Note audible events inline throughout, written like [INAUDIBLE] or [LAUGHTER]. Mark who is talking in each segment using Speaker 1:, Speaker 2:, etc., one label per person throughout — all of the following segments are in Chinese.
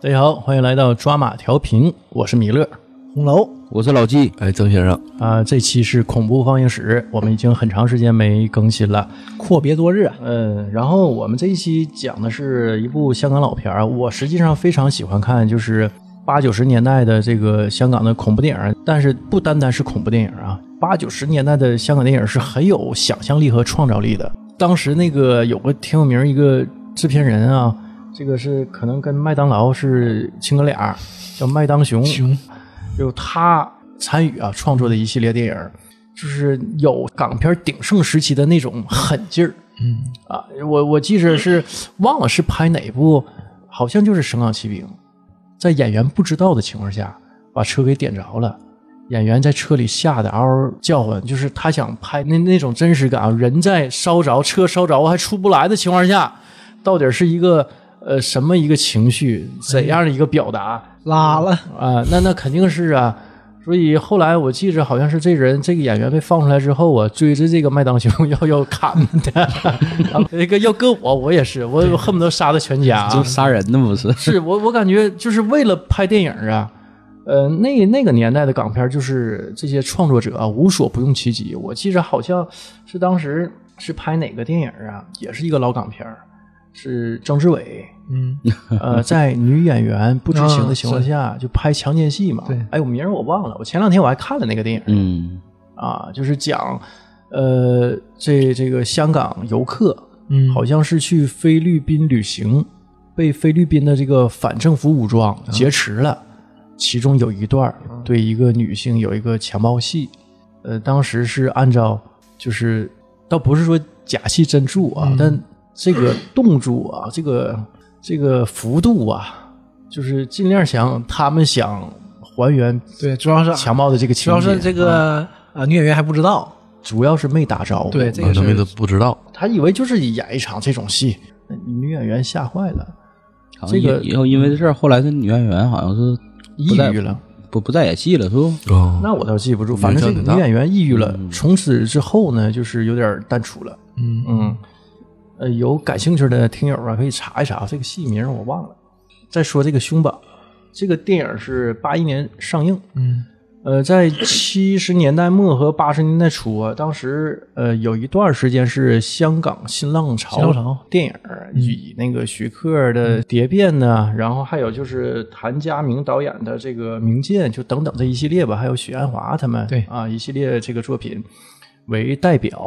Speaker 1: 大家好，欢迎来到抓马调频，我是米勒。
Speaker 2: 红楼，
Speaker 3: 我是老纪，
Speaker 4: 哎，曾先生，
Speaker 1: 啊、这期是恐怖放映室，我们已经很长时间没更新了。
Speaker 2: 阔别多日啊，
Speaker 1: 嗯，然后我们这一期讲的是一部香港老片儿，我实际上非常喜欢看，就是八九十年代的这个香港的恐怖电影，但是不单单是恐怖电影啊，八九十年代的香港电影是很有想象力和创造力的。当时那个有个挺有名儿一个制片人啊，这个是可能跟麦当劳是亲哥俩儿，叫麦当雄，有他参与啊创作的一系列电影儿，就是有港片鼎盛时期的那种狠劲儿。
Speaker 2: 嗯
Speaker 1: 啊，我我记着是忘了是拍哪部，好像就是《神港奇兵》，在演员不知道的情况下把车给点着了，演员在车里吓得嗷嗷叫唤，就是他想拍那那种真实感啊，人在烧着，车烧着还出不来的情况下，到底是一个呃什么一个情绪，怎样的一个表达？
Speaker 2: 拉了，
Speaker 1: [LAUGHS] 啊、那那肯定是啊。所以后来我记着，好像是这人这个演员被放出来之后啊，追着这个麦当雄 [LAUGHS] 要要砍他。 [LAUGHS] 那个要搁我，我也是，我我恨不得杀他全家、
Speaker 3: [LAUGHS] 就
Speaker 1: 啊。
Speaker 3: 杀人的不是？
Speaker 1: 是我我感觉就是为了拍电影啊，呃，那那个年代的港片就是这些创作者啊无所不用其极。我记着好像是当时是拍哪个电影啊，也是一个老港片儿是郑志伟，
Speaker 2: 嗯，啊
Speaker 1: 呃，在女演员不知情的情况下，就拍强奸戏嘛。
Speaker 2: 对
Speaker 1: 哎，我名儿我忘了，我前两天我还看了那个电影、
Speaker 3: 嗯，
Speaker 1: 啊，就是讲，呃，这这个香港游客，
Speaker 2: 嗯
Speaker 1: 好像是去菲律宾旅行，被菲律宾的这个反政府武装劫持了，
Speaker 2: 嗯
Speaker 1: 其中有一段儿对一个女性有一个强暴戏，呃，当时是按照就是倒不是说假戏真做啊，
Speaker 2: 嗯
Speaker 1: 但这个动作啊，这个这个幅度啊，就是尽量想他们想还原
Speaker 2: 对，主要是啊
Speaker 1: 强暴的这个
Speaker 2: 主
Speaker 1: 情节，
Speaker 2: 要是这个呃女演员还不知道，
Speaker 1: 主要是没打着，
Speaker 2: 对，这
Speaker 4: 啊
Speaker 2: 个
Speaker 4: 他们都
Speaker 2: 是
Speaker 4: 不知道，
Speaker 1: 他以为就是演一场这种戏，那女演员吓坏了。
Speaker 3: 好
Speaker 1: 这
Speaker 3: 像
Speaker 1: 个
Speaker 3: 也要因为这事儿，后来这女演员好像是
Speaker 1: 抑
Speaker 3: 不再
Speaker 1: 郁了，
Speaker 3: 不不再演戏了，是不？
Speaker 4: 哦，
Speaker 1: 那我倒记不住。反正这
Speaker 4: 影响挺
Speaker 1: 个
Speaker 4: 大
Speaker 1: 女演员抑郁了，从此之后呢，就是有点淡出了。
Speaker 2: 嗯
Speaker 1: 嗯，呃，有感兴趣的听友啊，可以查一查这个戏名，我忘了。再说这个凶榜，这个电影是八一年上映，
Speaker 2: 嗯
Speaker 1: 呃，在七十年代末和八十年代初啊，当时呃有一段时间是香港新浪潮
Speaker 2: 新浪潮嗯
Speaker 1: 电影儿，以那个徐克的《蝶变》呢，然后还有就是谭家明导演的这个《冥剑》，就等等这一系列吧，还有许鞍华他们
Speaker 2: 对
Speaker 1: 啊一系列这个作品为代表，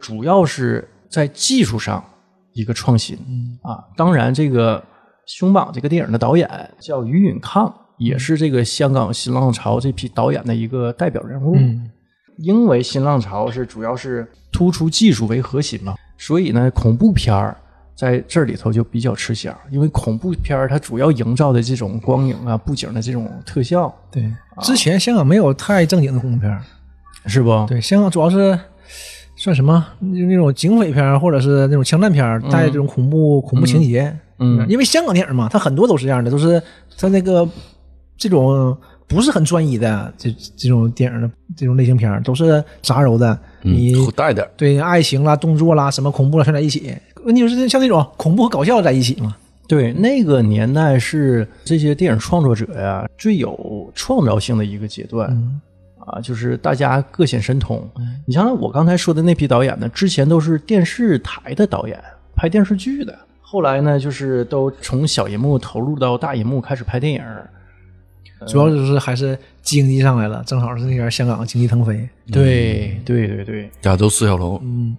Speaker 1: 主要是在技术上一个创新。
Speaker 2: 嗯
Speaker 1: 啊，当然，这个《凶榜》这个电影的导演叫于允抗，也是这个香港新浪潮这批导演的一个代表人物。
Speaker 2: 嗯
Speaker 1: 因为新浪潮是主要是突出技术为核心嘛，所以呢，恐怖片儿在这里头就比较吃香，因为恐怖片儿它主要营造的这种光影啊、布景的这种特效，
Speaker 2: 对，啊之前香港没有太正经的恐怖片儿，
Speaker 1: 是不？
Speaker 2: 对，香港主要是。算什么？就那种警匪片儿或者是那种枪战片儿，带这种恐怖、恐怖情节。
Speaker 1: 嗯
Speaker 2: 因为香港电影嘛，它很多都是这样的，都是它那个这种不是很专一的这这种电影的这种类型片儿，都是杂糅的。你
Speaker 4: 后带点儿，
Speaker 2: 对爱情啦、动作啦、什么恐怖啦，全在一起。问题就是像那种恐怖和搞笑在一起嘛。
Speaker 1: 对，那个年代是这些电影创作者呀最有创造性的一个阶段。
Speaker 2: 嗯
Speaker 1: 啊，就是大家各显神通。你像我刚才说的那批导演呢，之前都是电视台的导演，拍电视剧的，后来呢，就是都从小银幕投入到大银幕开始拍电影儿。
Speaker 2: 主
Speaker 1: 嗯
Speaker 2: 要就是还是经济上来了，正好是那边香港经济腾飞。
Speaker 1: 对嗯对对对，
Speaker 4: 亚洲四小龙，
Speaker 2: 嗯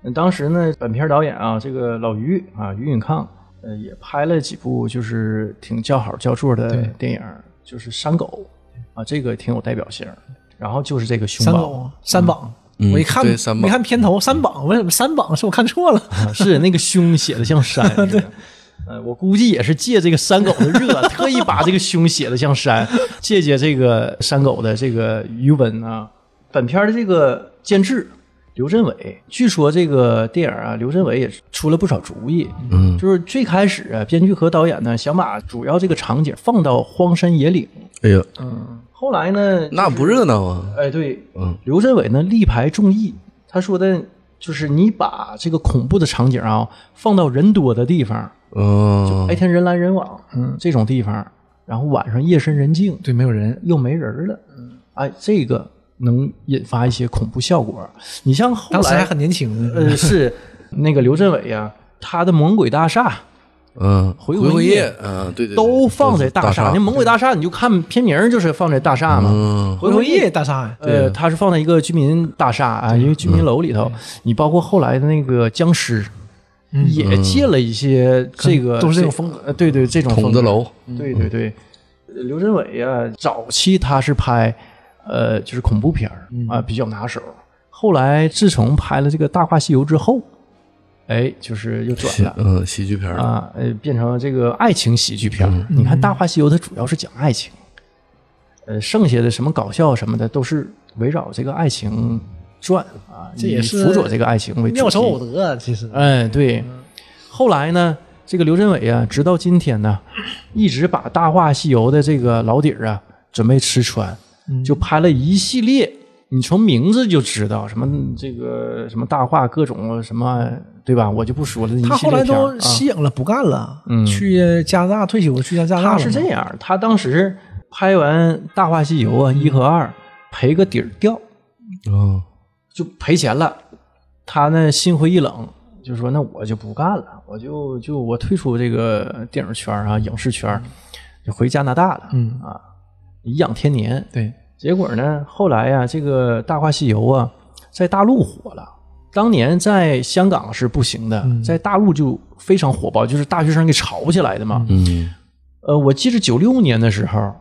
Speaker 1: 那当时呢，本片导演啊，这个老于啊，于允抗，呃，也拍了几部就是挺叫好叫座的
Speaker 2: 对
Speaker 1: 电影儿，就是《山狗》啊，这个挺有代表性儿。然后就是这个凶
Speaker 2: 三
Speaker 1: 榜
Speaker 2: 榜三榜，
Speaker 4: 嗯
Speaker 2: 我一看
Speaker 4: 对三榜
Speaker 2: 没看片头，三榜为什么三榜是我看错了？
Speaker 1: 啊， [LAUGHS] 是那个胸写的像山似的。呃，我估计也是借这个山狗的热，特意把这个胸写的像山，借借这个山狗的这个余温啊。本片的这个监制刘镇伟，据说这个电影啊，刘镇伟也出了不少主意。
Speaker 4: 嗯，
Speaker 1: 就是最开始啊，编剧和导演呢想把主要这个场景放到荒山野岭，
Speaker 4: 哎呀，
Speaker 1: 后来呢，
Speaker 4: 那不热闹啊，
Speaker 1: 哎对，
Speaker 4: 嗯
Speaker 1: 刘镇伟呢力排众议，他说的就是你把这个恐怖的场景啊放到人多的地方，
Speaker 4: 嗯
Speaker 1: 白，天人来人往，嗯，这种地方，然后晚上夜深人静，
Speaker 2: 对，没有人，
Speaker 1: 又没人了，哎，这个能引发一些恐怖效果。你像后
Speaker 2: 当时还
Speaker 1: 来
Speaker 2: 很年轻呢。
Speaker 1: 呃，
Speaker 4: 嗯 [LAUGHS]
Speaker 1: 是那个刘镇伟呀、他的《猛鬼大厦》
Speaker 4: 嗯，
Speaker 1: 回
Speaker 4: 回
Speaker 1: 魂
Speaker 4: 夜
Speaker 1: 夜，
Speaker 4: 嗯，对对，对
Speaker 1: 都放在
Speaker 4: 大
Speaker 1: 厦，那《猛鬼大厦》你就看片名儿就是放在大厦嘛，
Speaker 4: 嗯
Speaker 1: 呃回
Speaker 2: 回
Speaker 1: 魂
Speaker 2: 魂
Speaker 1: 夜
Speaker 2: 夜大厦呀，
Speaker 1: 呃，它是放在一个居民大厦啊，因为居民楼里
Speaker 2: 嗯
Speaker 1: 头，你包括后来的那个僵尸，也借了一些这个
Speaker 2: 嗯都是这种风格，嗯
Speaker 1: 呃对对，这种
Speaker 4: 筒子
Speaker 1: 风格，
Speaker 4: 楼，
Speaker 1: 对对对。呃刘镇伟啊，早期他是拍呃就是恐怖片儿
Speaker 2: 嗯
Speaker 1: 啊比较拿手，后来自从拍了这个《大话西游》之后，哎，就是又转
Speaker 4: 喜
Speaker 1: 了。
Speaker 4: 嗯喜剧片儿，
Speaker 1: 啊，呃，变成了这个爱情喜剧片儿。你看《大话西游》，它主要是讲爱情，呃，剩下的什么搞笑什么的，都是围绕这个爱情转啊，
Speaker 2: 这也
Speaker 1: 以
Speaker 2: 是
Speaker 1: 辅佐这个爱情呃为主题。
Speaker 2: 妙手偶嗯得，啊其实
Speaker 1: 哎，对。后来呢，这个刘镇伟啊，直到今天呢，一直把《大话西游》的这个老底儿啊，准备吃穿，
Speaker 2: 嗯
Speaker 1: 就拍了一系列。你从名字就知道什么这个什么大话各种什么，对吧？我就不说了。一
Speaker 2: 他
Speaker 1: 系
Speaker 2: 后
Speaker 1: 列
Speaker 2: 来
Speaker 1: 片儿
Speaker 2: 都
Speaker 1: 啊
Speaker 2: 息影了，不干了
Speaker 1: 嗯，
Speaker 2: 去加拿大退休，去加拿大
Speaker 1: 他
Speaker 2: 了
Speaker 1: 是
Speaker 2: 嘛
Speaker 1: 这样，他当时拍完《大话西游》啊，
Speaker 2: 嗯
Speaker 1: 一和二赔个底儿掉，
Speaker 2: 哦
Speaker 4: 嗯
Speaker 1: 就赔钱了。他呢心灰意冷，就说那我就不干了，我就就我退出这个电影圈啊，影视圈，就回加拿大了。
Speaker 2: 嗯
Speaker 1: 啊，颐养天年。
Speaker 2: 对，
Speaker 1: 结果呢，后来呀、这个《大话西游》啊，在大陆火了。当年在香港是不行的，
Speaker 2: 嗯
Speaker 1: 在大陆就非常火爆，就是大学生给炒起来的嘛。
Speaker 4: 嗯
Speaker 1: 呃，我记得九六年的时候，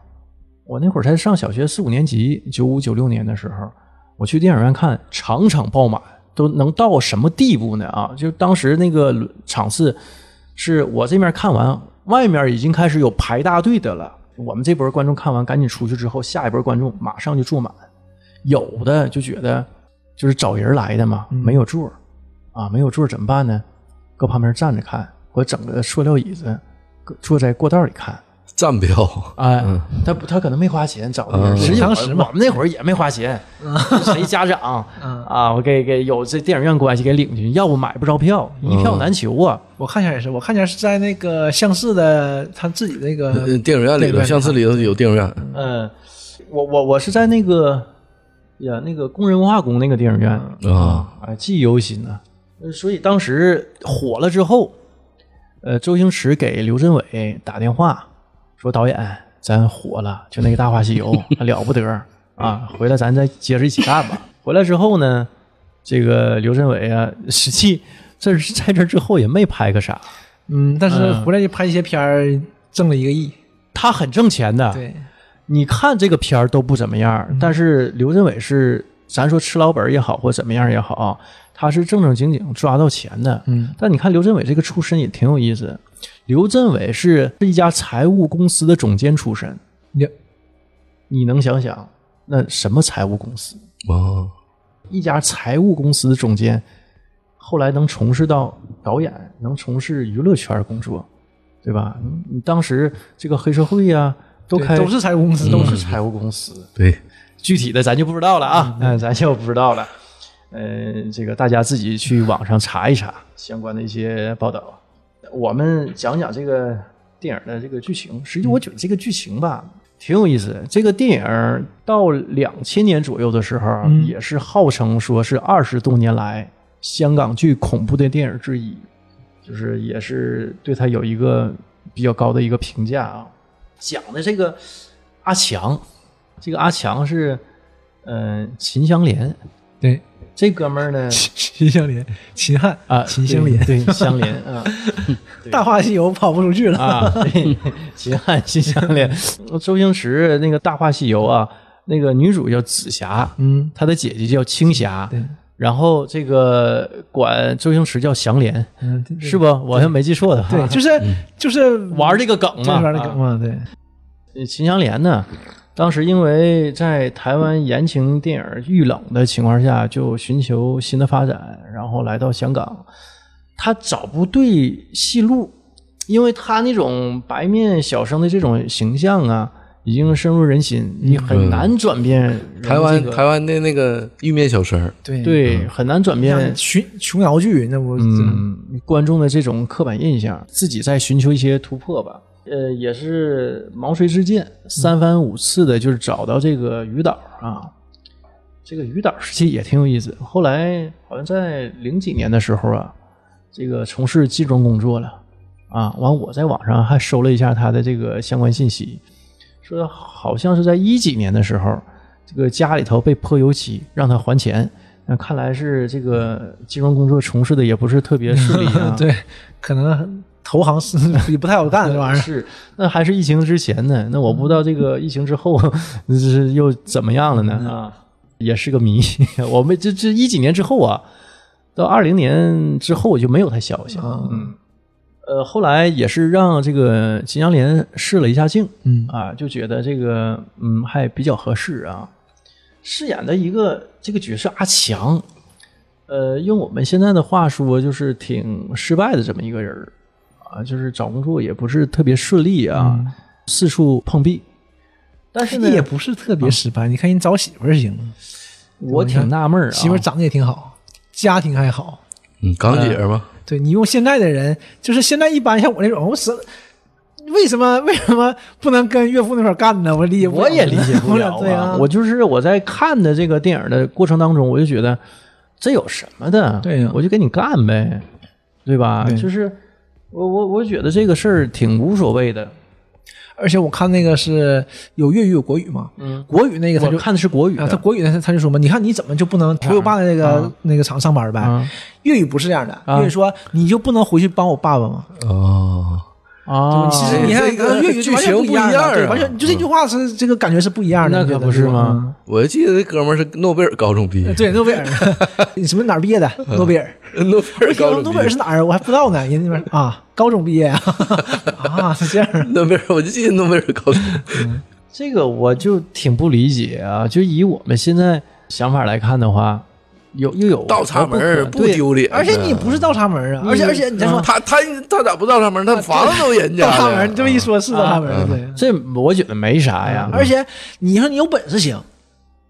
Speaker 1: 我那会儿才上小学四五年级，九五九六年的时候，我去电影院看，场场爆满，都能到什么地步呢？啊，就当时那个轮场次，是我这面看完，外面已经开始有排大队的了。我们这波观众看完，赶紧出去之后，下一波观众马上就坐满，有的就觉得就是找人来的嘛，没有座儿啊，没有座儿怎么办呢？搁旁边站着看，我整个塑料椅子，搁坐在过道里看。
Speaker 4: 站标，
Speaker 1: 哎，他不，他可能没花钱找的人，
Speaker 4: 嗯
Speaker 1: 实际
Speaker 2: 当时嘛
Speaker 1: 我们那会儿也没花钱，谁家长啊，我给给有这电影院关系给领去，要不买不着票，一票难求啊。
Speaker 2: 我看见也是，我看见是在那个相似的他自己那
Speaker 4: 呃
Speaker 2: 个
Speaker 4: 电影院里
Speaker 2: 对
Speaker 4: 头，
Speaker 2: 对
Speaker 4: 相似里头有电影院，
Speaker 1: 嗯，我我我是在那个呀那个工人文化宫那个电影院
Speaker 3: 嗯
Speaker 4: 啊，
Speaker 1: 啊，记忆犹新呢。呃所以当时火了之后，呃，周星驰给刘镇伟打电话说：“导演，咱火了，就那个《大话西游》了不得啊！回来咱再接着一起干吧。”回来之后呢，这个刘镇伟啊，实际这是在这之后也没拍个啥，
Speaker 2: 嗯，但是
Speaker 1: 嗯
Speaker 2: 回来就拍一些片儿，挣了一个亿。
Speaker 1: 他很挣钱的。
Speaker 2: 对，
Speaker 1: 你看这个片儿都不怎么样
Speaker 2: 嗯
Speaker 1: 儿，但是刘镇伟是咱说吃老本儿也好，或怎么样也好，啊他是正正经经抓到钱的。
Speaker 2: 嗯，
Speaker 1: 但你看刘镇伟这个出身也挺有意思，刘镇伟是一家财务公司的总监出身，
Speaker 2: 也
Speaker 1: 你能想想那什么财务公司？
Speaker 4: 啊，
Speaker 1: 一家财务公司的总监，后来能从事到导演，能从事娱乐圈工作，对吧？你你当时这个黑社会呀、都开嗯
Speaker 2: 对都是财务公司，
Speaker 1: 都
Speaker 2: 都是
Speaker 1: 是财务公司，
Speaker 4: 对，
Speaker 1: 具体的咱就不知道了啊，嗯，咱就不知道了。呃，这个大家自己去网上查一查相关的一些报道。我们讲讲这个电影的这个剧情，实际我觉得这个剧情吧挺有意思。这个电影到两千年左右的时候，
Speaker 2: 嗯
Speaker 1: 也是号称说是二十多年来香港最恐怖的电影之一，就是也是对它有一个比较高的一个评价啊。讲的这个阿强，这个阿强是，嗯、秦香莲
Speaker 2: 对。
Speaker 1: 这哥们儿
Speaker 2: [LAUGHS]
Speaker 1: 呢，
Speaker 2: 秦香莲、秦汉
Speaker 1: 啊，
Speaker 2: 秦香莲，
Speaker 1: 对对香
Speaker 2: [LAUGHS]
Speaker 1: 莲啊对
Speaker 2: 大话西游跑不出去了。
Speaker 1: 啊，对秦汉秦香莲，周星驰那个《大话西游》啊，那个女主叫紫霞，
Speaker 2: 嗯，
Speaker 1: 她的姐姐叫青霞，
Speaker 2: 对，
Speaker 1: 然后这个管周星驰叫祥莲，
Speaker 2: 嗯，对对
Speaker 1: 是不？我好像没记错的话，
Speaker 2: 对，就是
Speaker 1: 嗯
Speaker 2: 就是
Speaker 1: 玩这个梗
Speaker 2: 这
Speaker 1: 嘛，
Speaker 2: 玩的梗
Speaker 1: 啊
Speaker 2: 嘛，对，
Speaker 1: 呃秦香莲呢，当时因为在台湾言情电影遇冷的情况下，就寻求新的发展，然后来到香港，她找不对戏路，因为她那种白面小生的这种形象啊，已经深入人心，你很难转变人
Speaker 4: 嗯台湾
Speaker 1: 这个
Speaker 4: 台嗯湾的那个玉面小生儿，
Speaker 2: 对，
Speaker 1: 对很难转变
Speaker 2: 像琼琼瑶剧，那不。
Speaker 1: 嗯，观众的这种刻板印象，自己在寻求一些突破吧。呃，也是毛遂自荐，三番五次的，就是找到这个于导啊。这个于导时期也挺有意思，后来好像在零几年的时候啊，这个从事技装工作了啊。完，我在网上还搜了一下他的这个相关信息，说好像是在一几年的时候，这个家里头被泼油漆，让他还钱。那看来是这个金融工作从事的也不是特别顺利啊
Speaker 2: 嗯对，可能投行是也不太好干这玩
Speaker 1: [LAUGHS]
Speaker 2: 意儿。
Speaker 1: 是，那还是疫情之前呢？那我不知道这个疫情之后，那这 [LAUGHS]
Speaker 2: 嗯
Speaker 1: 是又怎么样了呢？啊，也是个谜。 [LAUGHS] 我们这这一几年之后啊，到二零年之后我就没有他消息了。嗯，呃，后来也是让这个秦香莲试了一下镜，
Speaker 2: 嗯
Speaker 1: 啊，就觉得这个嗯还比较合适啊。饰演的一个这个角色阿强，呃，用我们现在的话说，就是挺失败的这么一个人儿啊，就是找工作也不是特别顺利啊，四处碰壁。但是呢，
Speaker 2: 嗯也不是特
Speaker 1: 嗯
Speaker 2: 别失败，你看人找媳妇儿行，
Speaker 1: 我挺纳闷儿啊，
Speaker 2: 媳妇儿长得也挺好，家庭还好。
Speaker 4: 嗯，港姐儿嘛，
Speaker 2: 对你用现在的人，就是现在一般像我那种，我是为什么为什么不能跟岳父那块儿干呢？我理解不了，
Speaker 1: 我也理解不了
Speaker 2: [LAUGHS] 对啊，
Speaker 1: 我就是我在看的这个电影的过程当中，我就觉得这有什么的？
Speaker 2: 对呀
Speaker 1: 我就给你干呗，对吧？
Speaker 2: 对
Speaker 1: 就是我我我觉得这个事儿挺无所谓的。
Speaker 2: 而且我看那个是有粤语有国语嘛，
Speaker 1: 嗯，
Speaker 2: 国语那个他
Speaker 1: 我
Speaker 2: 就
Speaker 1: 看的是国语的
Speaker 2: 啊，他国语那他他就说嘛，你看你怎么就不能回我爸的那个、那个厂上班呗？
Speaker 1: 啊
Speaker 2: 粤语不是这样的，
Speaker 1: 啊
Speaker 2: 粤语说你就不能回去帮我爸爸吗？
Speaker 4: 哦，
Speaker 1: 啊，
Speaker 2: 其实你看
Speaker 4: 这个
Speaker 2: 粤语
Speaker 4: 剧
Speaker 2: 完全
Speaker 4: 情
Speaker 2: 一样
Speaker 4: 不一样
Speaker 2: 的，
Speaker 4: 啊
Speaker 2: 对，完全就这句话是这个感觉是不一样的，
Speaker 1: 那
Speaker 2: 你
Speaker 1: 可
Speaker 2: 觉得
Speaker 1: 不是吗？
Speaker 4: 我记得这哥们儿是诺贝尔高中毕业
Speaker 2: 嗯？，对，诺
Speaker 1: [LAUGHS]
Speaker 2: 贝尔，你什么哪儿毕业的？诺贝尔。
Speaker 4: [LAUGHS] 诺贝
Speaker 2: 我
Speaker 4: 尔
Speaker 2: 听
Speaker 4: 高
Speaker 2: 说
Speaker 4: 中
Speaker 2: 诺
Speaker 4: 毕
Speaker 2: 贝尔
Speaker 4: 业
Speaker 2: 是，哪儿？啊我还不知道呢。人家那边啊，高中毕业啊， [LAUGHS] 啊，是这样。
Speaker 4: 诺贝尔，我就记得诺贝尔高中，
Speaker 1: 这个我就挺不理解啊。就以我们现在想法来看的话，有又有
Speaker 4: 倒插门
Speaker 1: 何
Speaker 4: 儿
Speaker 1: 可
Speaker 4: 不丢脸，
Speaker 2: 而且你不是倒插门啊，而且而且你再说
Speaker 4: 嗯他他他咋不倒插门？他房子都人家
Speaker 2: 倒
Speaker 4: 的嗯
Speaker 2: 插门，你这么一说，是倒插
Speaker 1: 啊
Speaker 2: 门，对。
Speaker 1: 这我觉得没啥呀。
Speaker 2: 而且你说你有本事行，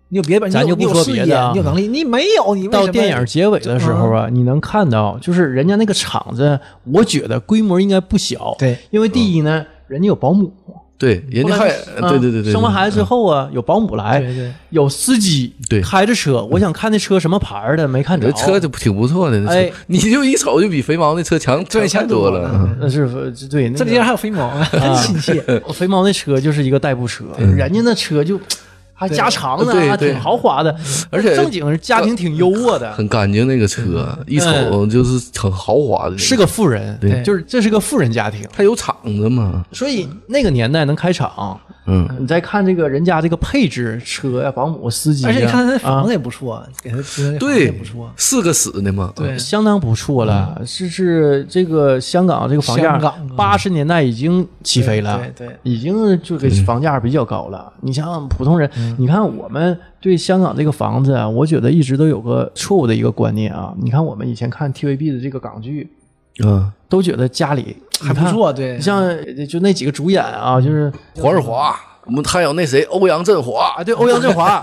Speaker 2: 你有别的本事，
Speaker 1: 咱
Speaker 2: 你有
Speaker 1: 就不说别的啊
Speaker 2: 你有事业你有能力，你没有，你为什
Speaker 1: 到
Speaker 2: 么
Speaker 1: 电影结尾的时候
Speaker 4: 嗯
Speaker 1: 啊，你能看到，就是人家那个场子，我觉得规模应该不小。
Speaker 2: 对，
Speaker 1: 因为第一呢，人家有保姆，
Speaker 4: 对，人家
Speaker 1: 后
Speaker 4: 还呃
Speaker 1: 来啊
Speaker 4: 对对对对，
Speaker 1: 生完孩子之后啊，有保姆来，
Speaker 2: 对对
Speaker 1: 有司机，
Speaker 4: 对
Speaker 1: 开着车，我想看那车什么牌儿的，没看着。
Speaker 4: 这车就挺不错的，那
Speaker 1: 哎
Speaker 4: 车你就一瞅就比肥毛那车强
Speaker 2: 对
Speaker 4: 强太
Speaker 2: 强啊
Speaker 4: 多
Speaker 2: 多
Speaker 4: 了
Speaker 2: 了。
Speaker 4: 嗯
Speaker 1: 那是呃对，那
Speaker 2: 这
Speaker 1: 个
Speaker 2: 里边还有飞毛，很
Speaker 1: 嗯
Speaker 2: 亲
Speaker 4: [LAUGHS]
Speaker 2: 切。
Speaker 4: 呃
Speaker 1: 肥猫那车就是一个代步车，人家那车就还加长呢，
Speaker 4: 对
Speaker 1: 还
Speaker 4: 对
Speaker 1: 挺豪华的，
Speaker 4: 而且
Speaker 1: 正经家庭挺优渥的，
Speaker 4: 很干净那个
Speaker 2: 嗯
Speaker 4: 车，一瞅
Speaker 2: 哎
Speaker 4: 就是很豪华的那种。
Speaker 1: 是个富人，
Speaker 4: 对
Speaker 1: 就是这是个富人家庭。
Speaker 4: 他有厂子嘛？
Speaker 1: 所以那个年代能开厂，
Speaker 4: 嗯，
Speaker 1: 你再看这个人家这个配置，车呀、保姆、司机呀，
Speaker 2: 而且你看他那房
Speaker 1: 啊
Speaker 2: 子也不错，给他租的那房子
Speaker 4: 对
Speaker 2: 也不错，。
Speaker 4: 是个死的嘛？
Speaker 2: 对
Speaker 1: 相当不错了，
Speaker 4: 嗯
Speaker 1: 是是这个香港这个房价
Speaker 2: 香港啊，
Speaker 1: 八十年代已经起飞了，
Speaker 2: 对对对
Speaker 1: 已经就
Speaker 4: 嗯
Speaker 1: 给房价比较高了。你想想普通人，
Speaker 2: 嗯
Speaker 1: 你看我们对香港这个房子啊，我觉得一直都有个错误的一个观念啊。你看我们以前看 TVB 的这个港剧，
Speaker 4: 嗯，
Speaker 1: 都觉得家里
Speaker 2: 还不。错，对
Speaker 1: 你。像就那几个主演啊，就是
Speaker 4: 黄日
Speaker 2: 啊
Speaker 4: 华，我们还有那谁欧阳震华
Speaker 1: 啊，，对，欧阳震
Speaker 4: [LAUGHS]
Speaker 1: 华，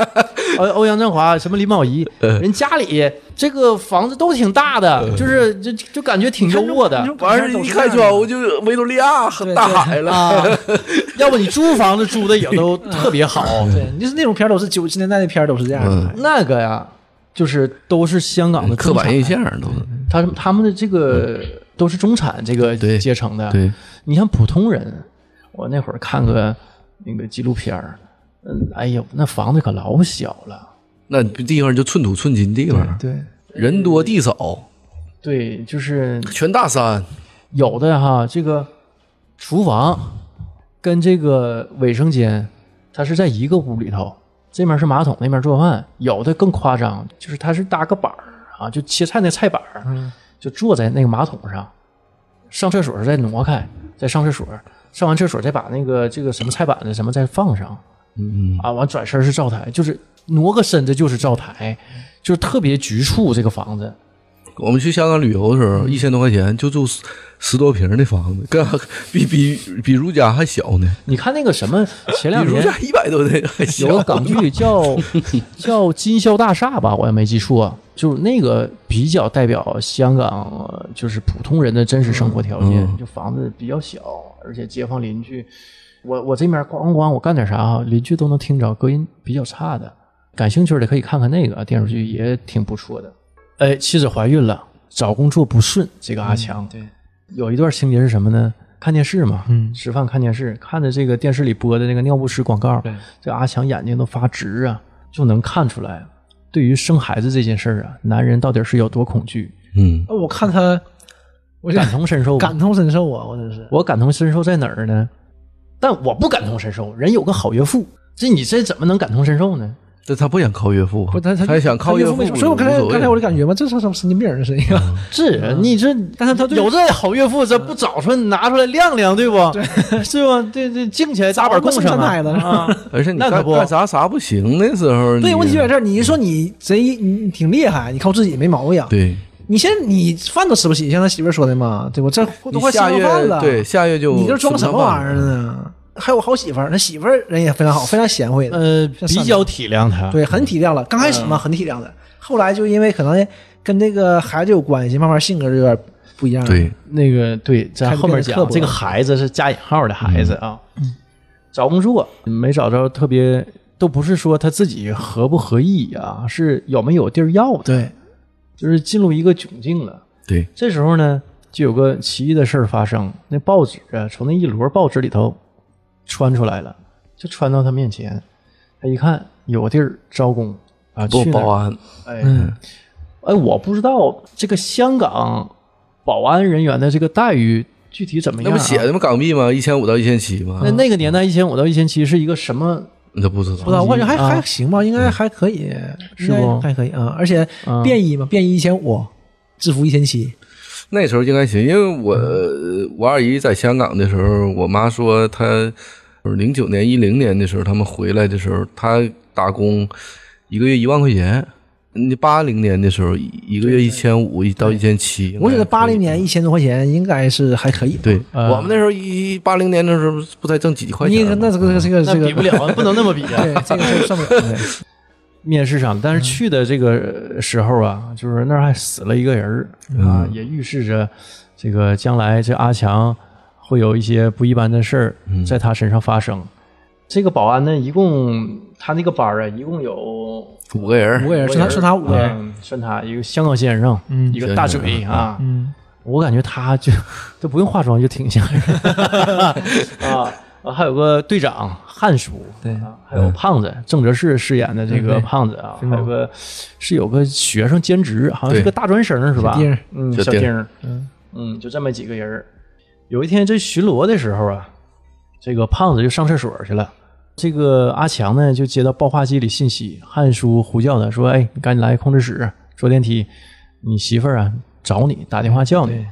Speaker 1: 呃，欧阳震华，什么林保怡，
Speaker 4: 嗯
Speaker 1: 人家里这个房子都挺大的，就是就就感觉挺优渥的
Speaker 2: 你说
Speaker 4: 完事儿一看窗，就是维多利亚和大海了。
Speaker 1: 啊。要不你租房子租的也都特别好，
Speaker 4: 嗯
Speaker 2: 对，你就是那种片儿都是九十年代的片儿都是这样的，
Speaker 1: 那个呀，就是都是香港的
Speaker 4: 刻板印
Speaker 1: 中
Speaker 4: 象都是
Speaker 1: 产，他他们的这个都是中产这个
Speaker 4: 对
Speaker 1: 阶层的，
Speaker 4: 对，
Speaker 1: 你像普通人，我那会儿看个那个纪录片儿，嗯，哎呦，那房子可老小了。
Speaker 4: 那地方就寸土寸金地方，
Speaker 2: 对，
Speaker 4: 人多地少，
Speaker 1: 对，就是
Speaker 4: 全大山。
Speaker 1: 有的哈，这个厨房跟这个卫生间，它是在一个屋里头，这面是马桶，那面做饭。有的更夸张，就是它是搭个板儿啊，就切菜那菜板儿，
Speaker 4: 嗯
Speaker 1: 就坐在那个马桶上，上厕所时再挪开，再上厕所，上完厕所再把那个这个什么菜板子什么再放上
Speaker 4: 嗯，
Speaker 1: 啊，完转身是灶台，就是挪个身子就是灶台，就是特别局促这个房子。
Speaker 4: 嗯我们去香港旅游的时候，一千多块钱就住十多平的房子， [LAUGHS] 跟比比比如家还小呢，
Speaker 1: 你看那个什么，前
Speaker 4: 比 [LAUGHS]
Speaker 1: 两
Speaker 4: 如
Speaker 1: 年
Speaker 4: 家一百多的还小。
Speaker 1: 有个港剧叫 [LAUGHS] 叫《金宵大厦》吧，我也没记错，就是那个比较代表香港呃就是普通人的真实生活条件，
Speaker 4: 嗯
Speaker 1: 就房子比较小，而且街坊邻居，我我这面咣咣我干点啥啊，邻居都能听着，隔音比较差的。感兴趣的可以看看那个电视剧，也挺不错的。哎，妻子怀孕了，找工作不顺，这个阿强、
Speaker 2: 对，
Speaker 1: 有一段情节是什么呢？看电视嘛，
Speaker 2: 嗯
Speaker 1: 吃饭看电视，看着这个电视里播的那个尿不湿广告，
Speaker 2: 对
Speaker 4: 嗯
Speaker 1: 这阿强眼睛都发直啊，就能看出来，对于生孩子这件事儿啊，男人到底是有多恐惧，
Speaker 4: 嗯，
Speaker 2: 我看他，我就
Speaker 1: 感同身受吧。
Speaker 2: 感同身受啊，我真是。
Speaker 1: 我感同身受在哪儿呢？但我不感同身受，人有个好岳父，这你这怎么能感同身受呢？
Speaker 4: 但他不想靠岳父啊，
Speaker 2: 不，他
Speaker 4: 他
Speaker 2: 他
Speaker 4: 想靠
Speaker 2: 岳
Speaker 4: 父
Speaker 2: 没
Speaker 4: 也
Speaker 2: 说所以
Speaker 4: 无所谓，
Speaker 2: 我刚才刚才我就感觉嘛，这是什么神经病儿，啊这是一个。
Speaker 1: 是你这，
Speaker 2: [LAUGHS]
Speaker 4: 嗯
Speaker 1: 但是他有这好岳父，这不早说拿出来晾晾，对不？是吧？对对，敬起来打板供上
Speaker 2: 早他妈生三胎了 [LAUGHS]
Speaker 1: 啊！啊
Speaker 4: 而且你
Speaker 1: 那
Speaker 4: 干
Speaker 1: 可不
Speaker 4: 干啥啥不行的时候，
Speaker 2: 对，
Speaker 4: 你
Speaker 2: 问题就在这儿。你一说你贼，你挺厉害，你靠自己没毛病。
Speaker 4: 对，
Speaker 2: 你现在你饭都吃不起，像他媳妇儿说的嘛，对吧？这都快
Speaker 4: 你下
Speaker 2: 吃不
Speaker 4: 月
Speaker 2: 上饭了，
Speaker 4: 对，下月就
Speaker 2: 你这装
Speaker 4: 吃
Speaker 2: 什
Speaker 4: 不
Speaker 2: 么
Speaker 4: 上饭
Speaker 2: 玩意儿呢？还有好媳妇儿，他媳妇儿人也非常好，非常贤惠的，
Speaker 1: 呃，
Speaker 2: 这
Speaker 1: 比较体谅他，
Speaker 2: 对，很体谅了。刚开始
Speaker 4: 嗯
Speaker 2: 嘛，很体谅的，后来就因为可能跟这个孩子有关系，慢慢性格就有点不一样了。
Speaker 4: 对，
Speaker 1: 那个对，咱
Speaker 2: 开始
Speaker 1: 后面
Speaker 2: 变得刻
Speaker 1: 讲
Speaker 2: 薄
Speaker 1: 这个孩子是加引号的孩子啊，找工作没找着特别，都不是说他自己合不合意啊，是有没有地儿要的，
Speaker 2: 对，
Speaker 1: 就是进入一个窘境了。
Speaker 4: 对，
Speaker 1: 这时候呢，就有个奇异的事儿发生，那报纸啊，从那一摞报纸里头穿出来了，就穿到他面前，他一看有地儿招工啊，
Speaker 4: 做
Speaker 1: 去那儿
Speaker 4: 保安，
Speaker 1: 哎，
Speaker 2: 嗯
Speaker 1: 哎，我不知道这个香港保安人员的这个待遇具体怎么
Speaker 4: 那
Speaker 1: 样、啊。
Speaker 4: 不写的吗？港币吗？一千五到一千七吗
Speaker 1: 那？
Speaker 2: 啊
Speaker 1: 那个年代一千五到一千七是一个什么？
Speaker 4: 你都不知道
Speaker 2: 不知，道，我感觉还
Speaker 1: 啊
Speaker 2: 还行吧，应该还可以，
Speaker 1: 是
Speaker 2: 应该
Speaker 1: 不
Speaker 2: 还可以啊。而且
Speaker 1: 嗯
Speaker 2: 便衣嘛，便衣一千五，制服一千七，
Speaker 4: 那时候应该行，因为我
Speaker 2: 嗯
Speaker 4: 呃我二姨在香港的时候，我妈说她零九年一零年的时候，他们回来的时候，她打工一个月一万块钱。你八零年的时候，一一个月一千五到一千七，
Speaker 2: 我觉得八零年一千多块钱应该是还可以吧。
Speaker 4: 对、
Speaker 1: 呃
Speaker 4: 我们那时候一八零年的时候不才挣几块
Speaker 2: 你
Speaker 4: 钱
Speaker 2: 可
Speaker 4: 吗，
Speaker 2: 那这个这个这
Speaker 1: 那
Speaker 2: 个
Speaker 1: 比不
Speaker 2: [LAUGHS]
Speaker 1: 了，不能那么比啊。
Speaker 2: 对，嗯这个就算不了。
Speaker 1: [LAUGHS]
Speaker 2: 对
Speaker 1: 面试上，但是去的这个时候啊，就是那儿还死了一个人儿
Speaker 2: 嗯
Speaker 1: 啊，也预示着这个将来这阿强会有一些不一般的事儿
Speaker 2: 嗯
Speaker 1: 在他身上发生。这个保安呢，一共他那个班儿啊，一共有
Speaker 4: 五个人，
Speaker 2: 五个人，算他算他五个人，
Speaker 1: 嗯，算他一个香港先生，
Speaker 2: 嗯
Speaker 1: 一个大嘴啊，
Speaker 2: 嗯，
Speaker 1: 我感觉他就都不用化妆就挺像人 [LAUGHS] 啊。啊还有个队长汉叔，
Speaker 2: 对
Speaker 1: 啊，还有胖子郑则仕饰演的这个胖子啊，
Speaker 2: 对
Speaker 1: 还有个是有个学生兼职，好像
Speaker 4: 对
Speaker 1: 是个大专生是吧
Speaker 2: 小丁儿？
Speaker 1: 嗯，
Speaker 4: 小
Speaker 1: 小
Speaker 4: 丁儿
Speaker 1: 丁儿，
Speaker 2: 嗯
Speaker 1: 嗯，就这么几个人儿。有一天这巡逻的时候啊，这个胖子就上厕所去了。这个阿强呢，就接到报话机里信息，汉叔呼叫他说：“哎，你赶紧来控制室，坐电梯，你媳妇儿啊找你，打电话叫你。”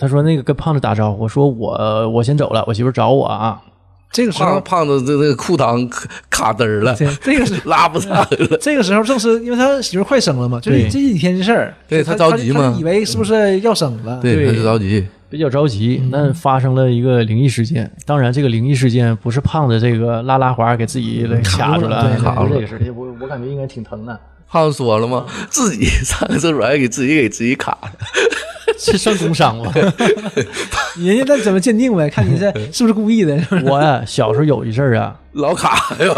Speaker 1: 他说：“那个跟胖子打招呼，说我我先走了，我媳妇儿找我啊。
Speaker 4: [LAUGHS]
Speaker 2: 这个时
Speaker 4: 胖
Speaker 2: 候，
Speaker 4: 胖子这这个裤裆卡卡嘚儿了，
Speaker 2: 这这个是
Speaker 4: [LAUGHS] 拉不上了。 [LAUGHS]
Speaker 2: 这个时候正是因为他媳妇儿快生了嘛，就是
Speaker 1: 对
Speaker 2: 这几天的事儿，
Speaker 4: 对
Speaker 2: 他
Speaker 4: 他着急嘛
Speaker 2: 他以为是不是要生了？
Speaker 4: 对，
Speaker 1: 对
Speaker 4: 他就着急，”
Speaker 1: 比较着急，那发生了一个灵异事件。当然，这个灵异事件不是胖子这个拉拉环给自己卡住了，
Speaker 2: 卡住了对
Speaker 1: 不是
Speaker 4: 卡住
Speaker 1: 这
Speaker 4: 了
Speaker 1: 个事 [LAUGHS] 儿，我我感觉应该挺疼的。
Speaker 4: 胖子说了吗？自己上个厕所还给自己给自己卡，
Speaker 1: 是上工伤吗？
Speaker 2: 人家那怎么鉴定呗？看你这是不是故意的？是不是
Speaker 1: [LAUGHS] 我呀，小时候有一阵儿啊，
Speaker 4: 老卡呀，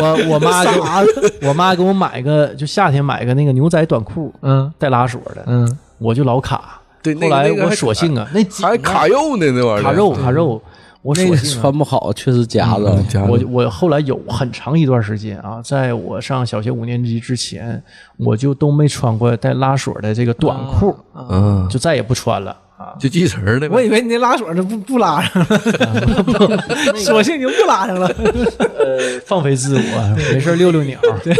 Speaker 1: 我我妈就我妈给我买个，就夏天买个那个牛仔短裤，
Speaker 2: 嗯
Speaker 1: 带拉锁的，
Speaker 2: 嗯，
Speaker 1: 我就老卡。
Speaker 4: [LAUGHS] 对那
Speaker 1: 后
Speaker 4: 个
Speaker 1: 来
Speaker 4: 那个
Speaker 1: 我
Speaker 4: 还
Speaker 1: 索性啊，那紧
Speaker 4: 还卡肉呢，那玩意儿
Speaker 1: 卡肉卡肉，我
Speaker 3: 那
Speaker 1: 索
Speaker 3: 个
Speaker 1: 性啊、
Speaker 3: 穿不好，确实夹着。
Speaker 4: 夹
Speaker 1: 我
Speaker 4: 着
Speaker 1: 就我后来有很长一段时间啊，在我上小学五年级之前，我就都没穿过带拉锁的这个短裤，
Speaker 4: 嗯，
Speaker 1: 就再也不穿了啊。
Speaker 4: 就记词儿的呗。
Speaker 2: 我以为你那拉锁儿都不不拉
Speaker 1: [LAUGHS]
Speaker 2: 上了，索性就不拉上了。
Speaker 1: 呃， [LAUGHS] 放飞自我，没事儿遛遛鸟，对，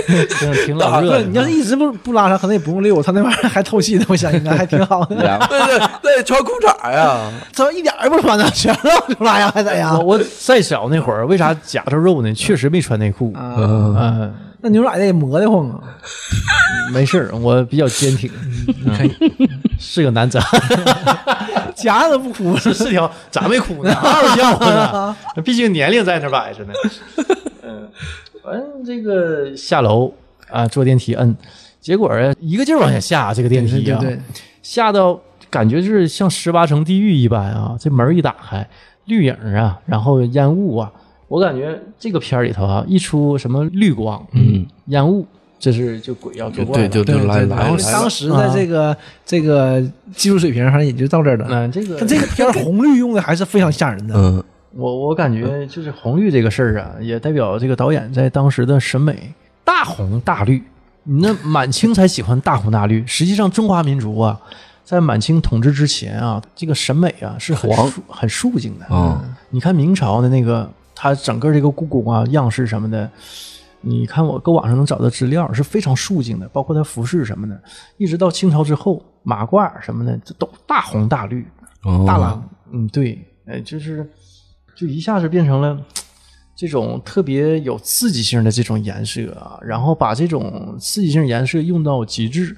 Speaker 1: 挺老热
Speaker 2: 不
Speaker 1: 的
Speaker 2: 是，。你要是一直不不拉上，可能也不用遛，他那玩意儿还透气的，我想应该还挺好的。
Speaker 4: [LAUGHS]
Speaker 3: 然后
Speaker 4: 那得那得穿裤衩呀，
Speaker 2: 他一点儿也不穿呢，全露出来呀，还咋呀
Speaker 1: 我？啊我再小那会儿，为啥夹着肉呢？确实没穿内裤，嗯、
Speaker 2: 那牛奶得磨得慌啊。
Speaker 1: 嗯 [LAUGHS] 没事儿，我比较坚挺，可以，是个男子汉。
Speaker 2: 夹都不哭了。
Speaker 1: 这四条咋没哭呢？嗷嗷叫
Speaker 2: [LAUGHS]
Speaker 1: 呢，毕竟年龄在那摆着呢。嗯，完这个下楼啊，坐电梯摁，结果啊一个劲儿往下下，这个电梯啊，
Speaker 2: 对，
Speaker 1: 下到感觉是像十八层地狱一般啊！这门一打开，绿影啊，然后烟雾啊，我感觉这个片儿里头啊，一出什么绿光，
Speaker 4: 嗯，
Speaker 1: 烟雾，这是就鬼要作怪
Speaker 4: 对，
Speaker 1: 了。
Speaker 4: 就就来来
Speaker 1: 哎
Speaker 2: 然后
Speaker 4: 了，
Speaker 2: 当时的这个这个技术水平，反正也就到这儿了。
Speaker 1: 嗯，这个
Speaker 2: 但这个片儿红绿用的还是非常吓人的。
Speaker 4: 嗯，
Speaker 1: 我我感觉就是红绿这个事儿啊，也代表这个导演在当时的审美，大红大绿。你那满清才喜欢大红大绿，实际上中华民族啊，在满清统治之前啊，这个审美啊是很
Speaker 4: 黄
Speaker 1: 肃很肃静的。嗯
Speaker 4: 哦
Speaker 1: 你看明朝的那个，它整个这个故宫啊样式什么的，你看我搁网上能找到资料是非常肃静的，包括它服饰什么的，一直到清朝之后，马褂儿什么的，这都大红大绿。
Speaker 4: 哦
Speaker 1: 大郎，嗯，对，呃，就是就一下子变成了这种特别有刺激性的这种颜色啊，然后把这种刺激性颜色用到极致。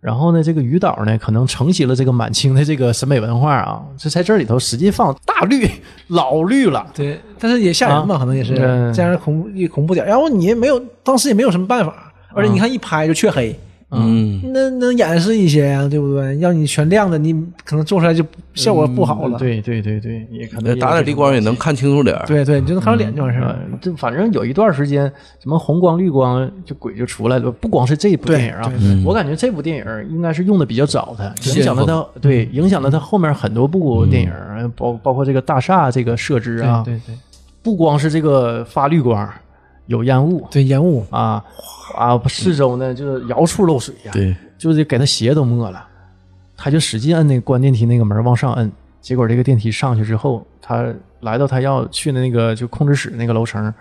Speaker 1: 然后呢，这个于导呢，可能承袭了这个满清的这个审美文化啊，就在这里头使劲放大绿、老绿了。
Speaker 2: 对，但是也吓人嘛，
Speaker 1: 啊
Speaker 2: 可能也是
Speaker 1: 嗯
Speaker 2: 这样恐怖也恐怖点儿。然后你也没有，当时也没有什么办法，
Speaker 1: 嗯
Speaker 2: 而且你看一拍就黢黑，
Speaker 4: 嗯，
Speaker 2: 那能掩饰一些呀、对不对？要你全亮的，你可能做出来就效果不好了。
Speaker 1: 嗯对对对对，也可
Speaker 4: 那
Speaker 1: 能
Speaker 4: 哎打点
Speaker 1: 低
Speaker 4: 低光也能看清楚点儿，
Speaker 2: 对对，你就能看到脸就完事儿了。
Speaker 1: 嗯，这反正有一段时间，什么红光、绿光，就鬼就出来了。不光是这部电影啊
Speaker 2: 对，
Speaker 1: 我感觉这部电影应该是用的比较早的，
Speaker 4: 先
Speaker 1: 影响了他，对，影响了他后面很多部电影，包包括这个大厦这个设置啊，
Speaker 2: 对对
Speaker 1: 不光是这个发绿光，有烟雾
Speaker 2: 对，烟雾
Speaker 1: 啊啊，四周呢就是摇处漏水呀、
Speaker 4: 对，
Speaker 1: 就是给他鞋都没了，他就使劲摁那个关电梯那个门往上摁，结果这个电梯上去之后，他来到他要去的那个就控制室那个楼层，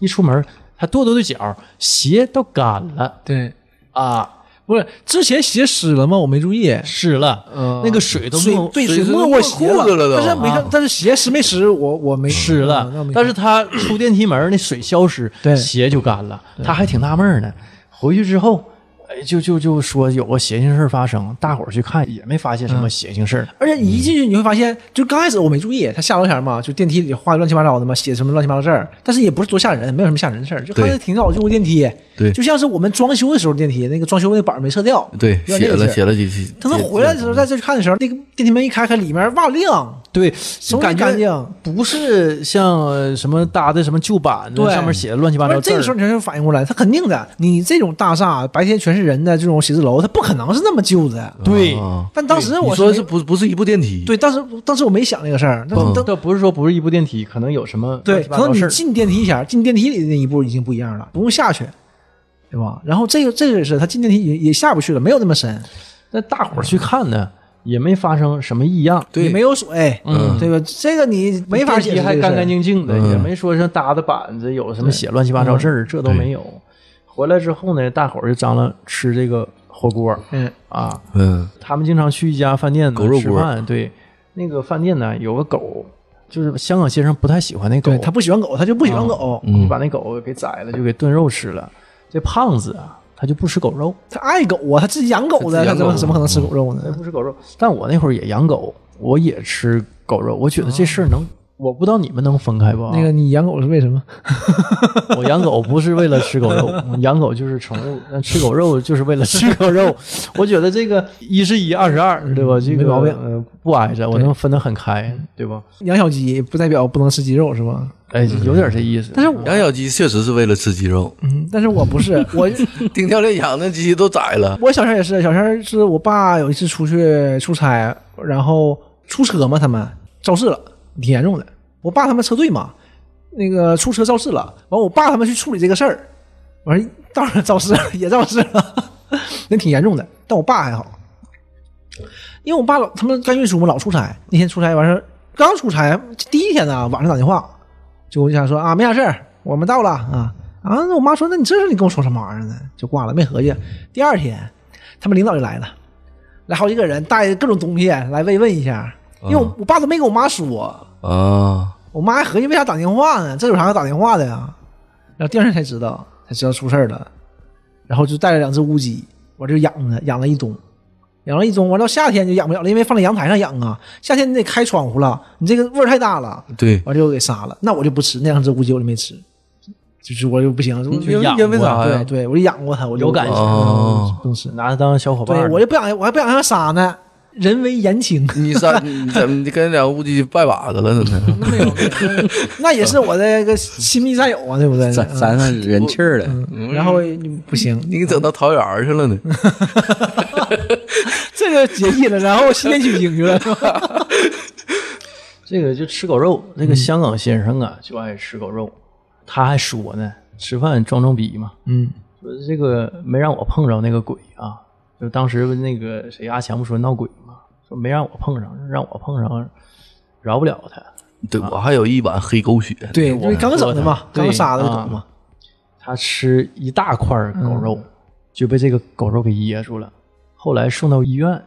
Speaker 1: 一出门他跺跺跺脚，鞋都干了
Speaker 2: 对，
Speaker 1: 啊，
Speaker 2: 不是之前鞋湿了吗？我没注意。
Speaker 1: 湿了，
Speaker 2: 嗯
Speaker 1: 那个水都
Speaker 2: 水
Speaker 1: 没有
Speaker 2: 对
Speaker 4: 水
Speaker 2: 水
Speaker 4: 都
Speaker 2: 没
Speaker 4: 没
Speaker 2: 过鞋
Speaker 4: 裤子了都
Speaker 2: 但是没看
Speaker 1: 啊，
Speaker 2: 但是鞋湿没湿，我我没
Speaker 1: 湿了
Speaker 2: 嗯那我没，看
Speaker 1: 但是他出电梯门那水消失，
Speaker 2: 对
Speaker 1: 鞋就干了，他还挺纳闷呢。回去之后，哎，就就就说有个邪性事儿发生，大伙儿去看也没发现什
Speaker 2: 嗯
Speaker 1: 么邪性事儿。
Speaker 2: 而且你一进去你会发现，就刚开始我没注意，他下楼前嘛，就电梯里画乱七八糟的嘛，写什么乱七八糟事儿，但是也不是多吓人，没有什么吓人的事儿，就看着挺好，就电梯，
Speaker 4: 对
Speaker 2: 就像是我们装修的时候电梯那个装修那板儿没撤掉，
Speaker 4: 对，
Speaker 2: 有
Speaker 4: 写
Speaker 2: 点那
Speaker 4: 了
Speaker 2: 个事儿。
Speaker 4: 写了几期，
Speaker 2: 等他回来的
Speaker 1: 嗯
Speaker 2: 时候，在这看的时候，那个电梯门一开开，里面哇亮，
Speaker 1: 对，
Speaker 2: 什么
Speaker 1: 感
Speaker 2: 干
Speaker 1: 觉
Speaker 2: 净。
Speaker 1: 不是像呃什么搭的什么旧板子，
Speaker 2: 对
Speaker 1: 上面写的乱七八
Speaker 2: 不
Speaker 1: 糟
Speaker 2: 是
Speaker 1: 字
Speaker 2: 这个时
Speaker 1: 儿。
Speaker 2: 候你才能反应过来，他肯定的，你这种大厦白天全是人的这种写字楼，它不可能是那么旧的。
Speaker 1: 嗯对，
Speaker 4: 啊，
Speaker 2: 但当时
Speaker 4: 你
Speaker 2: 我
Speaker 4: 说
Speaker 2: 没
Speaker 4: 是不不是一部电梯？
Speaker 2: 对，当时当时我没想这个事儿，但是
Speaker 4: 嗯
Speaker 2: 当
Speaker 1: 倒不是说不是一部电梯，可能有什么
Speaker 2: 对，
Speaker 1: 乱七八
Speaker 2: 可能
Speaker 1: 糟事
Speaker 2: 你
Speaker 1: 儿
Speaker 2: 进电梯前，进电梯里的那一步已经不一样了，不用下去，对吧？然后这个这个也是，他进电梯也也下不去了，没有那么深，
Speaker 1: 那大伙儿去看呢，也没发生什么异样。
Speaker 4: 对
Speaker 2: 也没有水，
Speaker 1: 嗯
Speaker 2: 对吧？这个你没法解
Speaker 1: 电梯
Speaker 2: 释，
Speaker 1: 还干干净净的，
Speaker 4: 嗯
Speaker 1: 也没说是搭的板子有什么写乱七八糟字儿，这都没有。回来之后呢，大伙儿就张罗吃这个火锅
Speaker 2: 嗯，
Speaker 1: 啊。
Speaker 4: 嗯，
Speaker 1: 他们经常去一家饭店呢
Speaker 4: 狗肉锅
Speaker 1: 吃饭，对，那个饭店呢有个狗，就是香港先生不太喜欢那狗嗯
Speaker 2: 对，他不喜欢狗，他就不喜欢狗，
Speaker 1: 就把那狗给宰了，就给炖肉吃了。这胖子啊，他就不吃狗肉，
Speaker 2: 他爱狗啊，他自己养狗的，
Speaker 4: 他
Speaker 2: 他
Speaker 4: 自己养
Speaker 2: 怎么
Speaker 4: 狗
Speaker 2: 怎么可能吃狗肉
Speaker 1: 他
Speaker 2: 呢？
Speaker 1: 不吃狗肉。但我那会儿也养狗，我也吃狗肉，我觉得这事儿能，我不知道你们能分开不啊？
Speaker 2: 那个你养狗是为什么？
Speaker 1: [LAUGHS] 我养狗不是为了吃狗肉，养狗就是宠物，但吃狗肉就是为了吃狗肉。我觉得这个一是一，二是二，对吧？这个
Speaker 2: 嗯没毛病嗯
Speaker 1: 呃不挨着，我能分得很开，对吧？
Speaker 2: 养小鸡不代表不能吃鸡肉是吧？
Speaker 1: 哎，有点这意思。
Speaker 2: 但是我
Speaker 4: 养小鸡确实是为了吃鸡肉，
Speaker 2: 嗯，但是我不是我。 [LAUGHS]
Speaker 4: 丁教练养的鸡都宰了，
Speaker 2: 我小时候也是，小时候是我爸有一次出去出差，然后出车嘛，他们肇事了，挺严重的。我爸他们车队嘛，那个出车肇事了，完我爸他们去处理这个事儿，完当然肇事了，也肇事了，那挺严重的。但我爸还好，因为我爸老他们干运输嘛，老出差。那天出差完事儿，刚出差第一天呢，晚上打电话，就我就想说啊，没啥事儿，我们到了啊啊。那我妈说，那你这事儿你跟我说什么玩意儿呢？就挂了，没合计。第二天，他们领导就来了，来好几个人，带各种东西来慰问一下。因为我,、我爸都没跟我妈说，
Speaker 4: 啊，
Speaker 2: 我妈还合计为啥打电话呢？这有啥可打电话的呀？然后第二天才知道，才知道出事儿了，然后就带了两只乌鸡，我就养着，养了一冬，养了一中，完到夏天就养不了了，因为放在阳台上养啊，夏天你得开窗户了，你这个味儿太大了，
Speaker 4: 对，
Speaker 2: 完就给杀了。那我就不吃那两只乌鸡，我就没吃，就是我就不行，我
Speaker 1: 就养
Speaker 4: 因为
Speaker 1: 过
Speaker 4: 啥呀
Speaker 2: 对？对，我就养过它，我就
Speaker 1: 有感情
Speaker 4: 哦
Speaker 2: 不能吃。
Speaker 1: 拿它当小伙伴
Speaker 2: 对，
Speaker 1: 儿，
Speaker 2: 我就不想，我还不想让它杀呢，人为言
Speaker 4: [LAUGHS]
Speaker 2: 情。
Speaker 4: 你啥？
Speaker 2: [LAUGHS]
Speaker 4: 你怎么你跟两乌鸡拜把子了？真的？
Speaker 2: 那没有，那也是我的一个亲密战友啊，对不对？
Speaker 3: 沾
Speaker 2: 嗯
Speaker 3: 沾上人气儿了，
Speaker 2: 然后你不行，
Speaker 4: 你给整到桃园儿去
Speaker 2: [LAUGHS]
Speaker 4: 了呢？
Speaker 2: 这个结义了，然后西天取经去了，是吧
Speaker 4: [LAUGHS]
Speaker 1: 这个就吃狗肉，那
Speaker 2: 嗯
Speaker 1: 个香港先生啊就爱吃狗肉，他还说呢，吃饭装装逼嘛，
Speaker 2: 嗯，
Speaker 1: 说这个没让我碰着那个鬼啊，就当时那个谁阿强不说闹鬼嘛，说没让我碰上，让我碰上饶不了他。
Speaker 4: 对我还有一碗黑狗血。
Speaker 2: 对，因为刚整的嘛，
Speaker 1: 对
Speaker 2: 刚杀的
Speaker 4: 啊
Speaker 2: 梗嘛，
Speaker 1: 他吃一大块狗肉，
Speaker 2: 嗯
Speaker 1: 就被这个狗肉给噎住了，后来送到医院，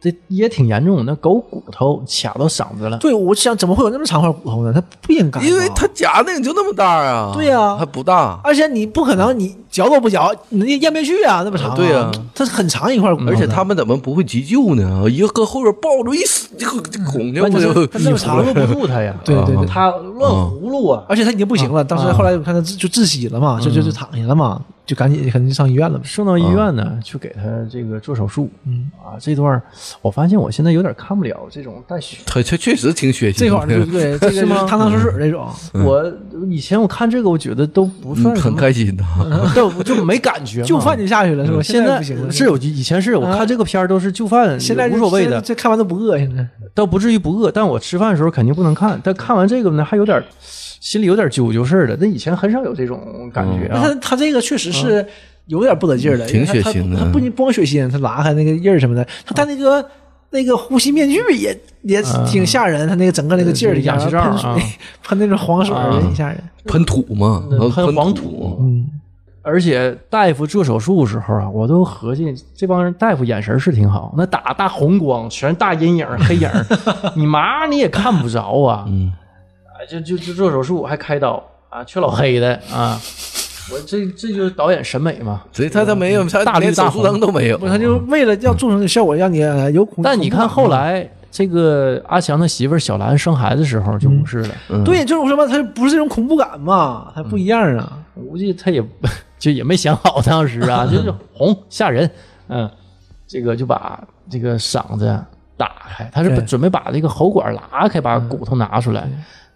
Speaker 1: 这也挺严重，那狗骨头卡到嗓子了。
Speaker 2: 对，我想怎么会有那么长块骨头呢？它不应该吧，
Speaker 4: 因为它夹那个就那么大啊，
Speaker 2: 对呀
Speaker 4: 还不大，
Speaker 2: 而且你不可能你嚼都不嚼，你也咽不下去啊，那么长、
Speaker 4: 对
Speaker 2: 呀
Speaker 4: 呀、
Speaker 2: 它是很长一块骨头的，
Speaker 4: 而且他们怎么不会急救呢？一个搁后边抱住一死就拱去不就？
Speaker 1: 他正常录不住 [LAUGHS] 他呀，
Speaker 2: 对对对
Speaker 1: 他乱
Speaker 4: 嗯
Speaker 1: 葫芦啊，嗯
Speaker 2: 而且他已经不行了，当时后来我看他就窒息了嘛，就就就躺下了嘛，就赶紧肯定上医院了呗。
Speaker 1: 送到医院
Speaker 4: 嗯
Speaker 1: 呢，去给他这个做手术。
Speaker 2: 嗯
Speaker 1: 啊，这段儿我发现我现在有点看不了这种带血。
Speaker 4: 他确确实挺血腥的，
Speaker 2: 这块儿对不
Speaker 1: [LAUGHS]
Speaker 2: 对？这个就是
Speaker 1: 吗嗯
Speaker 2: 汤汤水水那种，
Speaker 1: 我以前我看这个，我觉得都不
Speaker 4: 嗯
Speaker 1: 算什
Speaker 4: 很
Speaker 1: 么，
Speaker 4: 开心的。
Speaker 2: 嗯
Speaker 1: 都就没感觉嘛。
Speaker 2: 就饭就下去了是吧？
Speaker 1: 现
Speaker 2: 在
Speaker 1: 在
Speaker 2: 不行了，啊
Speaker 1: 是有以前是我看这个片儿都是就饭，
Speaker 2: 现在就
Speaker 1: 无所谓
Speaker 2: 现在
Speaker 1: 的，啊
Speaker 2: 这看完都不饿。现在
Speaker 1: 倒不至于不饿。但我吃饭的时候肯定不能看，但看完这个呢，还有点儿心里有点揪揪事儿的。那以前很少有这种感觉
Speaker 2: 那
Speaker 4: [LAUGHS]
Speaker 1: 啊
Speaker 2: 他。他这个确实是有点不得劲儿了，
Speaker 1: 嗯
Speaker 2: 因
Speaker 4: 挺
Speaker 2: 为他
Speaker 4: 血
Speaker 2: 他
Speaker 4: 腥的
Speaker 2: 他不仅不光血腥，他拉开那个印儿什么的，他戴那
Speaker 1: 啊
Speaker 2: 个那个呼吸面具也也挺吓人，他那个整个那个劲儿，
Speaker 1: 对氧气罩
Speaker 2: 然
Speaker 1: 啊
Speaker 2: 后喷水 [LAUGHS] 喷那种黄水儿
Speaker 1: 啊
Speaker 2: 也挺吓人。
Speaker 4: [LAUGHS] 喷土嘛，
Speaker 1: 嗯
Speaker 4: 然后
Speaker 1: 喷
Speaker 4: 喷
Speaker 1: 黄
Speaker 4: 土，
Speaker 2: 嗯，
Speaker 1: 而且大夫做手术的时候啊，我都合计这帮人大夫眼神是挺好，那打大红光，全是大阴影、黑影
Speaker 4: [LAUGHS]
Speaker 1: 儿，你嘛你也看不着啊。
Speaker 4: 嗯，
Speaker 1: 啊就就就做手术还开刀啊，缺老黑的啊。我这这就是导演审美嘛。
Speaker 4: 所以他他没有，他
Speaker 1: 大绿
Speaker 4: 连
Speaker 1: 大
Speaker 4: 手
Speaker 1: 红
Speaker 4: 术灯都没有，
Speaker 2: 不是，他就为了要做成这效果，让你呃有恐。
Speaker 1: 但你看
Speaker 2: 恐怖
Speaker 1: 后来这个阿强的媳妇儿小兰生孩子时候
Speaker 2: 嗯
Speaker 1: 就不是了，
Speaker 2: 感，对，就是我说嘛，他不是这种恐怖感嘛，他不
Speaker 1: 嗯
Speaker 2: 一样啊。
Speaker 1: 我估计她也就也没想好当时
Speaker 2: [LAUGHS]
Speaker 1: 啊，就是红吓人，嗯，这个就把这个嗓子打开，他是
Speaker 2: 对嗯
Speaker 1: 准备把这个喉管拉开，把骨头拿出来，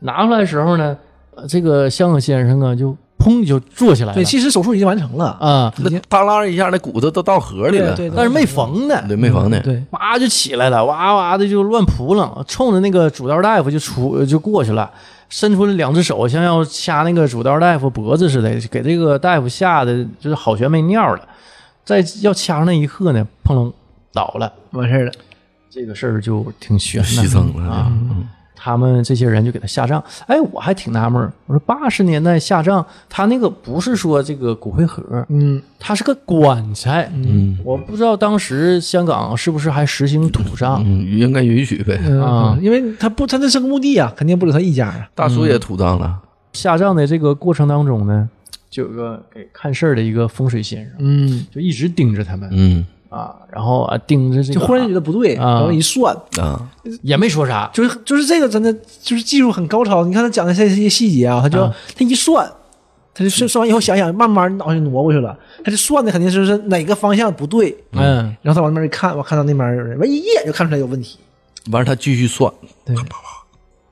Speaker 1: 拿出来的时候呢，呃这个香港先生啊就砰就坐起来了
Speaker 2: 对，，其实手术已经完成了，
Speaker 1: 哎啊、
Speaker 4: 那当啷一下，那骨头都到核里
Speaker 2: 对
Speaker 4: 了，
Speaker 2: 对，
Speaker 1: 但是嗯没
Speaker 2: 防。
Speaker 1: 缝呢，
Speaker 4: 对，没防呢。
Speaker 2: 对，
Speaker 1: 哇就起来了，哇哇的就乱扑棱，冲着那个主刀大夫就出就过去了，伸出了两只手，像要掐那个主刀大夫脖子似的，给这个大夫吓得就是好悬没尿了。在要掐上那一刻呢，砰隆倒了，
Speaker 2: 完事儿了。
Speaker 1: 这个事儿就挺悬
Speaker 4: 牺
Speaker 1: 的。
Speaker 4: 牲了嗯
Speaker 1: 啊，
Speaker 2: 嗯
Speaker 1: 他们这些人就给他下葬，哎，我还挺纳闷儿，我说八十年代下葬，他那个不是说这个骨灰盒，
Speaker 2: 嗯，
Speaker 1: 它是个棺材。
Speaker 4: 嗯
Speaker 1: 我不知道当时香港是不是还实行土葬，
Speaker 4: 嗯，应该允许呗。
Speaker 1: 啊
Speaker 2: 嗯，因为他不，他那是个墓地啊，肯定不止他一家啊。
Speaker 4: 大叔也土葬了，
Speaker 1: 下葬的这个过程当中呢，就有个给看事儿的一个风水先生，
Speaker 2: 嗯，
Speaker 1: 就一直盯着他们、
Speaker 4: 嗯
Speaker 1: 啊，然后啊盯着这
Speaker 2: 就
Speaker 1: 个，
Speaker 2: 忽然觉得不对，
Speaker 1: 啊
Speaker 2: 然后一算，
Speaker 4: 啊，
Speaker 1: 也没说啥，
Speaker 2: 就是就是这个真的就是技术很高超。你看他讲的这些细节啊，他就
Speaker 1: 啊
Speaker 2: 他一算，他就算算完以后想想，慢慢脑袋就挪过去了。他就算的肯定就是哪个方向不对，
Speaker 1: 嗯，
Speaker 2: 然后他往那边一看，我看到那边有人，完一眼就看出来有问题。
Speaker 4: 完了他继续算，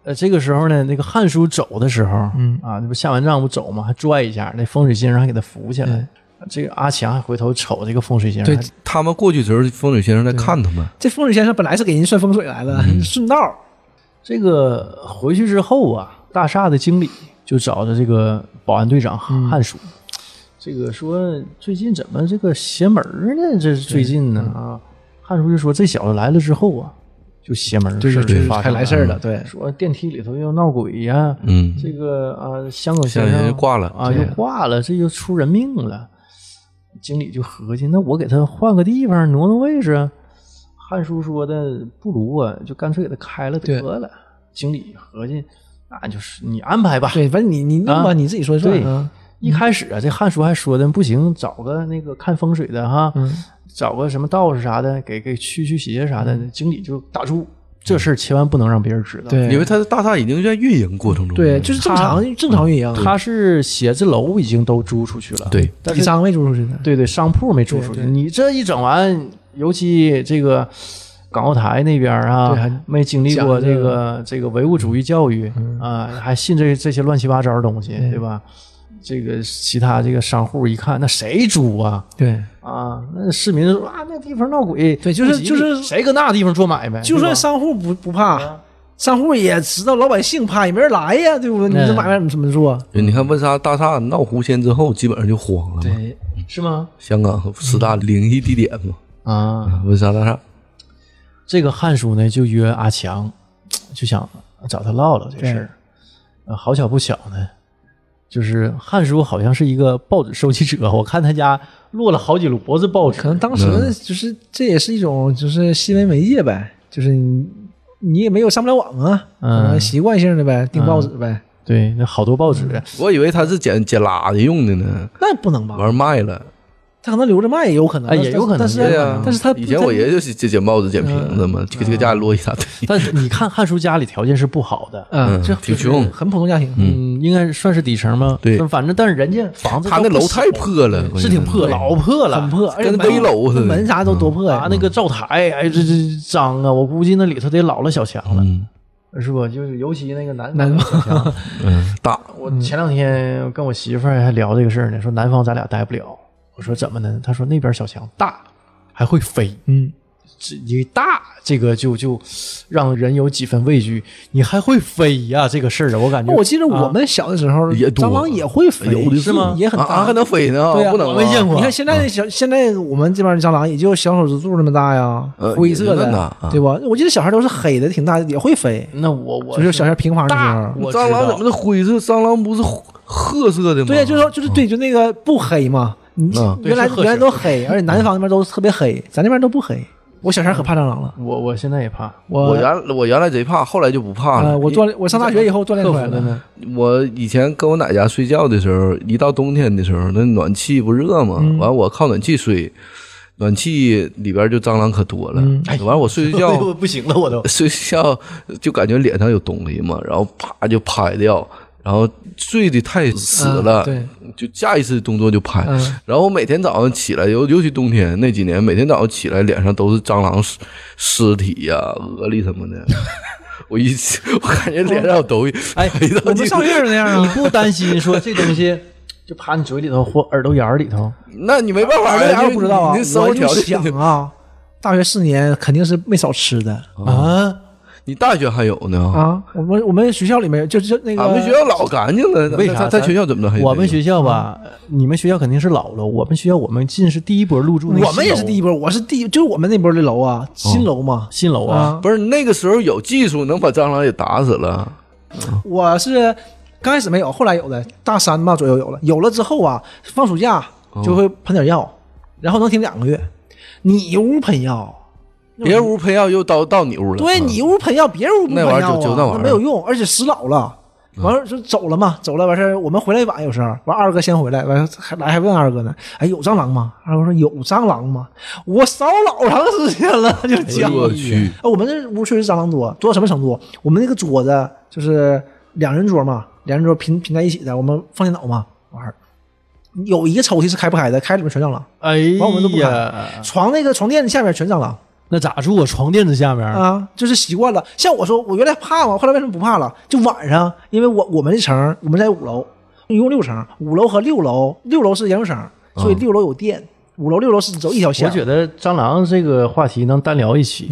Speaker 1: 呃，这个时候呢，那个汉叔走的时候，
Speaker 2: 嗯
Speaker 1: 啊，那不下完账不走嘛，还拽一下，那风水先生还给他扶起来，这个阿强还回头瞅这个风水先生，
Speaker 2: 对
Speaker 4: 他们过去的时候，风水先生在看他们，
Speaker 2: 这风水先生本来是给人算风水来了，
Speaker 1: 嗯
Speaker 2: 顺道儿
Speaker 1: 这个回去之后啊，大厦的经理就找着这个保安队长
Speaker 2: 嗯
Speaker 1: 汉叔，这个说最近怎么这个邪门儿呢？这是最近呢啊，汉叔就说这小子来了之后啊，就邪门儿事儿
Speaker 2: 就
Speaker 1: 就是发
Speaker 2: 还
Speaker 1: 生
Speaker 2: 来事儿了。对，
Speaker 1: 说电梯里头又闹鬼呀、
Speaker 4: 嗯，
Speaker 1: 这个啊，香港
Speaker 4: 现
Speaker 1: 先
Speaker 4: 在
Speaker 1: 生
Speaker 4: 就挂了
Speaker 1: 啊，又挂了，这就出人命了。经理就合计，那我给他换个地方挪挪位置啊。汉叔说的不如啊，就干脆给他开了得了。经理合计，那就是你安排吧。
Speaker 2: 对，反正你你弄吧，
Speaker 1: 啊
Speaker 2: 你自己说算
Speaker 1: 对
Speaker 2: 啊。
Speaker 1: 一开始啊，这汉叔还说的不行，找个那个看风水的哈，
Speaker 2: 嗯
Speaker 1: 找个什么道士啥的，给给驱驱邪啥的。经理就打住，这事儿千万不能让别人知道。，
Speaker 2: 嗯对，
Speaker 4: 因为他的大厦已经在运营过程中，
Speaker 2: 对，就是正常正常运营，
Speaker 1: 他是写字楼已经都租出去了，
Speaker 4: 对，
Speaker 1: 但
Speaker 2: 底
Speaker 1: 是
Speaker 2: 商没租出去呢。
Speaker 1: 对对，商铺没租出去。
Speaker 2: 对对
Speaker 1: 你这一整完，尤其这个港澳台那边
Speaker 2: 对还
Speaker 1: 啊，没经历
Speaker 2: 讲
Speaker 1: 过
Speaker 2: 这嗯
Speaker 1: 这个这个唯物主义教育啊，还信这这些乱七八糟的东西，对吧？这个其他这个商户一看，那谁租啊？
Speaker 2: 对，
Speaker 1: 啊，那市民说啊，那地方闹鬼，
Speaker 2: 对就是
Speaker 1: 不吉利
Speaker 2: 就是
Speaker 1: 谁搁那地方做买卖？
Speaker 2: 就
Speaker 1: 对吧
Speaker 2: 算商户不不
Speaker 4: 啊
Speaker 2: 怕，商户也知道老百姓怕，也没人来呀，对不对？你这
Speaker 1: 嗯
Speaker 2: 买卖怎么做？
Speaker 4: 你看温莎大厦闹狐仙之后，基本上就慌了嘛。
Speaker 1: 对是吗？
Speaker 4: 香港四大
Speaker 2: 嗯
Speaker 4: 灵异地点嘛，
Speaker 1: 啊，
Speaker 4: 温莎大厦。
Speaker 1: 这个汉叔呢就约阿强，就想找他唠唠这事儿。呃好巧不巧呢，就是汉叔好像是一个报纸收集者，我看他家落了好几摞子报纸
Speaker 2: 可。能当时
Speaker 4: 嗯
Speaker 2: 就是这也是一种就是新闻媒介呗，就是你你也没有上不了网啊，
Speaker 1: 嗯
Speaker 2: 可能习惯性的呗，订报纸呗，
Speaker 1: 对，那嗯好多报纸。
Speaker 4: 我以为他是捡捡垃圾用的呢，
Speaker 2: 那不能吧？
Speaker 4: 完卖了。
Speaker 2: 他可能留着卖也有可能，
Speaker 1: 哎
Speaker 2: 但
Speaker 1: 也有可能
Speaker 2: 但是
Speaker 1: 对
Speaker 4: 呀，
Speaker 2: 啊但是他嗯
Speaker 4: 以前我爷爷就是捡捡报纸、捡瓶子嘛，给这个家里落一大堆。
Speaker 1: 但是你看汉叔家里条件是不好的，
Speaker 2: 嗯
Speaker 4: 嗯
Speaker 2: 这
Speaker 4: 挺
Speaker 2: 就是
Speaker 4: 穷
Speaker 2: 很普通家庭，
Speaker 1: 嗯，应该算是底层吧。
Speaker 4: 对
Speaker 1: 反正但是人家房子
Speaker 4: 他
Speaker 1: 都
Speaker 4: 那
Speaker 1: 不
Speaker 4: 楼
Speaker 1: 小
Speaker 4: 太破了，关键
Speaker 1: 是挺破，老破了，
Speaker 2: 很破，而且
Speaker 4: 哎跟
Speaker 2: 门
Speaker 4: 危楼似的嗯
Speaker 2: 那门啥都多破
Speaker 1: 啊
Speaker 2: 呀，，
Speaker 1: 那个灶台，哎，这这脏啊！我估计那里头得老了小强了，
Speaker 4: 嗯
Speaker 1: 是不？就是尤其那个南
Speaker 2: 南
Speaker 1: 方小
Speaker 2: [LAUGHS]
Speaker 1: 强。
Speaker 4: 嗯，大
Speaker 1: 我前两天跟我媳妇儿还聊这个事儿呢，说南方咱俩待不了。我说怎么呢？她说那边小强大，还会飞。
Speaker 2: 嗯，
Speaker 1: 这你大这个就就让人有几分畏惧。你还会飞呀、这个事儿啊，我感觉
Speaker 2: 那我记得我们小的时候，
Speaker 4: 啊也多
Speaker 2: 蟑螂也会飞，
Speaker 4: 有
Speaker 2: 哎
Speaker 4: 的
Speaker 2: 是吗？也很
Speaker 4: 啊啊
Speaker 2: 大
Speaker 4: 还，能飞呢，
Speaker 2: 对呀
Speaker 4: 不能
Speaker 1: 我没见
Speaker 4: 啊
Speaker 1: 过
Speaker 2: 你看现在的小，现在我们这边的蟑螂也就小手指肚那么大呀，
Speaker 4: 呃
Speaker 2: 灰色
Speaker 4: 也就那
Speaker 2: 的，
Speaker 4: 么大啊嗯
Speaker 2: 对吧？我记得小孩都是黑的，挺大的，也会飞，
Speaker 1: 那我我
Speaker 2: 就是小孩平房的时
Speaker 1: 大，
Speaker 2: 候。
Speaker 1: 我
Speaker 4: 蟑螂
Speaker 1: 知道
Speaker 4: 怎么是灰色？蟑螂不是褐色的吗？
Speaker 2: 对呀，就是说，就是对，就那个不黑嘛，你
Speaker 4: 嗯
Speaker 1: 对
Speaker 2: 原来
Speaker 1: 是褐
Speaker 2: 原来
Speaker 1: 色
Speaker 2: 都黑，而且南方那边都特别黑，咱这边都不黑。我小时候可怕蟑螂了，
Speaker 1: 我我现在也怕。
Speaker 4: 我
Speaker 2: 我
Speaker 4: 原我原来贼怕，后来就不怕
Speaker 2: 呃，
Speaker 4: 了。
Speaker 2: 我锻炼，我上大学以后锻炼出来
Speaker 1: 克服的
Speaker 2: 的
Speaker 1: 呢。
Speaker 4: 我以前跟我奶家睡觉的时候，一到冬天的时候，那暖气不热吗？
Speaker 2: 嗯
Speaker 4: 完我靠暖气睡，暖气里边就蟑螂可多了。
Speaker 2: 嗯
Speaker 4: 完我睡睡
Speaker 1: 我
Speaker 2: 哎
Speaker 4: 觉，
Speaker 1: [LAUGHS] 不行了，我都
Speaker 4: 睡睡觉就感觉脸上有东西嘛，然后啪就拍掉，然后睡得太死了，
Speaker 2: 嗯对，
Speaker 4: 就下意识动作就拍。
Speaker 2: 嗯
Speaker 4: 然后我每天早上起来，尤尤其冬天那几年，每天早上起来脸上都是蟑螂尸尸体呀、蛾狸什么
Speaker 2: [LAUGHS]
Speaker 4: 的。我一我感觉脸上有东西， [LAUGHS]
Speaker 1: 哎
Speaker 4: 拍到
Speaker 2: 我们
Speaker 4: 镜
Speaker 2: 上
Speaker 4: 子
Speaker 2: 学也是那样
Speaker 1: 你
Speaker 2: 啊。
Speaker 1: 不担心说这东西就爬你嘴里头或耳朵眼儿里头？
Speaker 4: 那你没办法
Speaker 2: 玩
Speaker 4: 呀，
Speaker 2: 的我
Speaker 4: 就
Speaker 2: 不知道啊，
Speaker 4: 你生活
Speaker 2: 我就
Speaker 4: 条
Speaker 2: 想
Speaker 4: 件就，
Speaker 2: 啊，大学四年肯定是没少吃的啊。
Speaker 4: 你大学还有呢
Speaker 2: 啊，我们我们学校里面就就那个，
Speaker 4: 俺们学校老干净了，
Speaker 1: 为啥
Speaker 4: 他他学校怎么的还啊有这个？
Speaker 1: 我们学校吧，呃你们学校肯定是老楼，我们学校我们进是第一波入住那个
Speaker 2: 我们也是第
Speaker 1: 一
Speaker 2: 一波，我是第一，就是我们那波的楼啊，新楼嘛。
Speaker 1: 新楼啊，
Speaker 2: 啊，
Speaker 4: 不是那个时候有技术能把蟑螂给打死了，
Speaker 2: 我是刚开始没有，后来有的，大三吧左右有了。有了之后啊，放暑假就会喷点药，然后能停两个月。你屋喷药，
Speaker 4: 别屋喷药又到到你屋了。
Speaker 2: 对
Speaker 4: 嗯
Speaker 2: 你屋喷药，别人屋不喷
Speaker 4: 那玩意儿
Speaker 2: 药
Speaker 4: 就就那玩意
Speaker 2: 啊，
Speaker 4: 儿
Speaker 2: 没有用，而且死老了。完事儿就走了嘛，走了完事儿我们回来晚，有时候完二哥先回来，完还来还问二哥呢，哎有蟑螂吗？二哥说有蟑螂吗？我扫老长时间了，就
Speaker 4: 哎
Speaker 2: 讲
Speaker 4: 呦，我去，
Speaker 2: 啊，我们这屋确实蟑螂多，多到什么程度？我们那个桌子就是两人桌嘛，两人桌拼拼在一起的，我们放电脑嘛，玩意儿。有一个抽屉是开不开的，开里面全蟑螂，
Speaker 1: 哎
Speaker 2: 完我们都不
Speaker 1: 呀，
Speaker 2: 床那个床垫子下面全蟑螂
Speaker 1: 那咋住啊？床垫子下面啊
Speaker 2: 啊，就是习惯了。像我说，我原来怕嘛，后来为什么不怕了？就晚上，因为我我们这层我们在五楼，一共六层，五楼和六楼，六楼是研究生，
Speaker 4: 嗯
Speaker 2: 所以六楼有电，五楼六楼是走一条线
Speaker 1: 我。觉得蟑螂这个话题能单聊一期，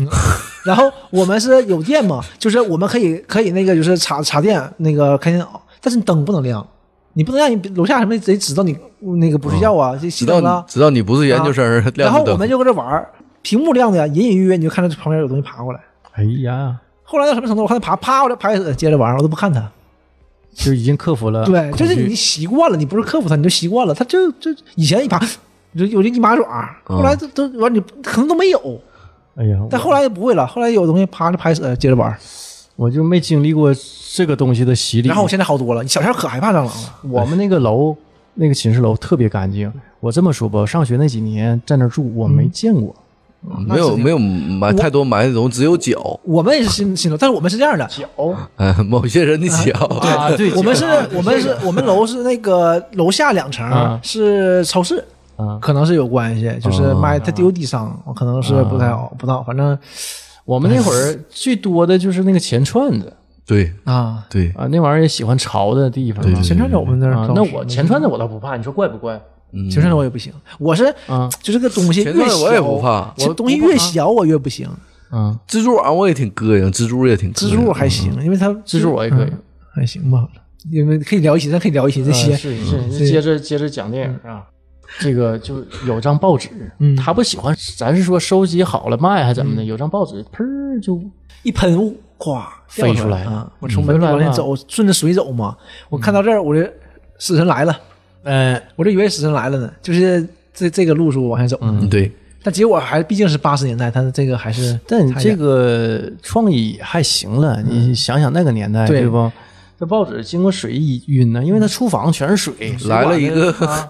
Speaker 2: 然后我们是有电嘛，就是我们可以可以那个就是插插电那个开电脑，但是你灯不能亮，你不能让你楼下什么谁知道你那个不睡觉啊，这熄
Speaker 4: 嗯知道
Speaker 2: 灯
Speaker 4: 你
Speaker 2: 了。啊
Speaker 4: 知道你不是研究生，
Speaker 2: 然
Speaker 4: 亮
Speaker 2: 后
Speaker 4: 着
Speaker 2: 我
Speaker 4: 灯
Speaker 2: 们就搁这玩儿，屏幕亮的呀，隐隐约约你就看到旁边有东西爬过来。
Speaker 1: 哎呀，
Speaker 2: 后来到什么程度？我看他爬，啪，我就爬死，接着玩儿，我都不看他。
Speaker 1: 就已经克服了恐惧，
Speaker 2: 对，就是你习惯了，你不是克服他，你就习惯了。他就就以前一爬，就有这一麻爪，后来都
Speaker 1: 嗯
Speaker 2: 都完你可能都没有，
Speaker 1: 哎呀，
Speaker 2: 但
Speaker 1: 我
Speaker 2: 后来就不会了。后来有东西啪就拍死，接着玩儿。
Speaker 1: 我就没经历过这个东西的洗礼。
Speaker 2: 然后我现在好多了，小时候可害怕蟑螂了。
Speaker 1: 我们那个楼那个寝室楼特别干净。我这么说吧，上学那几年在那儿住，我
Speaker 2: 嗯
Speaker 1: 没见过。
Speaker 2: 啊
Speaker 4: 没有没有埋太多埋的东西，只有脚，
Speaker 2: 我们也是新新楼，但是我们是这样的，
Speaker 4: 哎， [LAUGHS] 某些人的脚，
Speaker 1: 啊，对
Speaker 2: 我们是
Speaker 1: 啊，
Speaker 2: 我们是，我们楼是那个楼下两层
Speaker 1: 啊
Speaker 2: 是超市，
Speaker 1: 啊
Speaker 2: 可能是有关系，就是
Speaker 1: 哦
Speaker 2: 卖它丢地商，可能是不
Speaker 1: 嗯
Speaker 2: 太好，不知道，反正
Speaker 1: 我们那会儿最多的就是那个钱串子
Speaker 4: 对
Speaker 2: 啊，
Speaker 4: [LAUGHS] 对，
Speaker 1: 啊，那玩意儿也喜欢潮的地方
Speaker 4: 对
Speaker 1: 嘛
Speaker 4: 对
Speaker 2: 前串子我们那儿
Speaker 1: 啊
Speaker 2: 倒。
Speaker 1: 那
Speaker 2: 是
Speaker 1: 我钱串子我倒不怕，你说怪不怪？
Speaker 4: 嗯
Speaker 2: 前串子我也不行，我是
Speaker 1: 啊
Speaker 2: 就这个东西
Speaker 4: 前
Speaker 2: 越
Speaker 4: 段
Speaker 2: 小
Speaker 4: 我也不，怕，
Speaker 2: 这东西越小我越不行，
Speaker 1: 啊，
Speaker 4: 蜘蛛网我也挺膈应，蜘蛛也挺膈
Speaker 2: 蜘
Speaker 4: 应
Speaker 2: 蛛还
Speaker 1: 嗯
Speaker 2: 行，因为它
Speaker 1: 蜘蛛我呃也可以
Speaker 2: 嗯还行吧，因为可以聊一起，咱可以聊一起这
Speaker 1: 啊
Speaker 2: 些，
Speaker 1: 是是是，接着接着讲电影啊。这个就有张报纸，
Speaker 2: 嗯
Speaker 1: 他不喜欢，咱是说收集好了卖还是怎么的？有张报纸，砰儿就
Speaker 2: 一喷雾，咵
Speaker 1: 飞
Speaker 2: 出
Speaker 1: 出来
Speaker 2: 啊！
Speaker 1: 嗯
Speaker 2: 我从门
Speaker 1: 飞出来
Speaker 2: 往前
Speaker 1: 了嗯
Speaker 2: 走，顺着水走嘛，我看到这儿，我这死神来了，
Speaker 1: 呃，
Speaker 2: 我这以为死神来了呢，就是这这个路数往下走，
Speaker 4: 嗯对，
Speaker 2: 但结果还毕竟是八十年代，它这个
Speaker 1: [LAUGHS]
Speaker 2: 还是
Speaker 1: 但你
Speaker 2: 差一
Speaker 1: 这
Speaker 2: 点
Speaker 1: 个创意还行了，你想想那个年代，嗯
Speaker 2: 对
Speaker 1: 对不？嗯这报纸经过水一晕呢，因为它厨房全是水，
Speaker 4: 来了一个
Speaker 1: 水管
Speaker 4: [LAUGHS]
Speaker 1: 子啊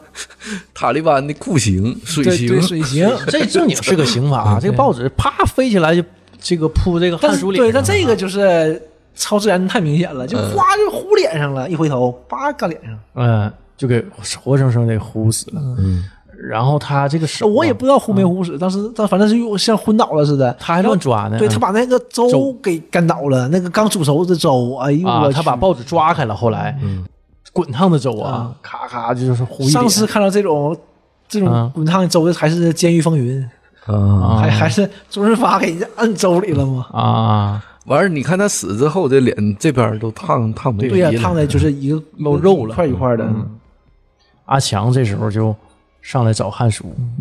Speaker 4: 塔利班的酷刑水
Speaker 2: 对
Speaker 4: 刑
Speaker 2: 对，水刑。
Speaker 1: 这正经是个刑法。这个报纸啪飞起来就这个扑这个
Speaker 2: 啊但
Speaker 1: 汗
Speaker 2: 是
Speaker 1: 书里，
Speaker 2: 对，但这个就是超自然太明显了，就哗就糊脸上了，一回头叭干脸上。
Speaker 1: 嗯，就给活生生给呼死了。嗯，然后他这个手啊，
Speaker 2: 我也不知道糊没糊死，当时但反正是又像昏倒了似的，
Speaker 1: 他还
Speaker 2: 然后
Speaker 1: 乱抓呢
Speaker 2: 对
Speaker 1: 嗯
Speaker 2: 他把那个粥
Speaker 1: 粥
Speaker 2: 给干倒了，那个刚煮熟的粥，哎呦
Speaker 1: 啊嗯
Speaker 2: 我，
Speaker 1: 他把
Speaker 2: 去
Speaker 1: 报纸抓开了，后来滚烫的粥啊，咔咔就是呼一
Speaker 2: 上
Speaker 1: 脸
Speaker 2: 次看到这种这种
Speaker 1: 啊
Speaker 2: 滚烫粥的还是《监狱风云》
Speaker 4: 啊。
Speaker 1: 啊
Speaker 2: 还还是周润发给人家摁粥里了吗？
Speaker 1: 啊，
Speaker 4: 完事儿你看他死之后，这脸这边儿都烫烫没
Speaker 2: 对呀、
Speaker 4: 皮了
Speaker 2: 烫的就是一个
Speaker 1: 嗯露肉了嗯
Speaker 2: 一块一块的。
Speaker 1: 阿强这时候就上来找汉叔，
Speaker 2: 嗯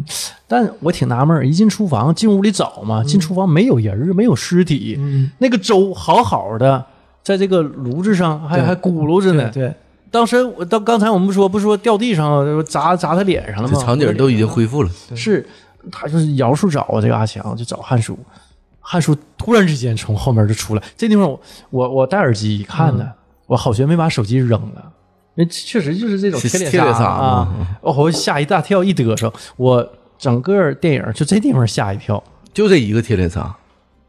Speaker 1: 但我挺纳闷儿，一进厨房进屋里找嘛，进厨房没有人儿，没有尸体，
Speaker 2: 嗯
Speaker 1: 那个粥好好的，在这个炉子上还
Speaker 2: 对
Speaker 1: 还咕噜着呢。
Speaker 2: 对，
Speaker 1: 当时我到刚才我们不说不说掉地上砸砸他脸上了
Speaker 4: 这
Speaker 1: 吗？
Speaker 4: 场景都已经恢复了。
Speaker 1: 是，他就是摇树找这个阿强，就找汉叔。汉叔突然之间从后面就出来，这地方我我我戴耳机一看
Speaker 2: 嗯
Speaker 1: 呢，我好悬没把手机扔了，因为确实就是这种
Speaker 4: 是
Speaker 1: 贴脸
Speaker 4: 贴脸杀
Speaker 1: 啊，
Speaker 2: 嗯
Speaker 1: 哦，我吓一大跳，一嘚瑟，我整个电影就这地方吓一跳。
Speaker 4: 就这一个贴脸杀，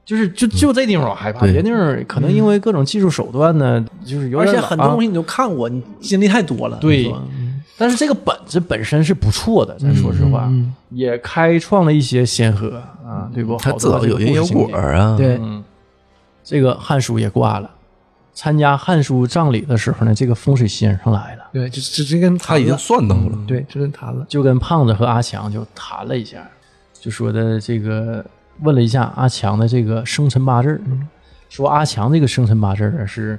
Speaker 1: 就是
Speaker 2: 嗯
Speaker 1: 就就这地方我害怕，
Speaker 4: 对
Speaker 1: 别地方可能因为各种技术手段呢，就是有
Speaker 2: 而
Speaker 1: 点
Speaker 2: 且很多
Speaker 1: 冷啊
Speaker 2: 东西你都看过，你经历太多嗯了。
Speaker 1: 对
Speaker 2: 是吧
Speaker 1: 但是这个本子本身是不错的，咱说实话，
Speaker 2: 嗯
Speaker 1: 也开创了一些先河啊，对不？
Speaker 4: 他
Speaker 1: 好
Speaker 4: 至
Speaker 1: 多
Speaker 4: 少
Speaker 1: 这个
Speaker 4: 有
Speaker 1: 故
Speaker 4: 因
Speaker 1: 事
Speaker 4: 有
Speaker 1: 情
Speaker 4: 果
Speaker 1: 节
Speaker 4: 儿
Speaker 1: 嗯
Speaker 4: 啊。
Speaker 2: 对，
Speaker 1: 这个汉叔也挂了。参加汉叔葬礼的时候呢，这个风水先生来了，
Speaker 2: 对，就直接跟
Speaker 4: 他已经算到了，
Speaker 2: 对，就跟谈了。
Speaker 1: 就跟胖子和阿强就谈了一下，就说的这个问了一下阿强的这个生辰八字儿，
Speaker 4: 嗯
Speaker 1: 说阿强这个生辰八字儿是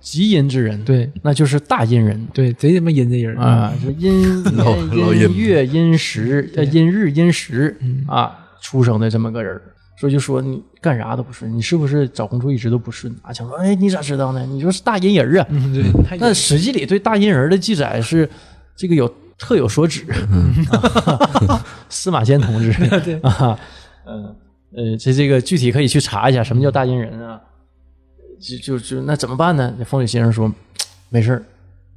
Speaker 1: 吉阴之人，，
Speaker 2: 对
Speaker 1: 那就是大阴人
Speaker 2: 对，贼他妈阴这人！
Speaker 1: 啊，就阴
Speaker 4: 老老阴
Speaker 1: 阴月阴时呃阴日阴时啊出生的这么个人儿。说就说你干啥都不顺，你是不是找工作一直都不顺？阿强说：“哎，你咋知道呢？你说是大阴人啊。”
Speaker 2: 嗯，对，太
Speaker 1: [LAUGHS] 但《史记》里对大阴人的记载是这个有特有所指，啊 [LAUGHS] 司马迁同志
Speaker 2: 对
Speaker 1: [LAUGHS] 啊，嗯呃，这这个具体可以去查一下什么叫大阴人啊？就就就那怎么办呢？那风水先生说没事儿，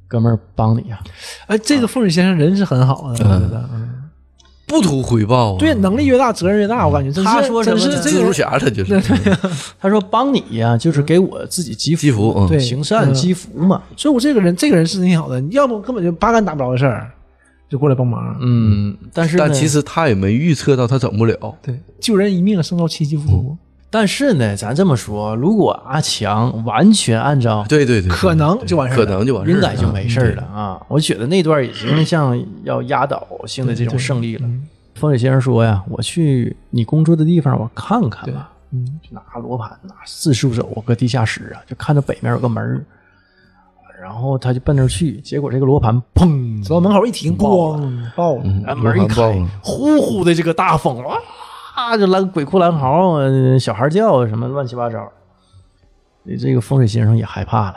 Speaker 1: 哥们儿帮你啊。
Speaker 2: 哎，这个风水先生人是很好的，我觉得。嗯
Speaker 4: 不图回报啊。
Speaker 2: 对，能力越大，责任越大。我感觉真是
Speaker 1: 他说什
Speaker 2: 真
Speaker 1: 么
Speaker 2: 是
Speaker 1: 呢
Speaker 2: 呃这
Speaker 4: 蜘
Speaker 2: 个
Speaker 4: 蛛
Speaker 2: 人
Speaker 4: 侠他就是
Speaker 1: 他说帮你呀、就是给我自己积福，
Speaker 4: 嗯积福，嗯
Speaker 2: 对
Speaker 1: 行善
Speaker 2: 嗯
Speaker 1: 积福嘛。
Speaker 2: 所以我这个人，这个人是挺好的，你要不根本就八竿打不着的事儿，就过来帮忙。
Speaker 1: 嗯，但是呢
Speaker 4: 但其实他也没预测到他整不了。
Speaker 2: 对，救人一命胜造七级浮屠，
Speaker 1: 但是呢，咱这么说，如果阿强完全按照
Speaker 4: 对对对，对
Speaker 2: 可能就完事儿
Speaker 4: 可
Speaker 2: 了
Speaker 4: 能就完事儿嗯
Speaker 1: 应
Speaker 4: 了
Speaker 1: 该就没事儿了啊。我觉得那段已经像要压倒性的这种胜利了。风水先生说呀，我去你工作的地方，我看看吧。
Speaker 2: 嗯，
Speaker 1: 就拿罗盘，拿四处走，搁地下室啊，就看到北面有个门儿然后他就奔那儿去，结果这个罗盘砰，
Speaker 2: 走到门口一停，
Speaker 1: 爆
Speaker 2: 咣爆了，
Speaker 4: 嗯
Speaker 1: 啊，门一
Speaker 4: 爆
Speaker 1: 开
Speaker 4: 了，
Speaker 1: 呼呼的这个大风哇，就蓝鬼哭狼嚎，呃小孩叫什么乱七八糟。你这个风水先生也害怕了，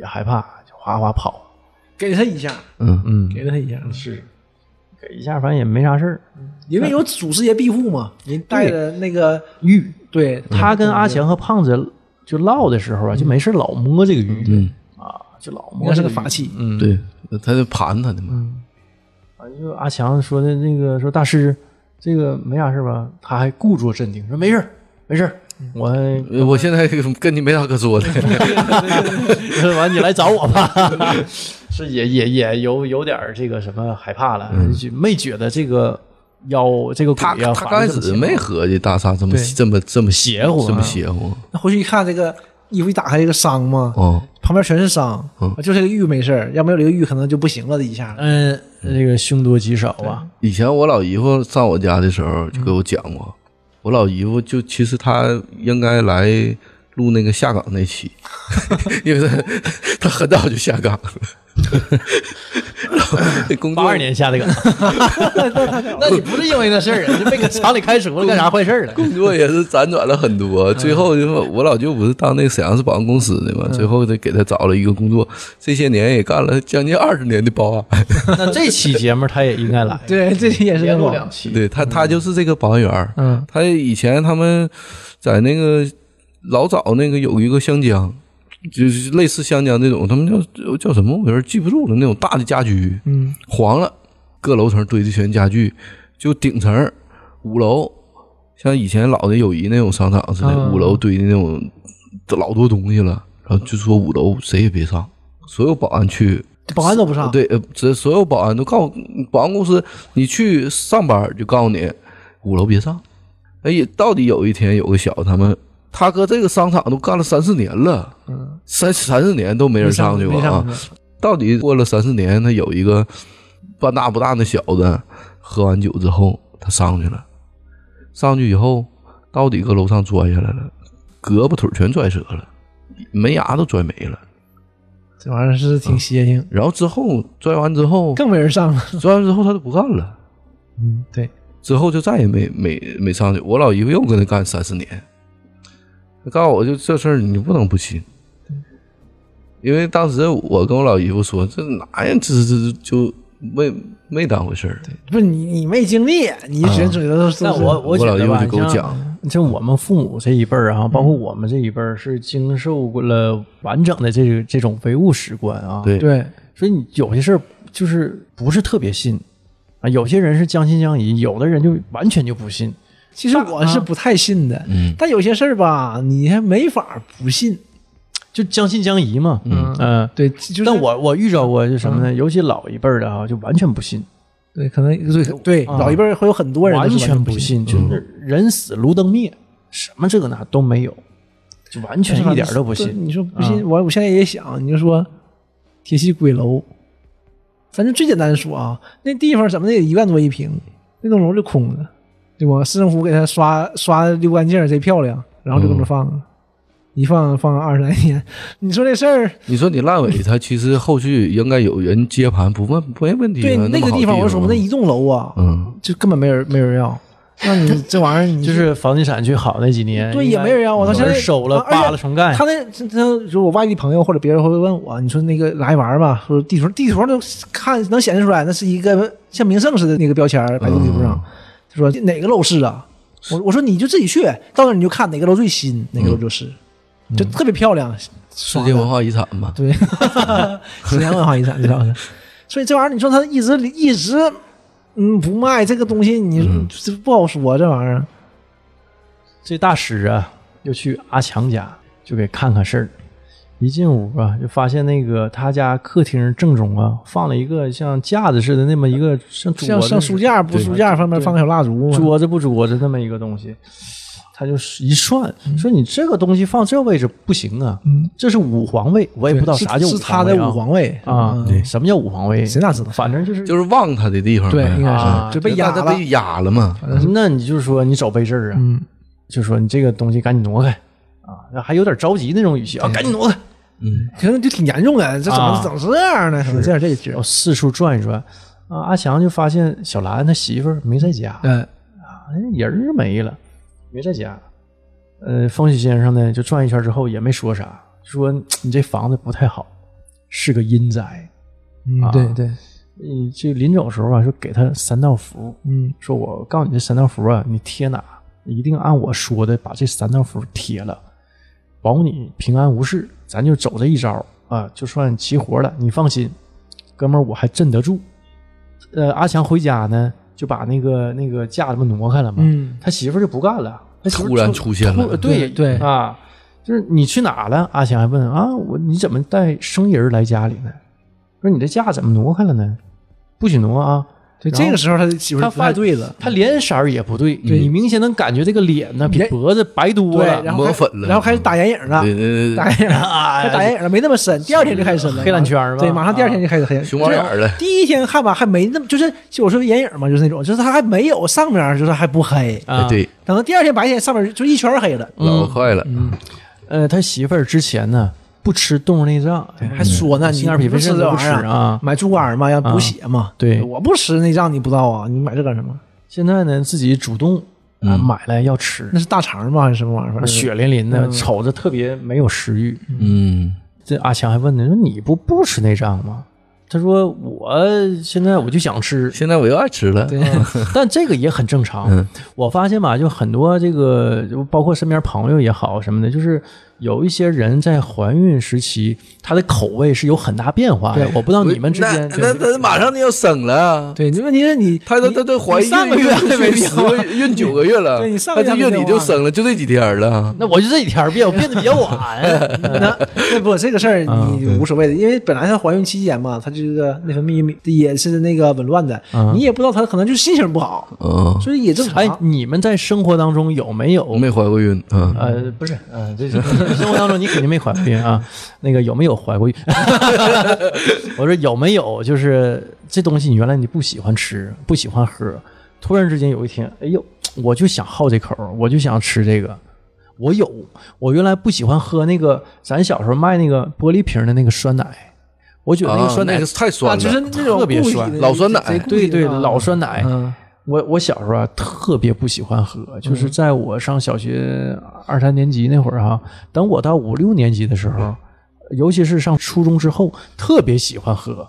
Speaker 1: 也害怕，就哗哗跑。
Speaker 2: 给他一下，
Speaker 4: 嗯，
Speaker 1: 嗯，
Speaker 2: 给了他一下，是
Speaker 1: 给一下反正也没啥事儿。
Speaker 2: 因为有祖师爷庇护嘛，您带着那个
Speaker 1: 玉，嗯
Speaker 2: 对
Speaker 1: 他跟阿强和胖子就唠的时候啊，就没事老摸这个玉，
Speaker 4: 嗯
Speaker 1: 啊，就老
Speaker 2: 嗯应
Speaker 1: 摸
Speaker 2: 该
Speaker 1: 这
Speaker 2: 是
Speaker 1: 个
Speaker 2: 个
Speaker 1: 玉
Speaker 2: 法器，
Speaker 1: 嗯，
Speaker 4: 对，他就盘他的嘛。
Speaker 1: 就阿强说的那个说大师，这个没啥事吧？他还故作镇定说没事儿没事儿，
Speaker 2: 嗯
Speaker 1: 我
Speaker 4: 呃我现在跟你没啥可说的，
Speaker 1: [LAUGHS] 完你来找我吧。 [LAUGHS] 是也也也有有点儿这个什么害怕了，就没觉得这个腰这个骨
Speaker 4: 嗯他
Speaker 1: 呀，
Speaker 4: 他刚开始没
Speaker 1: 有。
Speaker 4: 合计大厦这么
Speaker 1: 啊对
Speaker 4: 这么这么
Speaker 1: 邪乎啊
Speaker 4: 这么邪乎，
Speaker 2: 那回去一看，这个衣服一打开，这个伤嘛，
Speaker 4: 哦，
Speaker 2: 旁边全是伤，就这个玉没事儿，要没有这个玉，可能就不行了，这一下子。
Speaker 1: 嗯，这个凶多吉少啊，
Speaker 4: 以前我老姨夫上我家的时候就给
Speaker 1: 嗯
Speaker 4: 我讲过，我老姨夫就其实他应该来录那个下岗那期， [LAUGHS] 因为他他很早就下岗了。 [LAUGHS] 然后工
Speaker 1: 八
Speaker 4: 作
Speaker 1: 二年下的岗， [LAUGHS] 那你不是因为那事儿啊？就被厂里开除了，干啥坏事儿了？
Speaker 4: 工作也是辗转了很
Speaker 1: 嗯
Speaker 4: 多，最后就是我老舅不是当那个沈阳市保安公司的嘛，最后得给他找了一个工作，这些年也干了将近二十年的保安，
Speaker 1: [LAUGHS] 那这期节目他也应该 [LAUGHS] 来，
Speaker 2: 对，这也是
Speaker 1: 连录
Speaker 2: 个
Speaker 1: 两期，
Speaker 4: 对他他就是这个保安员儿，
Speaker 2: 嗯，
Speaker 4: 他以前他们在那个老早那个有一个湘江，就是类似湘江那种，他们叫叫什么，我有点记不住了，那种大的家居，
Speaker 2: 嗯，
Speaker 4: 黄了，各楼层堆的全家具，就顶层五楼，像以前老的友谊那种商场似的，
Speaker 2: 嗯
Speaker 4: 五楼堆的那种老多东西了，然后就说五楼谁也别上，所有保安去
Speaker 2: 保安都不上，
Speaker 4: 对，呃，这所有保安都告保安公司，你去上班就告诉你，五楼别上。哎呀，到底有一天有个小子他们，他搁这个商场都干了三四年了，
Speaker 2: 嗯，
Speaker 4: 三三四年都没人上去
Speaker 2: 没
Speaker 4: 过
Speaker 2: 上
Speaker 4: 啊。到底过了三四年，他有一个半大不大的小子，喝完酒之后他上去了，上去以后到底搁楼上摔下来了，胳膊腿儿全拽折了，门牙都拽没了。
Speaker 2: 这玩意儿是
Speaker 4: 嗯
Speaker 2: 挺邪性，
Speaker 4: 然后之后拽完之后，
Speaker 2: 更没人上了。
Speaker 4: 摔完之后他就不干了。
Speaker 2: 嗯，对，
Speaker 4: 之后就再也没没没上去。我老姨夫又跟他干三四年，他告诉我就这事儿你不能不信，因为当时我跟我老姨夫说，这哪呀，这这这就没没当回事儿。
Speaker 2: 不是你，你没经历，你只能觉得是。
Speaker 1: 啊但我我觉
Speaker 4: 老
Speaker 1: 得
Speaker 4: 姨夫
Speaker 1: 吧，
Speaker 4: 就
Speaker 1: 你
Speaker 4: 跟我
Speaker 1: 像
Speaker 4: 讲，嗯
Speaker 1: 像我们父母这一辈儿啊，包括我们这一辈儿是经受过了完整的这个这种唯物史观啊，
Speaker 4: 对
Speaker 2: 对，
Speaker 1: 所以你有些事儿就是不是特别信啊，有些人是将信将疑，有的人就完全就不信。
Speaker 2: 其实我是不太信的，
Speaker 4: 嗯
Speaker 2: 但有些事儿吧，你还没法不信。
Speaker 1: 就将信将疑嘛，嗯嗯，
Speaker 2: 对，就是
Speaker 1: 但我我遇着过就什么呢？尤其老一辈儿的啊，就完全不信，
Speaker 2: 对可能对对
Speaker 1: 啊
Speaker 2: 老一辈儿会有很多人
Speaker 1: 完
Speaker 2: 都是
Speaker 1: 全
Speaker 2: 不
Speaker 1: 不，信，嗯就是人死如灯灭，什么这个那都没有，就完全一点儿都不
Speaker 2: 对
Speaker 1: 信。啊
Speaker 2: 你说不信，我我现在也想，你就说铁西鬼楼，咱就最简单的说啊，那地方怎么的也一万多一平，那栋楼就空着，对吧？市政府给他刷刷溜干净儿，贼漂亮，然后就
Speaker 1: 嗯
Speaker 2: 搁那放了，一放放二十来年，你说这事儿。
Speaker 4: 你说你烂尾，他其实后续应该有人接盘，不问没问题啊。
Speaker 2: 对，
Speaker 4: 那
Speaker 2: 那
Speaker 4: 么
Speaker 2: 个
Speaker 4: 好
Speaker 2: 地方我就说嘛，
Speaker 4: 嘛
Speaker 2: 那一栋楼啊，
Speaker 4: 嗯，
Speaker 2: 就根本没人没人要。那你这玩意儿，你
Speaker 1: 就是房地产区好那几年，
Speaker 2: 对
Speaker 1: 应该
Speaker 2: 也没人要我到现在
Speaker 1: 有人收了
Speaker 2: 啊而且
Speaker 1: 扒了重盖，
Speaker 2: 他那他他就我外地朋友或者别人会问我，你说那个来玩嘛？说地图地图上都看能显示出来，那是一个像名胜似的那个标签儿，百度地图
Speaker 1: 嗯
Speaker 2: 上。他说哪个楼是啊？我我说你就自己去，到那儿你就看哪个楼最新，哪个
Speaker 1: 嗯
Speaker 2: 楼就是，就特别漂亮。
Speaker 4: 世界文化遗产嘛，
Speaker 2: 对，沈阳文化遗产，这倒
Speaker 1: [LAUGHS]
Speaker 2: 是。所以这玩意儿，你说他一直一直嗯不卖这个东西，
Speaker 1: 嗯
Speaker 2: 你这不好说这玩意儿。
Speaker 1: 这大师啊，就去阿强家就给看看事儿。一进屋啊，就发现那个他家客厅正中啊，放了一个像架子似的那么一个像桌
Speaker 2: 呃像
Speaker 1: 子
Speaker 2: 像书架不书架上面放个小蜡烛嘛，
Speaker 1: 桌子不桌子那么一个东西，他就是一算，
Speaker 2: 嗯
Speaker 1: 说你这个东西放这位置不行啊，这是五皇位，我也不知道
Speaker 2: 是
Speaker 1: 啥叫
Speaker 2: 是
Speaker 1: 五
Speaker 2: 他
Speaker 1: 皇
Speaker 2: 的
Speaker 1: 位啊
Speaker 2: 五皇位嗯
Speaker 1: 啊，什么叫五皇位？
Speaker 2: 谁哪知道？
Speaker 1: 反正就是
Speaker 4: 就是忘他的地方
Speaker 2: 对，
Speaker 4: 呗
Speaker 2: 应该
Speaker 1: 啊
Speaker 2: 是就被
Speaker 4: 大
Speaker 2: 压
Speaker 4: 家
Speaker 2: 了。
Speaker 4: 被压了嘛。
Speaker 1: 那你就说你找背事儿啊，
Speaker 2: 嗯
Speaker 1: 就说你这个东西赶紧挪开啊，还有点着急那种语气啊，赶紧挪开，
Speaker 2: 可能就挺严重的，这怎么
Speaker 1: 啊
Speaker 2: 整这样呢？可能这样这劲
Speaker 1: 然后四处转一转啊，阿强就发现小兰他媳妇儿没在家，
Speaker 2: 嗯，
Speaker 1: 哎人儿没了，没在家。呃，风喜先生呢，就转一圈之后也没说啥，说你这房子不太好，是个阴宅。啊
Speaker 2: 嗯，对对，
Speaker 1: 嗯，这临走时候啊，说给他三道符，
Speaker 2: 嗯，
Speaker 1: 说我告诉你这三道符啊，你贴哪，一定按我说的把这三道符贴了，保你平安无事。咱就走这一招啊，就算齐活了，你放心，哥们儿，我还镇得住。呃，阿强回家呢，就把那个那个架子不挪开了嘛，
Speaker 2: 嗯，
Speaker 1: 他媳妇儿就不干了，他媳妇儿
Speaker 4: 突然出现了
Speaker 1: 突对
Speaker 2: 对
Speaker 1: 啊，就是你去哪了？阿强还问啊，我你怎么带生人来家里呢？说你这架怎么挪开了呢？不许挪啊！
Speaker 2: 对，
Speaker 1: 然后
Speaker 2: 这个时候他媳妇
Speaker 1: 他
Speaker 2: 儿不太
Speaker 1: 发
Speaker 2: 对了，
Speaker 1: 他脸色儿也不对，
Speaker 2: 对
Speaker 1: 你明显能感觉这个脸呢比
Speaker 2: 脸
Speaker 1: 脖子白多
Speaker 2: 对，
Speaker 1: 了，
Speaker 2: 然后
Speaker 4: 抹
Speaker 2: 开
Speaker 4: 粉了
Speaker 2: 然后开始打眼影了，
Speaker 4: 对对
Speaker 2: 打
Speaker 1: [LAUGHS]
Speaker 4: 对，
Speaker 2: 眼影了，
Speaker 1: 啊
Speaker 2: 他打眼影了，没那么深，第二天就开始深了，
Speaker 1: 黑眼圈儿吧啊
Speaker 2: 对，马上第二天就开始黑
Speaker 4: 熊猫眼儿了
Speaker 2: 第一天看吧，还没那么，就是就我说眼影嘛，就是那种，就是他还没有上面就是还不黑，
Speaker 1: 啊，
Speaker 4: 哎
Speaker 1: 嗯
Speaker 4: 对，
Speaker 2: 等到第二天白天上面就一圈儿黑了，
Speaker 4: 老快了，
Speaker 1: 呃，他媳妇儿之前呢不吃动物内脏，哎
Speaker 2: 还说呢，你
Speaker 1: 嗯心眼儿脾
Speaker 2: 不哎
Speaker 1: 肺
Speaker 2: 吃
Speaker 1: 肾
Speaker 2: 这
Speaker 1: 都不
Speaker 2: 玩
Speaker 1: 吃
Speaker 2: 意儿
Speaker 1: 啊。
Speaker 2: 买猪肝嘛，要补血嘛。
Speaker 1: 对
Speaker 2: 我不吃内脏，你不知道啊？你买这干什么？
Speaker 1: 现在呢自己主动啊
Speaker 3: 嗯
Speaker 1: 买来要吃
Speaker 2: 那，是大肠吗？还是什么玩意儿？
Speaker 1: 血淋淋的，
Speaker 2: 嗯
Speaker 1: 瞅着特别没有食欲。
Speaker 4: 嗯，
Speaker 1: 这阿强还问呢，说你不不吃内脏吗？他说我现在我就想吃，
Speaker 4: 现在我又爱吃了，
Speaker 1: [LAUGHS] 但这个也很正常。
Speaker 4: 嗯
Speaker 1: 我发现吧，就很多这个，就包括身边朋友也好什么的，就是有一些人在怀孕时期，他的口味是有很大变化的。我不知道你们之间
Speaker 4: 那那那马上就要生了，
Speaker 2: 对，你问题是你
Speaker 4: 他都他都怀孕
Speaker 2: 上个月还没
Speaker 1: 啊
Speaker 4: 十个月孕九个月了，
Speaker 2: 对你上
Speaker 4: 他
Speaker 2: 个月
Speaker 4: 这
Speaker 2: 还没
Speaker 4: 月底
Speaker 2: 变
Speaker 4: 就
Speaker 2: 化
Speaker 4: 生了，就这几天了。
Speaker 1: 那我就这几天变，我变得比较晚。 [LAUGHS]
Speaker 4: [LAUGHS]
Speaker 2: 那那 [LAUGHS] 不这个事儿
Speaker 1: 啊
Speaker 2: 你无所谓的，因为本来她怀孕期间嘛，她这个内分泌也是那个紊乱的，
Speaker 1: 嗯
Speaker 2: 你也不知道她可能就是心情不好，啊
Speaker 4: 嗯，
Speaker 2: 所以也正常。
Speaker 1: 哎，你们在生活当中有没有
Speaker 4: 我没怀过孕，嗯，
Speaker 1: 呃，不是，呃，这是生活当中你肯定没怀过孕啊。那个有没有怀过孕？ [LAUGHS] 我说有没有，就是这东西你原来你不喜欢吃，不喜欢喝，突然之间有一天，哎呦，我就想好这口儿，我就想吃这个。我有，我原来不喜欢喝那个咱小时候卖那个玻璃瓶的那个酸奶，我觉得那个
Speaker 4: 啊
Speaker 1: 酸奶、
Speaker 4: 那个太
Speaker 2: 啊，
Speaker 4: 酸
Speaker 2: 就
Speaker 4: 了
Speaker 2: 是，那种
Speaker 1: 特别
Speaker 2: 故意的
Speaker 1: 酸
Speaker 4: 老酸奶
Speaker 2: 贼故
Speaker 1: 对
Speaker 2: 意的
Speaker 1: 对
Speaker 2: 啊
Speaker 1: 老酸奶。
Speaker 2: 嗯
Speaker 1: 我我小时候啊，特别不喜欢喝，
Speaker 4: 嗯
Speaker 1: 就是在我上小学二三年级那会儿哈、等我到五六年级的时候，
Speaker 4: 嗯
Speaker 1: 尤其是上初中之后，特别喜欢喝，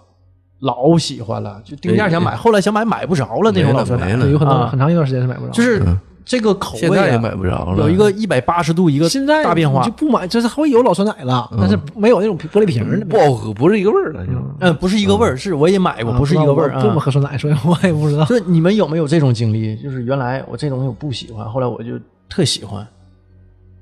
Speaker 1: 老喜欢了，就定价想买，后来想买买不着了那种
Speaker 4: 没了
Speaker 1: 老酸奶
Speaker 4: 没，了嗯
Speaker 2: 有可
Speaker 1: 啊
Speaker 2: 能很长一段时间是买不着的，
Speaker 1: 就是这个口
Speaker 4: 现
Speaker 1: 味、
Speaker 4: 在也
Speaker 1: 啊
Speaker 4: 买、不着了。
Speaker 1: 有一个一百八十度一个
Speaker 2: 现在
Speaker 1: 大变化
Speaker 2: 你就，不买，就是会有老酸奶了，但是没有那种玻璃瓶儿的。
Speaker 4: 不好喝，不是一个味儿了，就
Speaker 1: 嗯，不是一个味儿，是我也买过，
Speaker 4: 嗯
Speaker 2: 啊
Speaker 1: 不是一个味儿
Speaker 2: 我不怎么
Speaker 1: 啊。
Speaker 2: 喝酸奶，所以我也不知
Speaker 1: [LAUGHS]
Speaker 2: 道。
Speaker 1: 就是你们有没有这种经历？就是原来我这东西我不喜欢，后来我就特喜欢，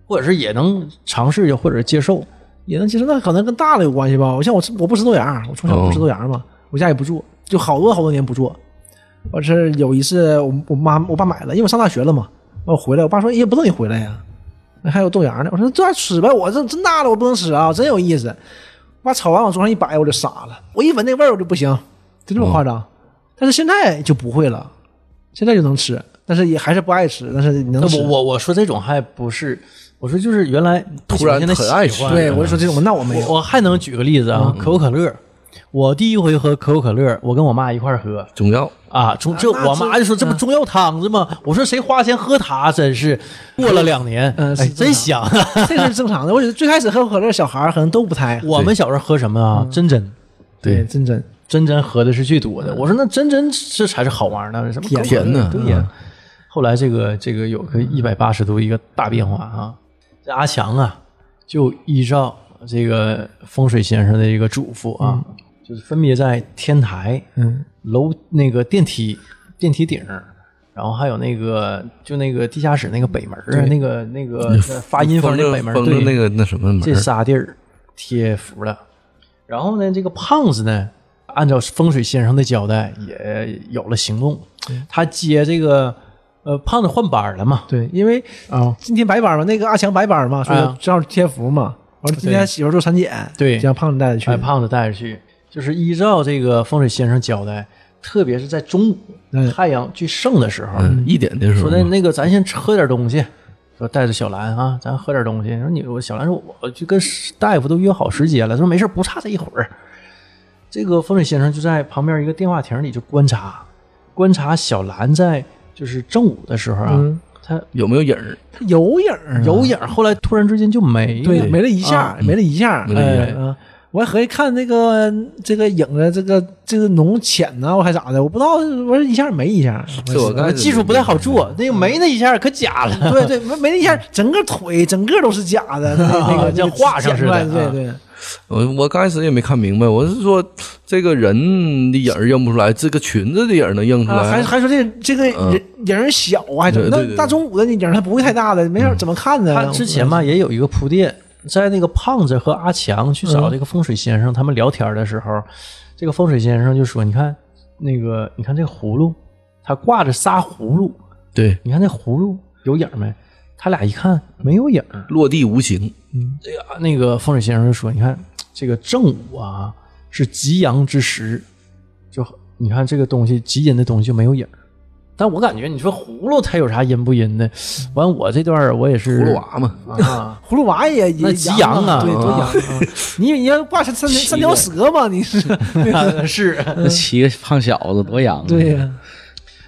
Speaker 1: 或者是也能尝试，或者接受。
Speaker 2: 也能接受，那可能跟大了有关系吧。我像我吃我不吃豆芽儿，我从小
Speaker 1: 哦
Speaker 2: 不吃豆芽儿嘛，我家也不做，就好多好多年不做。我是有一次我我妈我爸买了，因为我上大学了嘛，我回来，我爸说也不让你回来呀、还有豆芽儿呢。我说这玩意儿吃呗，我这真大了我不能吃啊，真有意思。我爸炒完往桌上一摆，我就傻了，我一闻那味儿我就不行，就这么夸张。
Speaker 1: 哦
Speaker 2: 但是现在就不会了，现在就能吃，但是也还是不爱吃，但是你能
Speaker 1: 那
Speaker 2: 吃。
Speaker 1: 我我我说这种还不是，我说就是原来
Speaker 4: 突然
Speaker 1: 现在
Speaker 4: 很爱
Speaker 1: 喜欢
Speaker 4: 吃
Speaker 2: 对我就说这种，那我没有。
Speaker 1: 我我还能举个例子啊，
Speaker 4: 嗯
Speaker 1: 可口可乐。我第一回喝可口可乐，我跟我妈一块儿喝
Speaker 4: 中药。
Speaker 1: 啊，中这
Speaker 2: 啊那
Speaker 1: 我妈
Speaker 2: 这
Speaker 1: 就说这不中药汤子吗？我说谁花钱喝它，真是过了两年，
Speaker 2: 嗯
Speaker 1: 哎，
Speaker 2: 是
Speaker 1: 真香。
Speaker 2: 这是正常的。我觉得最开始喝可乐，小孩儿可能都不太爱喝。
Speaker 1: 我们小时候喝什么
Speaker 2: 嗯
Speaker 1: 啊？真真
Speaker 4: 对
Speaker 2: 真真
Speaker 1: 真真喝的是最多的。我说那真真这才是好玩呢，什么可口可乐
Speaker 4: 嗯甜的嗯
Speaker 1: 对呀。后来这个这个有个一百八十度一个大变化啊，这阿强啊，就依照这个风水先生的一个嘱咐啊，
Speaker 4: 嗯
Speaker 1: 就是分别在天台、
Speaker 2: 嗯
Speaker 1: 楼那个电梯、电梯顶儿。然后还有那个，就那个地下室那个北门儿啊，那个那个发音
Speaker 4: 封
Speaker 1: 房
Speaker 4: 着
Speaker 1: 的北门儿，
Speaker 4: 封着
Speaker 1: 对
Speaker 4: 那个那什么门
Speaker 1: 这
Speaker 4: 儿，
Speaker 1: 仨地儿贴符了。然后呢，这个胖子呢，按照风水先生的交代，也有了行动。他接这个呃胖子换班了嘛？
Speaker 2: 对，因为
Speaker 1: 啊，
Speaker 2: 今天白班嘛，那个阿强白班嘛，说
Speaker 1: 啊
Speaker 2: 正好贴符嘛。完了，今
Speaker 1: 对
Speaker 2: 天媳妇儿做产检，
Speaker 1: 对
Speaker 2: 就让胖子带着去
Speaker 1: 哎，。胖子带着去，就是依照这个风水先生交代，特别是在中午
Speaker 2: 嗯
Speaker 1: 太阳最盛的时候，
Speaker 4: 嗯，一点的时候
Speaker 1: 说，的那个咱先喝点东西，说带着小兰啊，咱喝点东西。说你我小兰说我就跟大夫都约好时间了，说没事不差这一会儿。这个风水先生就在旁边一个电话亭里就观察，观察小兰在就是正午的时候啊，
Speaker 2: 嗯
Speaker 1: 她
Speaker 4: 有没有影儿？
Speaker 2: 他有影儿啊，
Speaker 1: 嗯有影儿，后来突然之间就没了。呃
Speaker 2: 对，没了一下
Speaker 1: 啊，
Speaker 2: 没了一下，
Speaker 4: 没了一下
Speaker 2: 哎啊我还合计看那个这个影子，这个这个浓浅呐、我还咋的，我不知道，我说一下没一下，
Speaker 4: 这我刚才
Speaker 1: 技术不太好做，那个没那一下可假了。
Speaker 2: 对对，没没那一下，整个腿整个都是假的，那那
Speaker 1: [LAUGHS]
Speaker 2: 个
Speaker 1: 像画上似的啊
Speaker 2: 剪出来对对，
Speaker 4: 我我刚开始也没看明白，我是说这个人的影儿认不出来，这个裙子的影儿能认出
Speaker 2: 啊，还
Speaker 4: 来。
Speaker 2: 还说这这个
Speaker 4: 嗯
Speaker 2: 人影儿小啊，还怎么？
Speaker 4: 对对嗯
Speaker 2: 那
Speaker 4: 对
Speaker 2: 大中午的那影儿它不会太大的，没事儿怎么看呢？
Speaker 1: 他之前嘛也有一个铺垫，在那个胖子和阿强去找这个风水先生，他们聊天的时候，这个风水先生就说：“你看那个，你看这个葫芦，它挂着仨葫芦，
Speaker 4: 对，
Speaker 1: 你看这葫芦有影儿没？”他俩一看没有影儿，
Speaker 4: 落地无形，
Speaker 1: 这个那个风水先生就说：“你看这个正午啊，是极阳之时，就你看这个东西极阴的东西就没有影儿。但我感觉你说葫芦它有啥阴不阴的？完我这段儿我也是
Speaker 4: 葫芦
Speaker 1: [LAUGHS]
Speaker 4: 娃嘛。
Speaker 1: 啊，
Speaker 2: 葫芦娃也
Speaker 1: 那
Speaker 2: 也
Speaker 1: 极阳啊，
Speaker 2: 对，多阳
Speaker 1: 啊。
Speaker 2: 你你要挂三三三条蛇嘛？你是
Speaker 1: 是
Speaker 3: 那七个胖小子多洋啊！
Speaker 2: 对呀，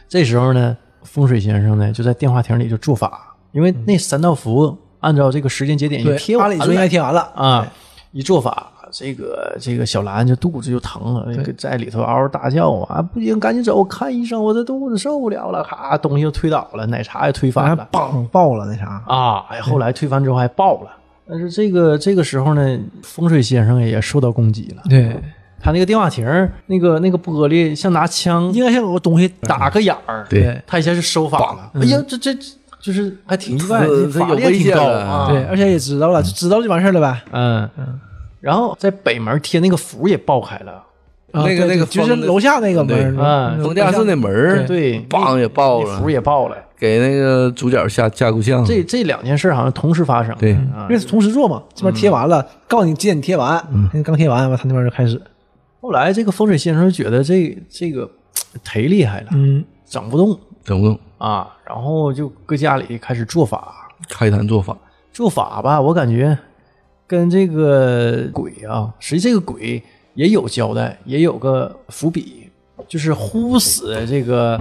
Speaker 1: 这时候呢，风水先生呢就在电话亭里就做法，因为那三道符按照这个时间节点
Speaker 2: 对
Speaker 1: 也，贴
Speaker 2: 阿
Speaker 1: 完
Speaker 2: 里说应该 [LAUGHS]
Speaker 1: 了
Speaker 2: 贴完了，
Speaker 1: 啊，一做法。这个这个小兰就肚子就疼了，那个在里头嗷嗷大叫啊！不行，赶紧走，看医生，我这肚子受不了了！咔，东西又推倒了，奶茶也推翻
Speaker 2: 完
Speaker 1: 了
Speaker 2: 了，，梆爆了那啥，
Speaker 1: 啊，哎，后来推翻之后还爆了。但是这个这个时候呢，风水先生也受到攻击了，
Speaker 2: 对，
Speaker 1: 他那个电话亭儿那个那个玻璃像拿枪
Speaker 2: 应该像有个东西
Speaker 1: 打个眼儿，
Speaker 4: 对
Speaker 2: 对
Speaker 1: 他一下就收法了。哎呀，这这这就是还挺意外，
Speaker 4: 这
Speaker 1: 法
Speaker 4: 有
Speaker 1: 力还
Speaker 4: 危
Speaker 1: 挺
Speaker 4: 险
Speaker 1: 高
Speaker 4: 了
Speaker 1: 啊。
Speaker 2: 对，，而且也知道了，就知道就完事儿了呗。
Speaker 1: 嗯嗯。然后在北门贴那个符也爆开了，
Speaker 2: 啊
Speaker 4: 那个
Speaker 2: 对
Speaker 4: 那个
Speaker 2: 就是
Speaker 4: 封的
Speaker 2: 楼下那个门
Speaker 4: 对
Speaker 2: 儿，
Speaker 1: 嗯，
Speaker 4: 冯家寺那门儿，
Speaker 1: 对，
Speaker 4: 梆也爆
Speaker 1: 那
Speaker 4: 了嗯
Speaker 1: 符，也爆了。
Speaker 4: 给那个主角下下过像。
Speaker 1: 这这两件事好像同时发生。
Speaker 4: 对
Speaker 1: 啊
Speaker 2: 因为，同时做嘛，这边贴完了，告诉你几点贴完，
Speaker 4: 嗯
Speaker 2: 刚贴完，完他那边就开始，
Speaker 1: 后来这个风水先生觉得这这个忒厉害了，
Speaker 2: 嗯，
Speaker 1: 整不动
Speaker 4: 整不动，
Speaker 1: 啊，然后就搁家里开始做法，
Speaker 4: 开坛做法，
Speaker 1: 做法吧，我感觉跟这个鬼啊，实际这个鬼也有交代，也有个伏笔，就是呼死这个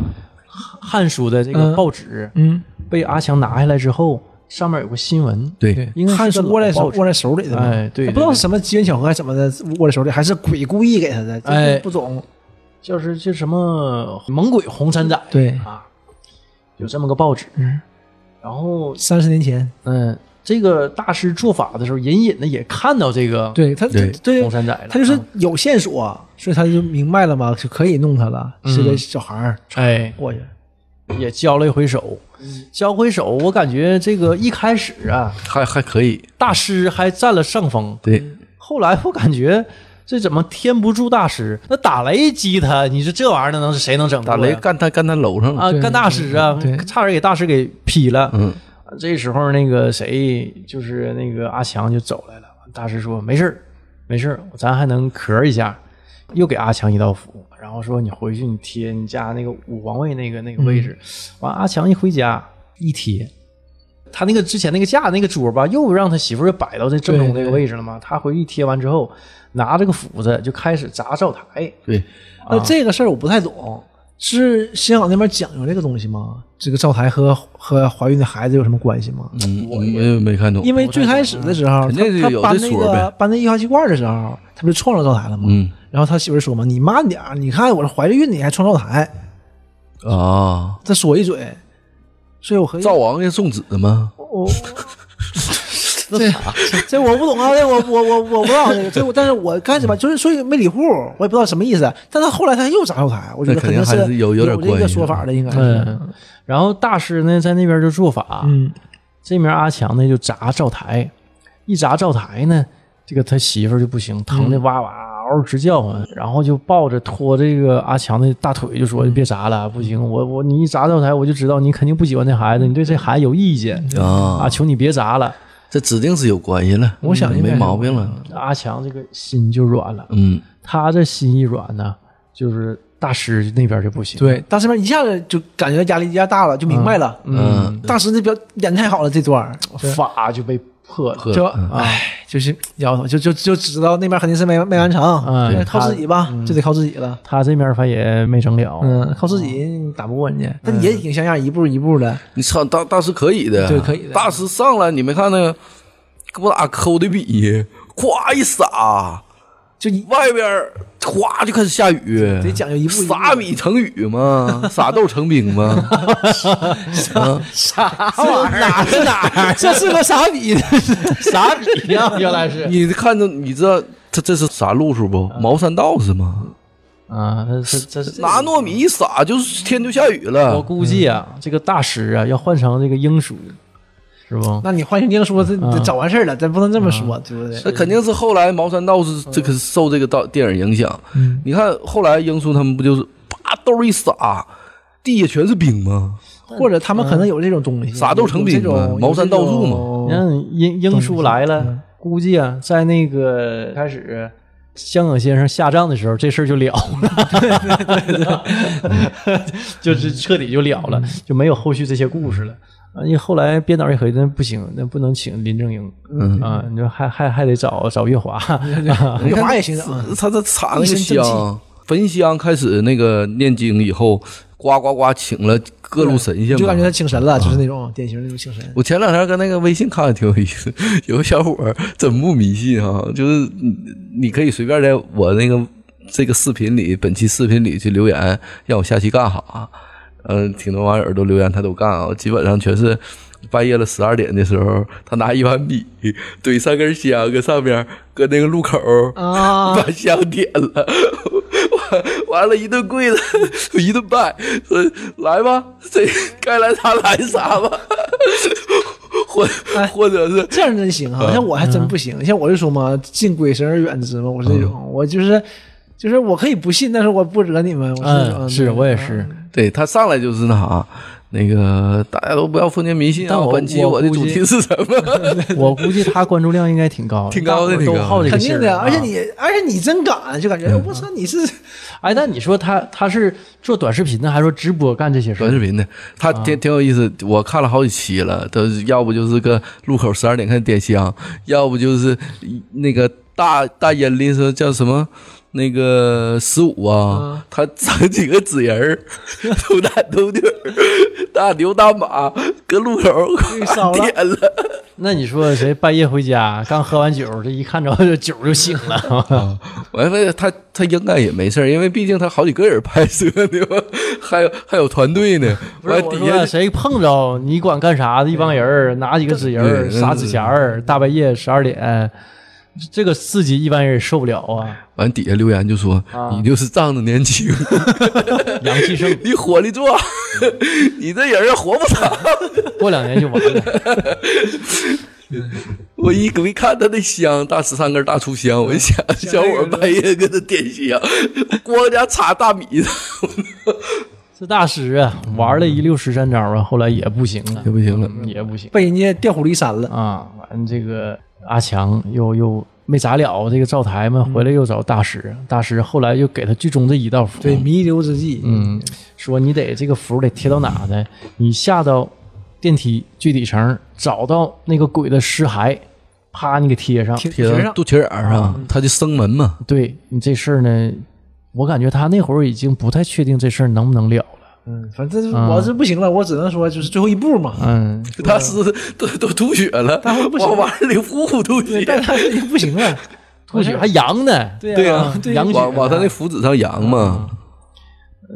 Speaker 1: 汉汉书的这个报纸，
Speaker 2: 嗯，
Speaker 1: 被阿强拿下来之后，上面有个新闻，
Speaker 4: 对，
Speaker 1: 应该
Speaker 2: 汉
Speaker 1: 是
Speaker 2: 书
Speaker 1: 个
Speaker 2: 握在
Speaker 1: 老
Speaker 2: 手
Speaker 1: 报纸
Speaker 2: 握在手里的嘛，
Speaker 1: 哎对对
Speaker 2: 不知道是什么机缘巧合还是怎么的握在手里，还是鬼故意给他的，这
Speaker 1: 哎
Speaker 2: 不懂，
Speaker 1: 就是这什么猛鬼红山仔，
Speaker 2: 对
Speaker 1: 啊，有这么个报纸，
Speaker 2: 嗯
Speaker 1: 然后
Speaker 2: 三十年前，
Speaker 1: 嗯，这个大师做法的时候，隐隐的也看到这个
Speaker 2: 对他
Speaker 4: 对
Speaker 2: 对
Speaker 1: 啊红，山仔了，
Speaker 2: 他就是
Speaker 1: 啊
Speaker 2: 有线索，所以他就明白了嘛，就可以弄他了，是
Speaker 1: 嗯
Speaker 2: 个小孩儿
Speaker 1: 哎，
Speaker 2: 过去，
Speaker 1: 也交了一回手，
Speaker 4: 嗯
Speaker 1: 交回手，我感觉这个一开始啊，
Speaker 4: 还还可以，
Speaker 1: 大师还占了上风，
Speaker 4: 对，
Speaker 2: 嗯
Speaker 1: 后来我感觉这怎么天不助大师？那打雷击他，你说这玩意儿能是谁能整过
Speaker 4: 打
Speaker 1: 呀？
Speaker 4: 雷干他干他楼上
Speaker 1: [LAUGHS]
Speaker 4: 了，
Speaker 1: 啊，
Speaker 2: 对
Speaker 1: 干大师啊
Speaker 2: 对对，
Speaker 1: 差点给大师给劈了。
Speaker 4: 嗯，
Speaker 1: 这时候那个谁，就是那个阿强就走来了。大师说：“没事儿，没事儿，咱还能咳一下。”又给阿强一道符，然后说：“你回去你贴你家那个五皇位那个那个位置。
Speaker 2: 嗯
Speaker 1: 完，阿强一回家一贴，他那个之前那个架那个桌吧，又让他媳妇儿摆到这正中这个位置了嘛。他回去贴完之后，拿这个斧子就开始砸灶台。
Speaker 4: 对，
Speaker 2: 那这个事儿我不太懂，是香港那边讲究这个东西吗？这个灶台和和怀孕的孩子有什么关系吗？
Speaker 4: 嗯，我也没看懂，
Speaker 2: 因为最开始的时候，
Speaker 4: 肯
Speaker 2: 他
Speaker 4: 定是
Speaker 2: 他
Speaker 4: 有
Speaker 2: 搬
Speaker 4: 这
Speaker 2: 那
Speaker 4: 说
Speaker 2: 个
Speaker 4: 呗
Speaker 2: 搬那液化气罐的时候，他不是撞着灶台了吗？
Speaker 4: 嗯
Speaker 2: 然后他媳妇儿说嘛：“你慢点儿，你看我这怀着孕，你还撞灶台。
Speaker 4: 啊”，
Speaker 2: 他说一嘴，所以我合计
Speaker 4: 灶王爷送子吗？
Speaker 2: 我。这这我不懂啊，这我我我我不知道这个，这我但是我开始吧，就是所以没理户，我也不知道什么意思。但他后来他又砸后台，我觉得
Speaker 4: 那肯定
Speaker 2: 是
Speaker 4: 还是有
Speaker 2: 有
Speaker 4: 有点
Speaker 2: 这个
Speaker 4: 关系
Speaker 2: 说法的，应该是
Speaker 1: 嗯，然后大师呢在那边就做法，
Speaker 2: 嗯
Speaker 1: 这面阿强呢就砸灶台，一砸灶台呢，这个他媳妇儿就不行，疼
Speaker 2: 嗯
Speaker 1: 的哇哇嗷嗷直叫唤，然后就抱着拖这个阿强的大腿就说：“
Speaker 2: 嗯
Speaker 1: 别砸了，不行，我我你一砸灶台，我就知道你肯定不喜欢这孩子，你对这孩子有意见啊，
Speaker 4: 啊，
Speaker 1: 求你别砸了。
Speaker 4: 这指定是有关系了，
Speaker 2: 我想应该
Speaker 4: 没
Speaker 2: 是
Speaker 4: 毛病了，”
Speaker 1: 阿强这个心就软了，
Speaker 4: 嗯，
Speaker 1: 他这心一软呢，就是大师那边就不行，，
Speaker 2: 对，大师们一下子就感觉压力压大了，就明白了。
Speaker 4: 嗯，
Speaker 2: 大师那表演太好了，这段儿
Speaker 1: 法就被破了。
Speaker 2: 就
Speaker 4: 嗯
Speaker 2: 唉，哎就是摇头，就就就知道那边肯定是没没完成，
Speaker 1: 嗯
Speaker 2: 那
Speaker 1: 对
Speaker 2: 靠自己吧，就得靠自己了。
Speaker 1: 他这面反也没整了，
Speaker 2: 嗯，靠自己你打不过人家，但也挺像样，一步一步的。
Speaker 4: 你操，大大师可以的，
Speaker 2: 对可以的
Speaker 4: 大师上来，你没看那个，给我俩抠的笔，咵一撒，
Speaker 2: 就
Speaker 4: [LAUGHS]
Speaker 2: 一
Speaker 4: 外边儿哗就开始下雨，
Speaker 2: 得讲究一步一步
Speaker 4: 撒米成雨嘛， [LAUGHS] 撒豆成
Speaker 2: [LAUGHS]
Speaker 4: 兵嘛。
Speaker 2: 哪是哪？这是个傻逼！
Speaker 1: 傻逼呀、 [LAUGHS] 原来是
Speaker 4: 你看着，你知道这这是啥路数
Speaker 2: 嗯
Speaker 4: 不？茅山道士吗？
Speaker 1: 啊，这这这
Speaker 4: 拿糯米一撒，就是天就下雨
Speaker 1: 我
Speaker 4: 了。
Speaker 1: 估计啊，这个大师啊要换成这个英叔，是不？
Speaker 2: [LAUGHS] 那你换成宁说，这这早完事儿了，咱不能这么说，对不对？
Speaker 4: 那肯定是后来茅山道士这个受这个道电影影响。
Speaker 2: 嗯
Speaker 4: 你看后来英叔他们不就是啪兜一撒，地下全是冰吗？
Speaker 2: 或者他们可能有这种东西，
Speaker 4: 撒豆成
Speaker 2: 有
Speaker 4: 兵
Speaker 2: 这种嗯
Speaker 4: 嘛，茅山道术嘛。
Speaker 1: 你
Speaker 2: 嘛。
Speaker 1: 看英英叔来了，估计啊，在那个开始香港先生下葬的时候，这事儿就了 [LAUGHS] 了， [LAUGHS] 就是彻底就了了，就没有后续这些故事了。啊，你后来编导也合计，那不行，那不能请林正英，嗯啊，你说还还还得找找月 [LAUGHS] 华，啊
Speaker 2: 你华也行
Speaker 4: [LAUGHS]
Speaker 2: 啊，
Speaker 4: 他他插那
Speaker 2: 一
Speaker 4: 个
Speaker 2: 身正
Speaker 4: 香，焚香开始那个念经以后，呱呱呱请了各路神啊仙
Speaker 2: 就感觉
Speaker 4: 嘛。
Speaker 2: 他请神了，就是那种典型的那种请神。
Speaker 4: 我前两天跟那个微信看的挺有意思， [LAUGHS] 有个小伙儿真不迷信哈、就是你你可以随便在我那个这个视频里，本期视频里去留言，让我下期干哈？嗯，挺多网友都留言，他都干啊，基本上全是半夜了十二点的时候，他拿一碗米怼三根香，搁上边，搁那个路口
Speaker 2: 啊，
Speaker 4: [LAUGHS] 把香点了， [LAUGHS] 完完了，一顿跪着， [LAUGHS] 一顿拜，说 [LAUGHS] 来吧，
Speaker 1: [LAUGHS]
Speaker 4: 这该来啥来啥吧， [LAUGHS] 或
Speaker 1: 哎
Speaker 4: 或者是
Speaker 2: 这样真行哈，像我还真不行。像我就说嘛，敬鬼神而远之嘛，我是这种，我就是就是我可以不信，但是我不惹你们。我是这种
Speaker 1: 嗯，是我也是，
Speaker 4: 对他上来就是那啥，那个大家都不要封建迷信
Speaker 1: 但
Speaker 4: 啊，
Speaker 1: 我
Speaker 4: 本期
Speaker 1: 我
Speaker 4: 的
Speaker 1: 估
Speaker 4: 主
Speaker 1: 计
Speaker 4: 题是什
Speaker 1: [LAUGHS]
Speaker 4: 么？
Speaker 1: 我估计他关注量应该挺高的，
Speaker 4: 挺高
Speaker 1: 大伙
Speaker 4: 的
Speaker 1: 儿
Speaker 4: 挺高
Speaker 1: 都
Speaker 4: 的
Speaker 1: 好这个
Speaker 2: 肯
Speaker 1: 劲
Speaker 2: 定
Speaker 1: 儿
Speaker 2: 的，
Speaker 1: 啊
Speaker 2: 而且你，而且你真敢，就感觉我操，你是
Speaker 1: 哎，但你说他他是做短视频的，还是说直播干这些事
Speaker 4: 短
Speaker 1: 儿？
Speaker 4: 视频的，他
Speaker 1: 啊
Speaker 4: 挺挺有意思，我看了好几期了。都是要不就是个路口十二点开始点香，要不就是那个大大烟铃说叫什么那个十五啊，他整几个纸人儿， [LAUGHS] 头大头女儿，大牛大马，搁路口
Speaker 2: 少了
Speaker 4: 点了。
Speaker 1: 那你说谁半夜回家刚喝完酒，这一看着这酒就醒 [LAUGHS] 了？
Speaker 4: 完了，他他应该也没事儿因为毕竟他好几个人拍摄对吧？ [LAUGHS] 还有还有团队呢。
Speaker 1: 不是
Speaker 4: 完
Speaker 1: 我
Speaker 4: 底
Speaker 1: 说
Speaker 4: 下
Speaker 1: 谁碰着你管干啥的？一帮人儿拿几个纸人儿、
Speaker 4: 对
Speaker 1: 撒纸钱儿，大半夜十二点，这个刺激一般人也受不了啊！
Speaker 4: 完底下留言就说、你就是仗着年轻。
Speaker 1: 阳气盛，
Speaker 4: 你火力壮，你这人儿活不长。 [LAUGHS]
Speaker 1: 过两年就完了。 [LAUGHS]
Speaker 4: 我一我一看他那香，大十三根大粗香，我一想，小伙儿半夜搁那点香，光家插大米，
Speaker 1: 这大师啊，玩了一溜十三招啊，后来也不行了，嗯
Speaker 4: 不行了。
Speaker 1: 也不行。
Speaker 2: 被人家调虎离山了。
Speaker 1: 啊，完这个阿强又又没咋了，这个灶台嘛，回来又找大师，大师后来又给他剧中的一道符，
Speaker 2: 对，弥留之际，
Speaker 1: 嗯，说你得这个符得贴到哪呢？你下到电梯最底层，找到那个鬼的尸骸，啪，你给贴上。
Speaker 2: 挺挺
Speaker 4: 贴
Speaker 2: 上
Speaker 4: 肚脐眼儿上，他就生门嘛。
Speaker 1: 对你这事儿呢，我感觉他那会儿已经不太确定这事儿能不能了了。
Speaker 2: 嗯，反正
Speaker 1: 啊
Speaker 2: 我是不行了，我只能说就是最后一步嘛。
Speaker 1: 嗯，
Speaker 4: [LAUGHS] 他是都都吐血了，往碗里呼呼吐血，
Speaker 2: [LAUGHS] 但他也不
Speaker 1: [LAUGHS]
Speaker 2: 行了，
Speaker 1: 吐血还阳呢。
Speaker 2: 对
Speaker 4: 对啊
Speaker 2: 呀
Speaker 4: 呀，
Speaker 2: 对呀
Speaker 1: 阳，
Speaker 4: 往往他那符纸上扬嘛。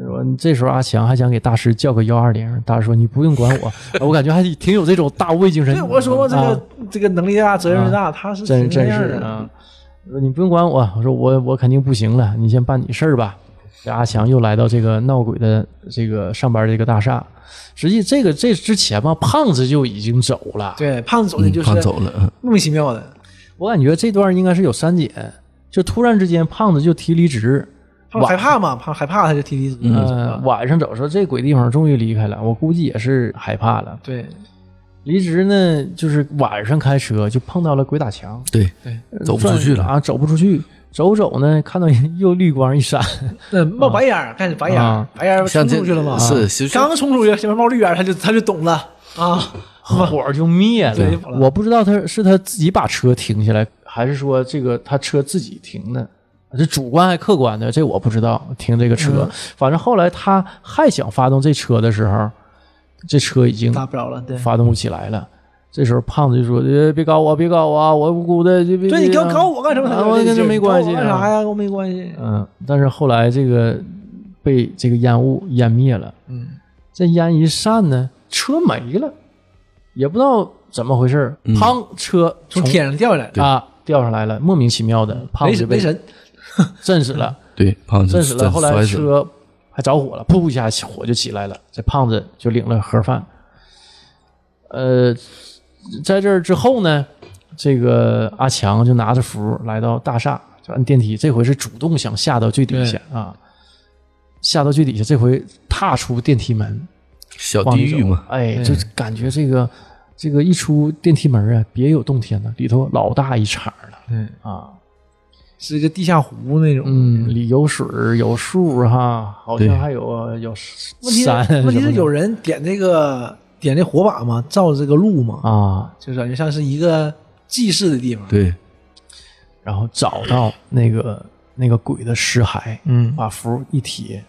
Speaker 1: 我这时候阿强还想给大师叫个幺二零，大师说你不用管
Speaker 2: [LAUGHS]
Speaker 1: 我，我感觉还挺有这种大无畏精神。
Speaker 2: 对我说过这
Speaker 1: 啊
Speaker 2: 个这个能力大，责任大，他是
Speaker 1: 真
Speaker 2: 什么
Speaker 1: 真
Speaker 2: 样
Speaker 1: 是
Speaker 2: 的。
Speaker 1: 啊！我说你不用管我，我说我我肯定不行了，你先办你事儿吧。这阿强又来到这个闹鬼的这个上班这个大厦，实际这个这之前吧，胖子就已经走了。
Speaker 2: 对，胖子走的
Speaker 4: 嗯
Speaker 2: 就是
Speaker 4: 胖走了，嗯
Speaker 2: 莫名其妙的，
Speaker 1: 我感觉这段应该是有删减，就突然之间胖子就提离职，
Speaker 2: 胖子害怕嘛，胖子害怕他就提离职
Speaker 1: 嗯、
Speaker 2: 了。
Speaker 1: 晚上走说这鬼地方终于离开了，我估计也是害怕了。
Speaker 2: 对，
Speaker 1: 离职呢，就是晚上开车就碰到了鬼打墙，
Speaker 4: 对，走不出去了
Speaker 1: 啊，走不出去，走走呢，看到又绿光一闪，
Speaker 2: 那冒白烟儿，开始白烟儿
Speaker 1: 啊，
Speaker 2: 白烟儿冲
Speaker 4: 像这
Speaker 2: 出去了嘛？
Speaker 4: 是其实
Speaker 2: 刚冲出去，前面冒绿烟儿，他就他就懂了啊。
Speaker 1: 火儿就灭
Speaker 2: 对
Speaker 1: 了。我不知道他是他自己把车停下来，还是说这个他车自己停的，这主观还客观的，这我不知道。停这个车，反正后来他还想发动这车的时候，这车已经嗯
Speaker 2: [LAUGHS] 大不了了，对，
Speaker 1: 发动不起来了。这时候胖子就说：“呃，别搞我，别搞我啊，我无辜的。”
Speaker 2: 对
Speaker 1: 对
Speaker 2: 你搞搞我干什么？
Speaker 1: 啊我跟这没关系
Speaker 2: 你搞我干啥呀？跟我没关系。
Speaker 1: 嗯，但是后来这个被这个烟雾湮灭了，
Speaker 2: 嗯，
Speaker 1: 这烟一散呢，车没了，也不知道怎么回事儿，
Speaker 4: 嗯
Speaker 1: 砰，车
Speaker 2: 从天嗯上掉下来，
Speaker 1: 啊掉上来了，莫名其妙的，胖
Speaker 2: 雷
Speaker 1: 子
Speaker 2: 神
Speaker 1: 被
Speaker 2: 雷神，
Speaker 1: 震死了，
Speaker 4: 对，胖子
Speaker 1: 震死了。后来
Speaker 4: 摔嗯死了
Speaker 1: 车还着火了，噗一下火就起来了，这胖子就领了盒饭。呃，在这儿之后呢，这个阿强就拿着符来到大厦，就按电梯。这回是主动想下到最底下啊，下到最底下，这回踏出电梯门，
Speaker 4: 小
Speaker 1: 往
Speaker 4: 地
Speaker 1: 里
Speaker 4: 狱
Speaker 1: 走
Speaker 4: 嘛，
Speaker 1: 哎，就感觉这个这个一出电梯门啊，别有洞天呐，里头老大一茬儿了
Speaker 2: 对，
Speaker 1: 啊。
Speaker 2: 是一个地下湖那种。
Speaker 1: 嗯，里有水儿有树儿哈，好像
Speaker 4: 对
Speaker 1: 还有有
Speaker 2: 问题是
Speaker 1: 山什么的。
Speaker 2: 问题是有人点这个点这火把嘛，照这个路嘛，
Speaker 1: 啊，
Speaker 2: 就是感觉像是一个祭祀的地方。
Speaker 4: 对，
Speaker 1: 然后找到那个那个鬼的尸骸，
Speaker 2: 嗯
Speaker 1: 把符一贴。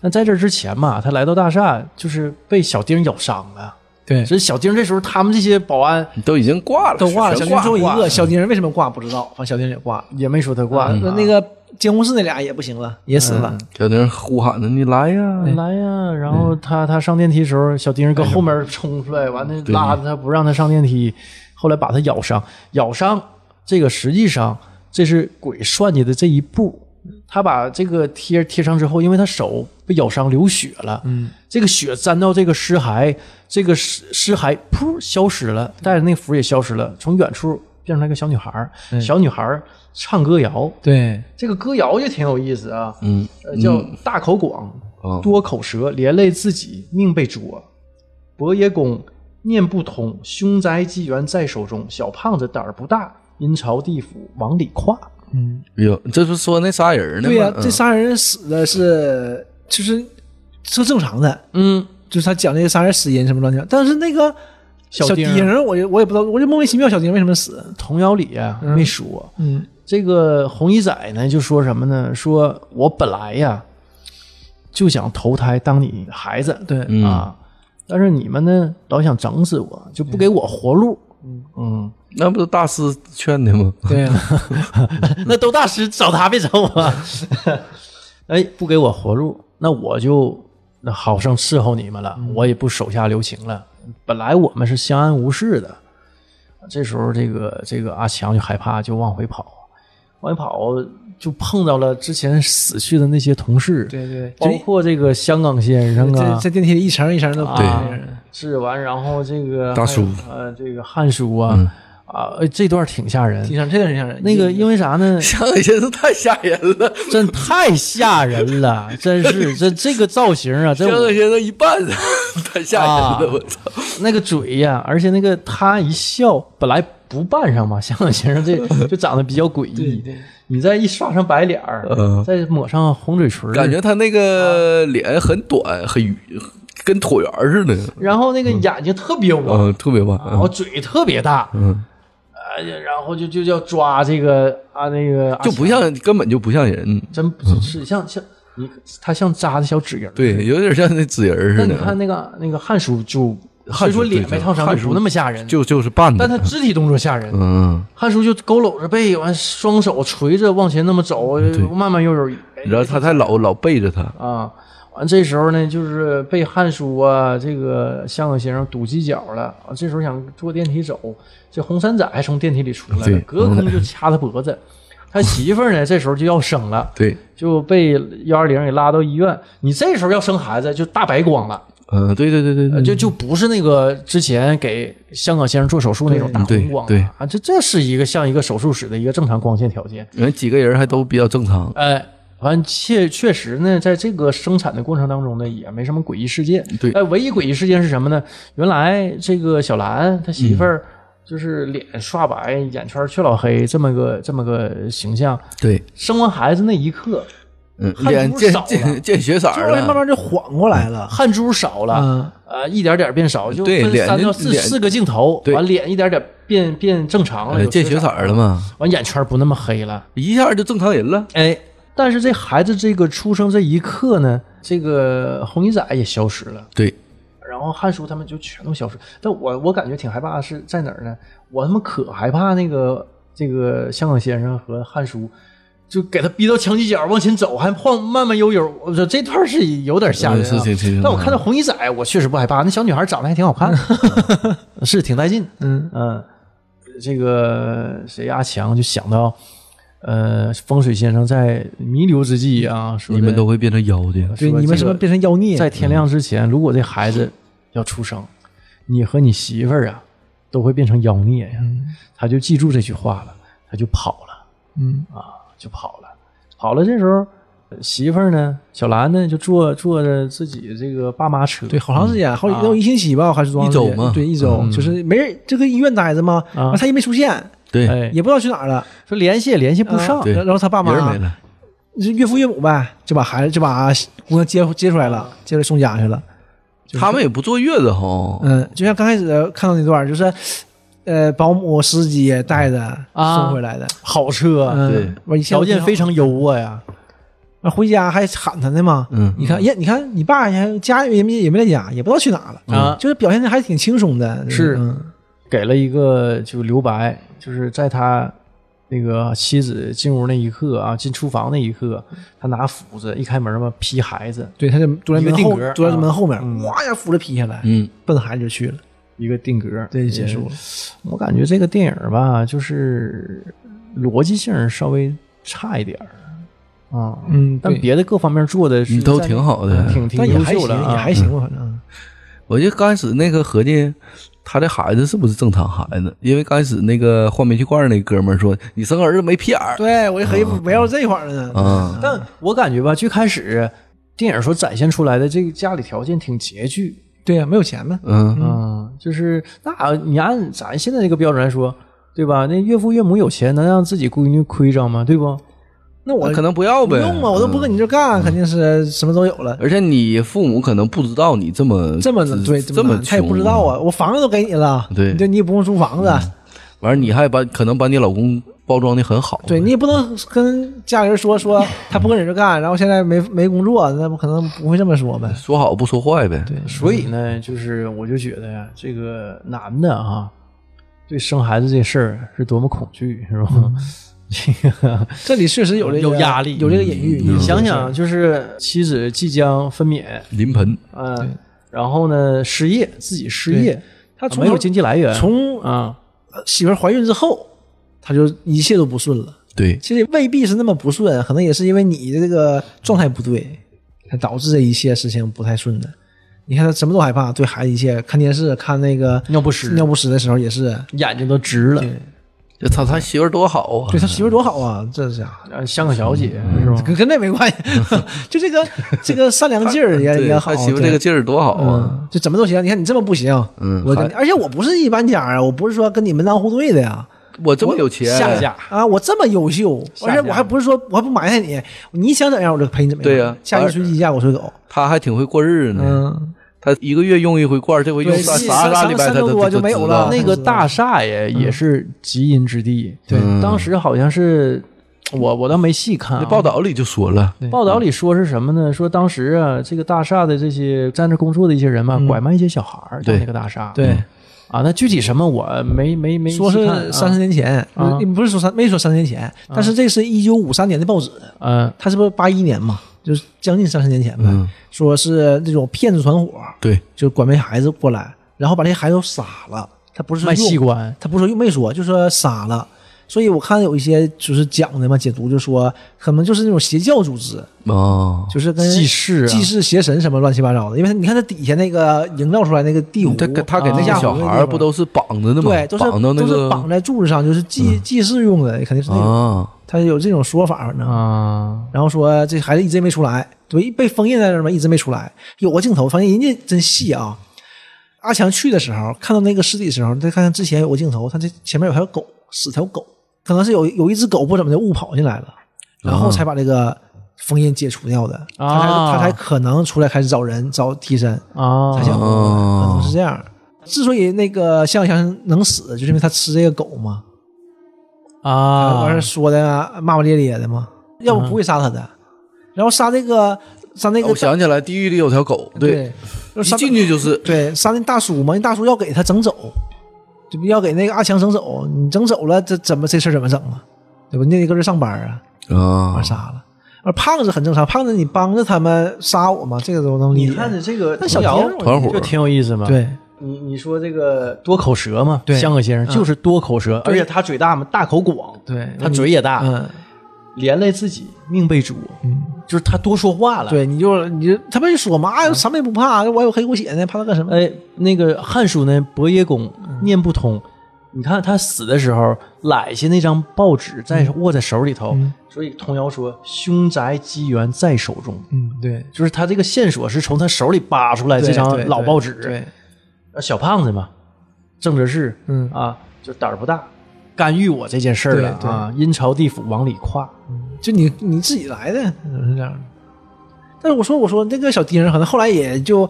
Speaker 1: 那在这之前嘛，他来到大厦就是被小丁咬伤了。
Speaker 2: 对
Speaker 1: 所以小丁这时候他们这些保安
Speaker 4: 都已经挂了，
Speaker 2: 都挂了，小
Speaker 4: 全
Speaker 2: 丁
Speaker 4: 挂
Speaker 2: 只有一
Speaker 4: 挂
Speaker 2: 个，
Speaker 4: 了
Speaker 2: 小丁人为什么挂不知道，反正小丁也挂了。
Speaker 1: 也没说他挂
Speaker 2: 挂
Speaker 1: 了，
Speaker 2: 那那个监控室那俩也不行了，也死了。
Speaker 4: 小丁呼喊着：“你来呀！”
Speaker 1: 来呀！然后他他上电梯的时候，小丁搁后面冲出来，完了
Speaker 4: 对
Speaker 1: 拉着他不让他上电梯，后来把他咬伤。咬伤这个实际上这是鬼算计的这一步。他把这个贴贴上之后，因为他手被咬伤流血了，
Speaker 2: 嗯，
Speaker 1: 这个血沾到这个尸骸，这个尸尸骸噗消失了，带着那符也消失了，从远处变成了一个小女孩儿，小女孩儿唱歌谣，
Speaker 2: 对，
Speaker 1: 这个歌谣也挺有意思啊，
Speaker 4: 嗯，
Speaker 1: 呃叫大口广，
Speaker 4: 啊，
Speaker 1: 多口舌，连累自己，命被捉。伯爷公念不通，凶灾机缘在手中。小胖子胆儿不大，阴曹地府往里跨。
Speaker 2: 嗯，
Speaker 4: 哟，这不说那仨人呢吗？
Speaker 2: 对呀、
Speaker 4: 嗯
Speaker 2: 这仨人死的是就是是正常的，
Speaker 1: 嗯，
Speaker 2: 就是他讲那仨人死因什么乱七八糟，但是那个
Speaker 1: 小
Speaker 2: 小
Speaker 1: 丁
Speaker 2: 丁儿我也我也不知道，我就莫名其妙小丁为什么死。
Speaker 1: 童谣里呀、没说。
Speaker 2: 嗯，
Speaker 1: 这个红衣仔呢，就说什么呢？说我本来呀就想投胎当你孩子，
Speaker 2: 对，
Speaker 4: 嗯
Speaker 1: 啊，但是你们呢老想整死我，就不给我活路。嗯，
Speaker 4: 那不是大师劝的
Speaker 1: [LAUGHS]
Speaker 4: 吗？
Speaker 2: 对 [LAUGHS] 呀、
Speaker 1: 那都大师找他别找我。 [LAUGHS] 哎，不给我活路，那我就那好生伺候你们了，我也不手下留情了。本来我们是相安无事的，这时候这个这个阿强就害怕，就往回跑，往回跑就碰到了之前死去的那些同事，
Speaker 2: 对对，
Speaker 1: 包
Speaker 2: 这
Speaker 1: 括这个香港先生
Speaker 2: 这
Speaker 1: 啊，
Speaker 2: 这电梯里一层一层的
Speaker 1: 啊
Speaker 2: 不是
Speaker 1: 是完，然后这个
Speaker 4: 大叔嗯
Speaker 1: 还有呃，这个汉叔啊、啊，哎这段挺吓人
Speaker 2: 一。层，这个人像人
Speaker 1: 那个因为啥呢？
Speaker 4: 香港先生太吓人了， [LAUGHS]
Speaker 1: 真太吓人了，真是这这个造型啊，这
Speaker 4: 香港
Speaker 1: 我
Speaker 4: 先生一半 [LAUGHS] 太吓人
Speaker 1: 啊
Speaker 4: 了，我操！
Speaker 1: 那个嘴呀、而且那个他一笑，本来不扮上嘛，香港先
Speaker 4: [LAUGHS]
Speaker 1: 生这就长得比较诡异。你再一刷上白脸儿，
Speaker 4: 嗯
Speaker 1: 再抹上红嘴唇儿，
Speaker 4: 感觉他那个
Speaker 1: 啊
Speaker 4: 脸很短，很圆跟椭圆似的，
Speaker 1: 然后那个眼睛特别弯，
Speaker 4: 嗯，特别晚。
Speaker 1: 然后嘴特别大，
Speaker 4: 嗯，
Speaker 1: 哎呀，然后就就要抓这个啊那个阿强，
Speaker 4: 就不像，根本就不像人，
Speaker 1: 真不是是像像你他像扎的小纸人儿。
Speaker 4: 对，有点像那纸人
Speaker 1: 那
Speaker 4: 似
Speaker 1: 你看
Speaker 4: 的，
Speaker 1: 那个那个汉叔就，
Speaker 4: 汉
Speaker 1: 虽
Speaker 4: 叔
Speaker 1: 说脸
Speaker 4: 对
Speaker 1: 没
Speaker 4: 对
Speaker 1: 烫伤，
Speaker 4: 汉
Speaker 1: 就不
Speaker 4: 叔
Speaker 1: 那么吓人，
Speaker 4: 就就是扮
Speaker 1: 但他
Speaker 4: 的。
Speaker 1: 肢体动作吓人。
Speaker 4: 嗯，
Speaker 1: 汉叔就佝偻着背，完双手垂着往前那么走，慢慢悠悠。哎
Speaker 4: 嗯然后他还老老背着他，
Speaker 1: 啊，完这时候呢，就是被汉叔啊这个香港先生堵犄角了。啊，这时候想坐电梯走，这红三仔还从电梯里出来了
Speaker 4: 对，
Speaker 1: 隔空就掐他脖子。他媳妇儿呢，这时候就要生了，
Speaker 4: 对，
Speaker 1: 就被幺二零给拉到医院。你这时候要生孩子，就大白光了。
Speaker 4: 嗯，对对对对
Speaker 1: 呃
Speaker 4: 对，
Speaker 1: 就就不是那个之前给香港先生做手术那种大
Speaker 4: 对
Speaker 1: 红光
Speaker 4: 对
Speaker 1: 了啊，这这是一个像一个手术室的一个正常光线条件。
Speaker 4: 人几个人还都比较正常，
Speaker 1: 哎，反正确确实呢，在这个生产的过程当中呢，也没什么诡异事件。
Speaker 4: 对
Speaker 1: 哎，唯一诡异事件是什么呢？原来这个小兰她媳妇
Speaker 4: 嗯
Speaker 1: 儿就是脸刷白，眼圈却老黑，这么个这么个形象。
Speaker 4: 对，
Speaker 1: 生完孩子那一刻，
Speaker 4: 嗯，
Speaker 1: 汗
Speaker 4: 脸
Speaker 1: 珠
Speaker 4: 见
Speaker 1: 少了
Speaker 4: 见见血色
Speaker 2: 就
Speaker 4: 儿
Speaker 2: 是
Speaker 4: 啊
Speaker 2: 慢
Speaker 4: 了，
Speaker 2: 慢就缓过来了。
Speaker 1: 汗珠少了。
Speaker 2: 嗯，
Speaker 1: 呃，一点点变少，就
Speaker 4: 对
Speaker 1: 分
Speaker 4: 脸
Speaker 1: 三
Speaker 4: 就
Speaker 1: 到四
Speaker 4: 脸
Speaker 1: 四个镜头，
Speaker 4: 对
Speaker 1: 完脸一点点变变正常了，
Speaker 4: 呃
Speaker 1: 有
Speaker 4: 见血色儿了嘛，
Speaker 1: 完眼圈不那么黑了。
Speaker 4: 一下就正常人了。
Speaker 1: 哎，但是这孩子这个出生这一刻呢，这个红衣仔也消失了，
Speaker 4: 对，
Speaker 1: 然后汉叔他们就全都消失。但我我感觉挺害怕的是在哪儿呢？我他妈可害怕那个这个香港先生和汉叔，就给他逼到墙角往前走，还晃慢慢悠悠。我说这段是有点吓人、啊
Speaker 4: 嗯是挺挺挺
Speaker 1: 但我看到红衣仔，我确实不害怕。那小女孩长得还挺好看的，是挺带劲。
Speaker 2: 嗯
Speaker 1: [LAUGHS] 嗯，这个谁阿强就想到。呃，风水先生在弥留之际啊，说
Speaker 4: 你们
Speaker 1: 的
Speaker 4: 都会变成妖精。
Speaker 2: 对，
Speaker 1: 说
Speaker 2: 你们
Speaker 1: 这
Speaker 2: 是不
Speaker 1: 个
Speaker 2: 是变成妖孽？
Speaker 1: 在天亮之前，如果这孩子要出生，你和你媳妇儿啊都会变成妖孽呀、
Speaker 4: 嗯
Speaker 1: 他就记住这句话了，他就跑了。
Speaker 2: 嗯，
Speaker 1: 就跑了。跑了，这时候呃媳妇儿呢，小兰呢就坐坐着自己这个爸妈车，
Speaker 2: 对，好长时间，好
Speaker 1: 啊
Speaker 2: 要一星期吧，还是多长时间
Speaker 4: 一周嘛嗯
Speaker 2: 对，一周，就是没人，就跟医院待着嘛，
Speaker 1: 啊
Speaker 2: 完他也没出现，
Speaker 4: 对，
Speaker 1: 哎，
Speaker 2: 也不知道去哪儿了，
Speaker 1: 说联系也联系不上
Speaker 2: 啊，
Speaker 4: 对
Speaker 2: 然后他爸
Speaker 4: 人没
Speaker 2: 妈
Speaker 4: 了，
Speaker 2: 是岳父岳母呗，就把孩子就把姑娘接接出来了，接出来送家去了。
Speaker 4: 他们也不坐月子哈。
Speaker 2: 嗯，就像刚开始看到那段儿，就是呃，保姆、司机带着
Speaker 3: 啊
Speaker 2: 送回来的，
Speaker 1: 好车，啊
Speaker 2: 嗯，
Speaker 4: 对
Speaker 2: 完一下
Speaker 1: 条件
Speaker 2: 就
Speaker 1: 非常优渥呀。
Speaker 2: 完回家还喊他呢嘛。
Speaker 4: 嗯，
Speaker 2: 你看，也你看，你爸也家也没也没在家，也不知道去哪了
Speaker 1: 啊
Speaker 2: 就是表现的还挺轻松的，
Speaker 1: 是
Speaker 2: 嗯
Speaker 1: 给了一个就留白，就是在他那个妻子进屋那一刻啊，进厨房那一刻，他拿斧子一开门嘛，劈孩子，
Speaker 2: 对，他就躲在
Speaker 1: 一个
Speaker 2: 门
Speaker 1: 定
Speaker 2: 后
Speaker 1: 格，
Speaker 2: 躲在门后面
Speaker 1: 嗯，
Speaker 2: 哇一下斧子劈下来，
Speaker 4: 嗯，
Speaker 2: 奔着孩子就去了，
Speaker 1: 一个定格，
Speaker 2: 对，结束了。嗯
Speaker 1: 我感觉这个电影吧，就是逻辑性稍微差一点儿啊，
Speaker 2: 嗯
Speaker 1: 但
Speaker 2: 对嗯
Speaker 1: 别的各方面做的是
Speaker 4: 你都
Speaker 1: 在
Speaker 4: 挺好的。
Speaker 1: 挺挺
Speaker 2: 但也
Speaker 1: 优
Speaker 2: 还
Speaker 1: 秀
Speaker 2: 行，
Speaker 1: 的啊，
Speaker 2: 也还行吧，反正
Speaker 4: 我就刚开始那个合计，他这孩子是不是正常孩子？因为刚开始那个换煤气罐那哥们儿说，你生儿子没屁眼
Speaker 2: [LAUGHS]
Speaker 4: 儿。
Speaker 2: 对我就合计围绕这块儿呢，嗯
Speaker 4: 啊，
Speaker 1: 但我感觉吧，最开始电影所展现出来的这个家里条件挺拮据，
Speaker 2: 对呀，没有钱嘛，
Speaker 4: 嗯，
Speaker 1: 嗯，就是那你按咱现在这个标准来说，对吧？那岳父岳母有钱，能让自己闺女亏着吗？对不？
Speaker 2: 那我
Speaker 4: 那可能不要
Speaker 2: 不
Speaker 4: 呗。
Speaker 2: 用啊，我都不
Speaker 4: 嗯呃
Speaker 2: 跟你这干，肯定是什么都有了。
Speaker 4: 而且你父母可能不知道你这么
Speaker 2: 这么的对
Speaker 4: 这
Speaker 2: 么
Speaker 4: 么
Speaker 2: 的他也
Speaker 4: 穷
Speaker 2: 不知道啊，我房子都给你了，
Speaker 4: 对
Speaker 2: 你这你也不用租房子，
Speaker 4: 完了，你还把可能把你老公包装的很好，
Speaker 2: 对你也不能跟家里人
Speaker 1: [LAUGHS]
Speaker 2: 说说他不跟人这干，然后现在没没工作，那不可能不会这么说呗。
Speaker 4: 说好不说坏呗。对，
Speaker 1: 所以呢，就是我就觉得呀，这个男的啊，对生孩子这事儿是多么恐惧，是吧？ [LAUGHS] 这个
Speaker 2: 这里确实有这个
Speaker 1: 有压力
Speaker 2: 有这个隐喻。
Speaker 1: 你想想，就是妻子即将分娩，
Speaker 4: 临盆，
Speaker 1: 嗯、然后呢，失业，自己失
Speaker 2: 对
Speaker 1: 业，
Speaker 2: 他
Speaker 1: 啊没
Speaker 2: 从
Speaker 1: 有
Speaker 2: 头
Speaker 1: 经济来源，
Speaker 2: 从
Speaker 1: 啊，
Speaker 2: 媳妇儿怀孕之后，他就一切都不顺了。
Speaker 4: 对，
Speaker 2: 其实未必是那么不顺，可能也是因为你的这个状态不对，才导致这一切事情不太顺的。你看他什么都害怕，对孩子一切，看电视、看那个
Speaker 1: 尿不湿嗯
Speaker 2: 尿不湿的时候也是，
Speaker 1: 眼睛都直了。
Speaker 4: 这他他媳妇儿多好啊
Speaker 2: 对！他媳妇儿多好啊，这是啊，
Speaker 1: 啊，香港小姐是吧？
Speaker 2: [LAUGHS] 跟跟那没关系，就这个这
Speaker 4: [LAUGHS]
Speaker 2: 个善良劲儿也
Speaker 4: 对
Speaker 2: 也好，
Speaker 4: 他媳妇儿这个
Speaker 2: 对。
Speaker 4: 劲儿多好啊！
Speaker 2: 嗯，就怎么都行。你看你这么不行，
Speaker 4: 嗯
Speaker 2: 我跟
Speaker 4: 还
Speaker 2: 你，而且我不是一般家啊，我不是说跟你门当户对的呀，
Speaker 4: 我这么有钱，
Speaker 1: 下嫁，
Speaker 2: 啊，我这么优秀，
Speaker 1: 家
Speaker 2: 而且我还不是说我还不埋汰你，你想怎样我就陪你怎么样。
Speaker 4: 对呀嗯
Speaker 2: 下个随鸡嫁我随狗。
Speaker 4: 他还挺会过日子呢。
Speaker 2: 嗯，
Speaker 4: 他一个月用一回罐儿，这回用
Speaker 2: 对
Speaker 4: 仨
Speaker 2: 是
Speaker 4: 仨仨
Speaker 2: 三
Speaker 4: 礼拜，
Speaker 2: 三
Speaker 4: 他
Speaker 2: 周多
Speaker 4: 他
Speaker 2: 就没有了
Speaker 1: 那个大厦也
Speaker 4: 嗯
Speaker 1: 也是极阴之地。嗯
Speaker 2: 对
Speaker 1: 当时好像是我我倒没细看啊
Speaker 4: 那报道里就说了，
Speaker 1: 报道里说是什么呢？说当时啊，这个大厦的这些在那工作的一些人嘛，拐卖一些小孩儿到
Speaker 4: 嗯对
Speaker 1: 那个大厦。
Speaker 2: 对，
Speaker 1: 啊，那具体什么我没没
Speaker 4: 嗯
Speaker 1: 没
Speaker 2: 说
Speaker 1: 细看
Speaker 2: 是
Speaker 1: 啊
Speaker 2: 三十年前，
Speaker 1: 啊
Speaker 2: 嗯不是说三没说三十年前，但是这是一九五三年的报纸，
Speaker 1: 嗯
Speaker 2: 它是不是八一年嘛？就是将近三十年前呗。
Speaker 4: 嗯
Speaker 2: 说是那种骗子团伙，
Speaker 4: 对，
Speaker 2: 就拐卖孩子过来，然后把这些孩子都杀了。他不是
Speaker 1: 卖
Speaker 2: 用
Speaker 1: 器官，
Speaker 2: 他不说又没说，就说杀了。所以我看有一些就是讲的嘛，解读就说可能就是那种邪教组织，
Speaker 4: 哦，
Speaker 2: 就是跟
Speaker 1: 祭祀啊
Speaker 2: 祭祀邪神什么乱七八糟的。因为他你看他底下那个营造出来那个地湖，
Speaker 4: 嗯
Speaker 2: 啊
Speaker 4: 他给他给那
Speaker 2: 地
Speaker 4: 些
Speaker 2: 下湖
Speaker 4: 小
Speaker 2: 地
Speaker 4: 孩儿
Speaker 2: 方
Speaker 4: 不都是绑着的吗
Speaker 2: 对，？都是
Speaker 4: 绑到那
Speaker 2: 都是
Speaker 4: 个嗯
Speaker 2: 绑在柱子上，就是祭祭祀用的，肯定是那种。
Speaker 4: 啊，
Speaker 2: 他有这种说法，反正。
Speaker 1: 啊，
Speaker 2: 然后说这孩子一直没出来，对，被封印在那儿嘛，一直没出来。有个镜头，发现人家真细啊。阿强去的时候，看到那个尸体的时候，再看看之前有个镜头，他这前面有条狗，死条狗，可能是有有一只狗不怎么的误跑进
Speaker 1: 啊
Speaker 2: 来了，然后才把这个封印解除掉的，他才
Speaker 1: 啊
Speaker 2: 他才可能出来开始找人找替身，
Speaker 1: 啊
Speaker 2: 才想活过来，可
Speaker 4: 哦
Speaker 2: 能是这样。之所以那个向阳能死，就是因为他吃这个狗嘛，
Speaker 1: 啊
Speaker 2: 完事儿说的骂骂咧咧的嘛，要不不会杀他的。然后杀这个上那个
Speaker 4: 我想起来，地狱里有条狗，对，
Speaker 2: 对，
Speaker 4: 一
Speaker 2: 上
Speaker 4: 进去就是
Speaker 2: 对上那大叔嘛，那大叔要给他整走，这不要给那个阿强整走，你整走了，这怎么这事儿怎么整啊？对吧？你得搁这上班啊，
Speaker 4: 啊
Speaker 2: 把，杀了。而胖子很正常，胖子你帮着他们杀我嘛，这个我能理解。
Speaker 1: 你看着这个
Speaker 2: 那小
Speaker 1: 童
Speaker 2: 天
Speaker 1: 谣
Speaker 2: 儿我
Speaker 4: 团伙
Speaker 1: 就挺有意思嘛。，
Speaker 2: 对，
Speaker 1: 你你说这个多口舌嘛，
Speaker 2: 对
Speaker 1: 香港先生就是多口舌，而且他嘴大嘛，大口广，
Speaker 2: 对
Speaker 1: 他嘴也大，
Speaker 2: 嗯
Speaker 1: 连累自己命被诛，
Speaker 2: 嗯，
Speaker 1: 就是他多说话了。，
Speaker 2: 对，你就你就他们就说嘛，
Speaker 1: 嗯
Speaker 2: 哎，什么也不怕，我有黑我血呢，怕他干什么？
Speaker 1: 哎，那个《汉书》呢，伯爷公念不通。你看他死的时候，揽下那张报纸在握在手里头，
Speaker 2: 嗯
Speaker 1: 所以童谣说“凶宅机缘在手中
Speaker 2: 嗯，对”，，
Speaker 1: 就是他这个线索是从他手里扒出来这
Speaker 2: 对
Speaker 1: 张
Speaker 2: 对
Speaker 1: 老报纸。
Speaker 2: 对，
Speaker 1: 呃小胖子嘛，郑则仕，
Speaker 2: 嗯
Speaker 1: 啊，就胆儿不大，干预我这件事儿了
Speaker 2: 对对
Speaker 1: 啊，阴曹地府往里跨，
Speaker 2: 就你你自己来的，是这样的。但是我说我说那个小丁儿可能后来也就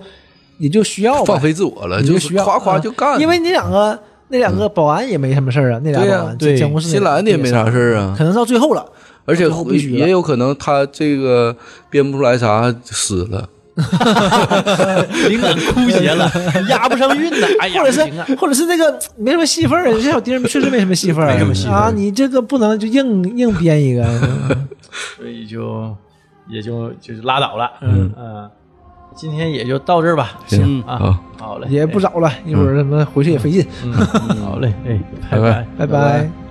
Speaker 2: 也就需要吧
Speaker 4: 放飞自我了，
Speaker 2: 也就
Speaker 4: 就是
Speaker 2: 需要
Speaker 4: 夸夸
Speaker 2: 啊
Speaker 4: 就干，嗯
Speaker 2: 因为那两个那两个保安也没什么事儿啊，那俩
Speaker 4: 对呀
Speaker 2: 保安
Speaker 1: 对
Speaker 2: 监控室那
Speaker 4: 新
Speaker 2: 俩
Speaker 4: 来的也没啥事儿啊，
Speaker 2: 可能到最后了，
Speaker 4: 而且
Speaker 2: 最后必须了
Speaker 4: 也有可能他这个编不出来啥死了，
Speaker 1: 哎 [LAUGHS] 灵感枯竭 [LAUGHS] 了，押不上韵呢， [LAUGHS] 哎呀，
Speaker 2: 或者是
Speaker 1: 不行啊
Speaker 2: 或者是那个没什么戏份
Speaker 4: [LAUGHS]
Speaker 2: 儿，啊这小丁儿确实没什么戏份儿，
Speaker 1: 没什么戏份儿
Speaker 2: 啊，你这个不能就硬硬编一个，
Speaker 4: [LAUGHS]
Speaker 1: 所以就也就就拉倒了，嗯今天也就到这儿吧，
Speaker 4: 行
Speaker 1: 啊，
Speaker 4: 好
Speaker 1: 好嘞，
Speaker 2: 也不
Speaker 1: 早，
Speaker 2: 早了，一会儿他妈回去也费劲，
Speaker 1: 好嘞，哎，
Speaker 4: 嗯拜拜
Speaker 1: 拜
Speaker 2: 拜拜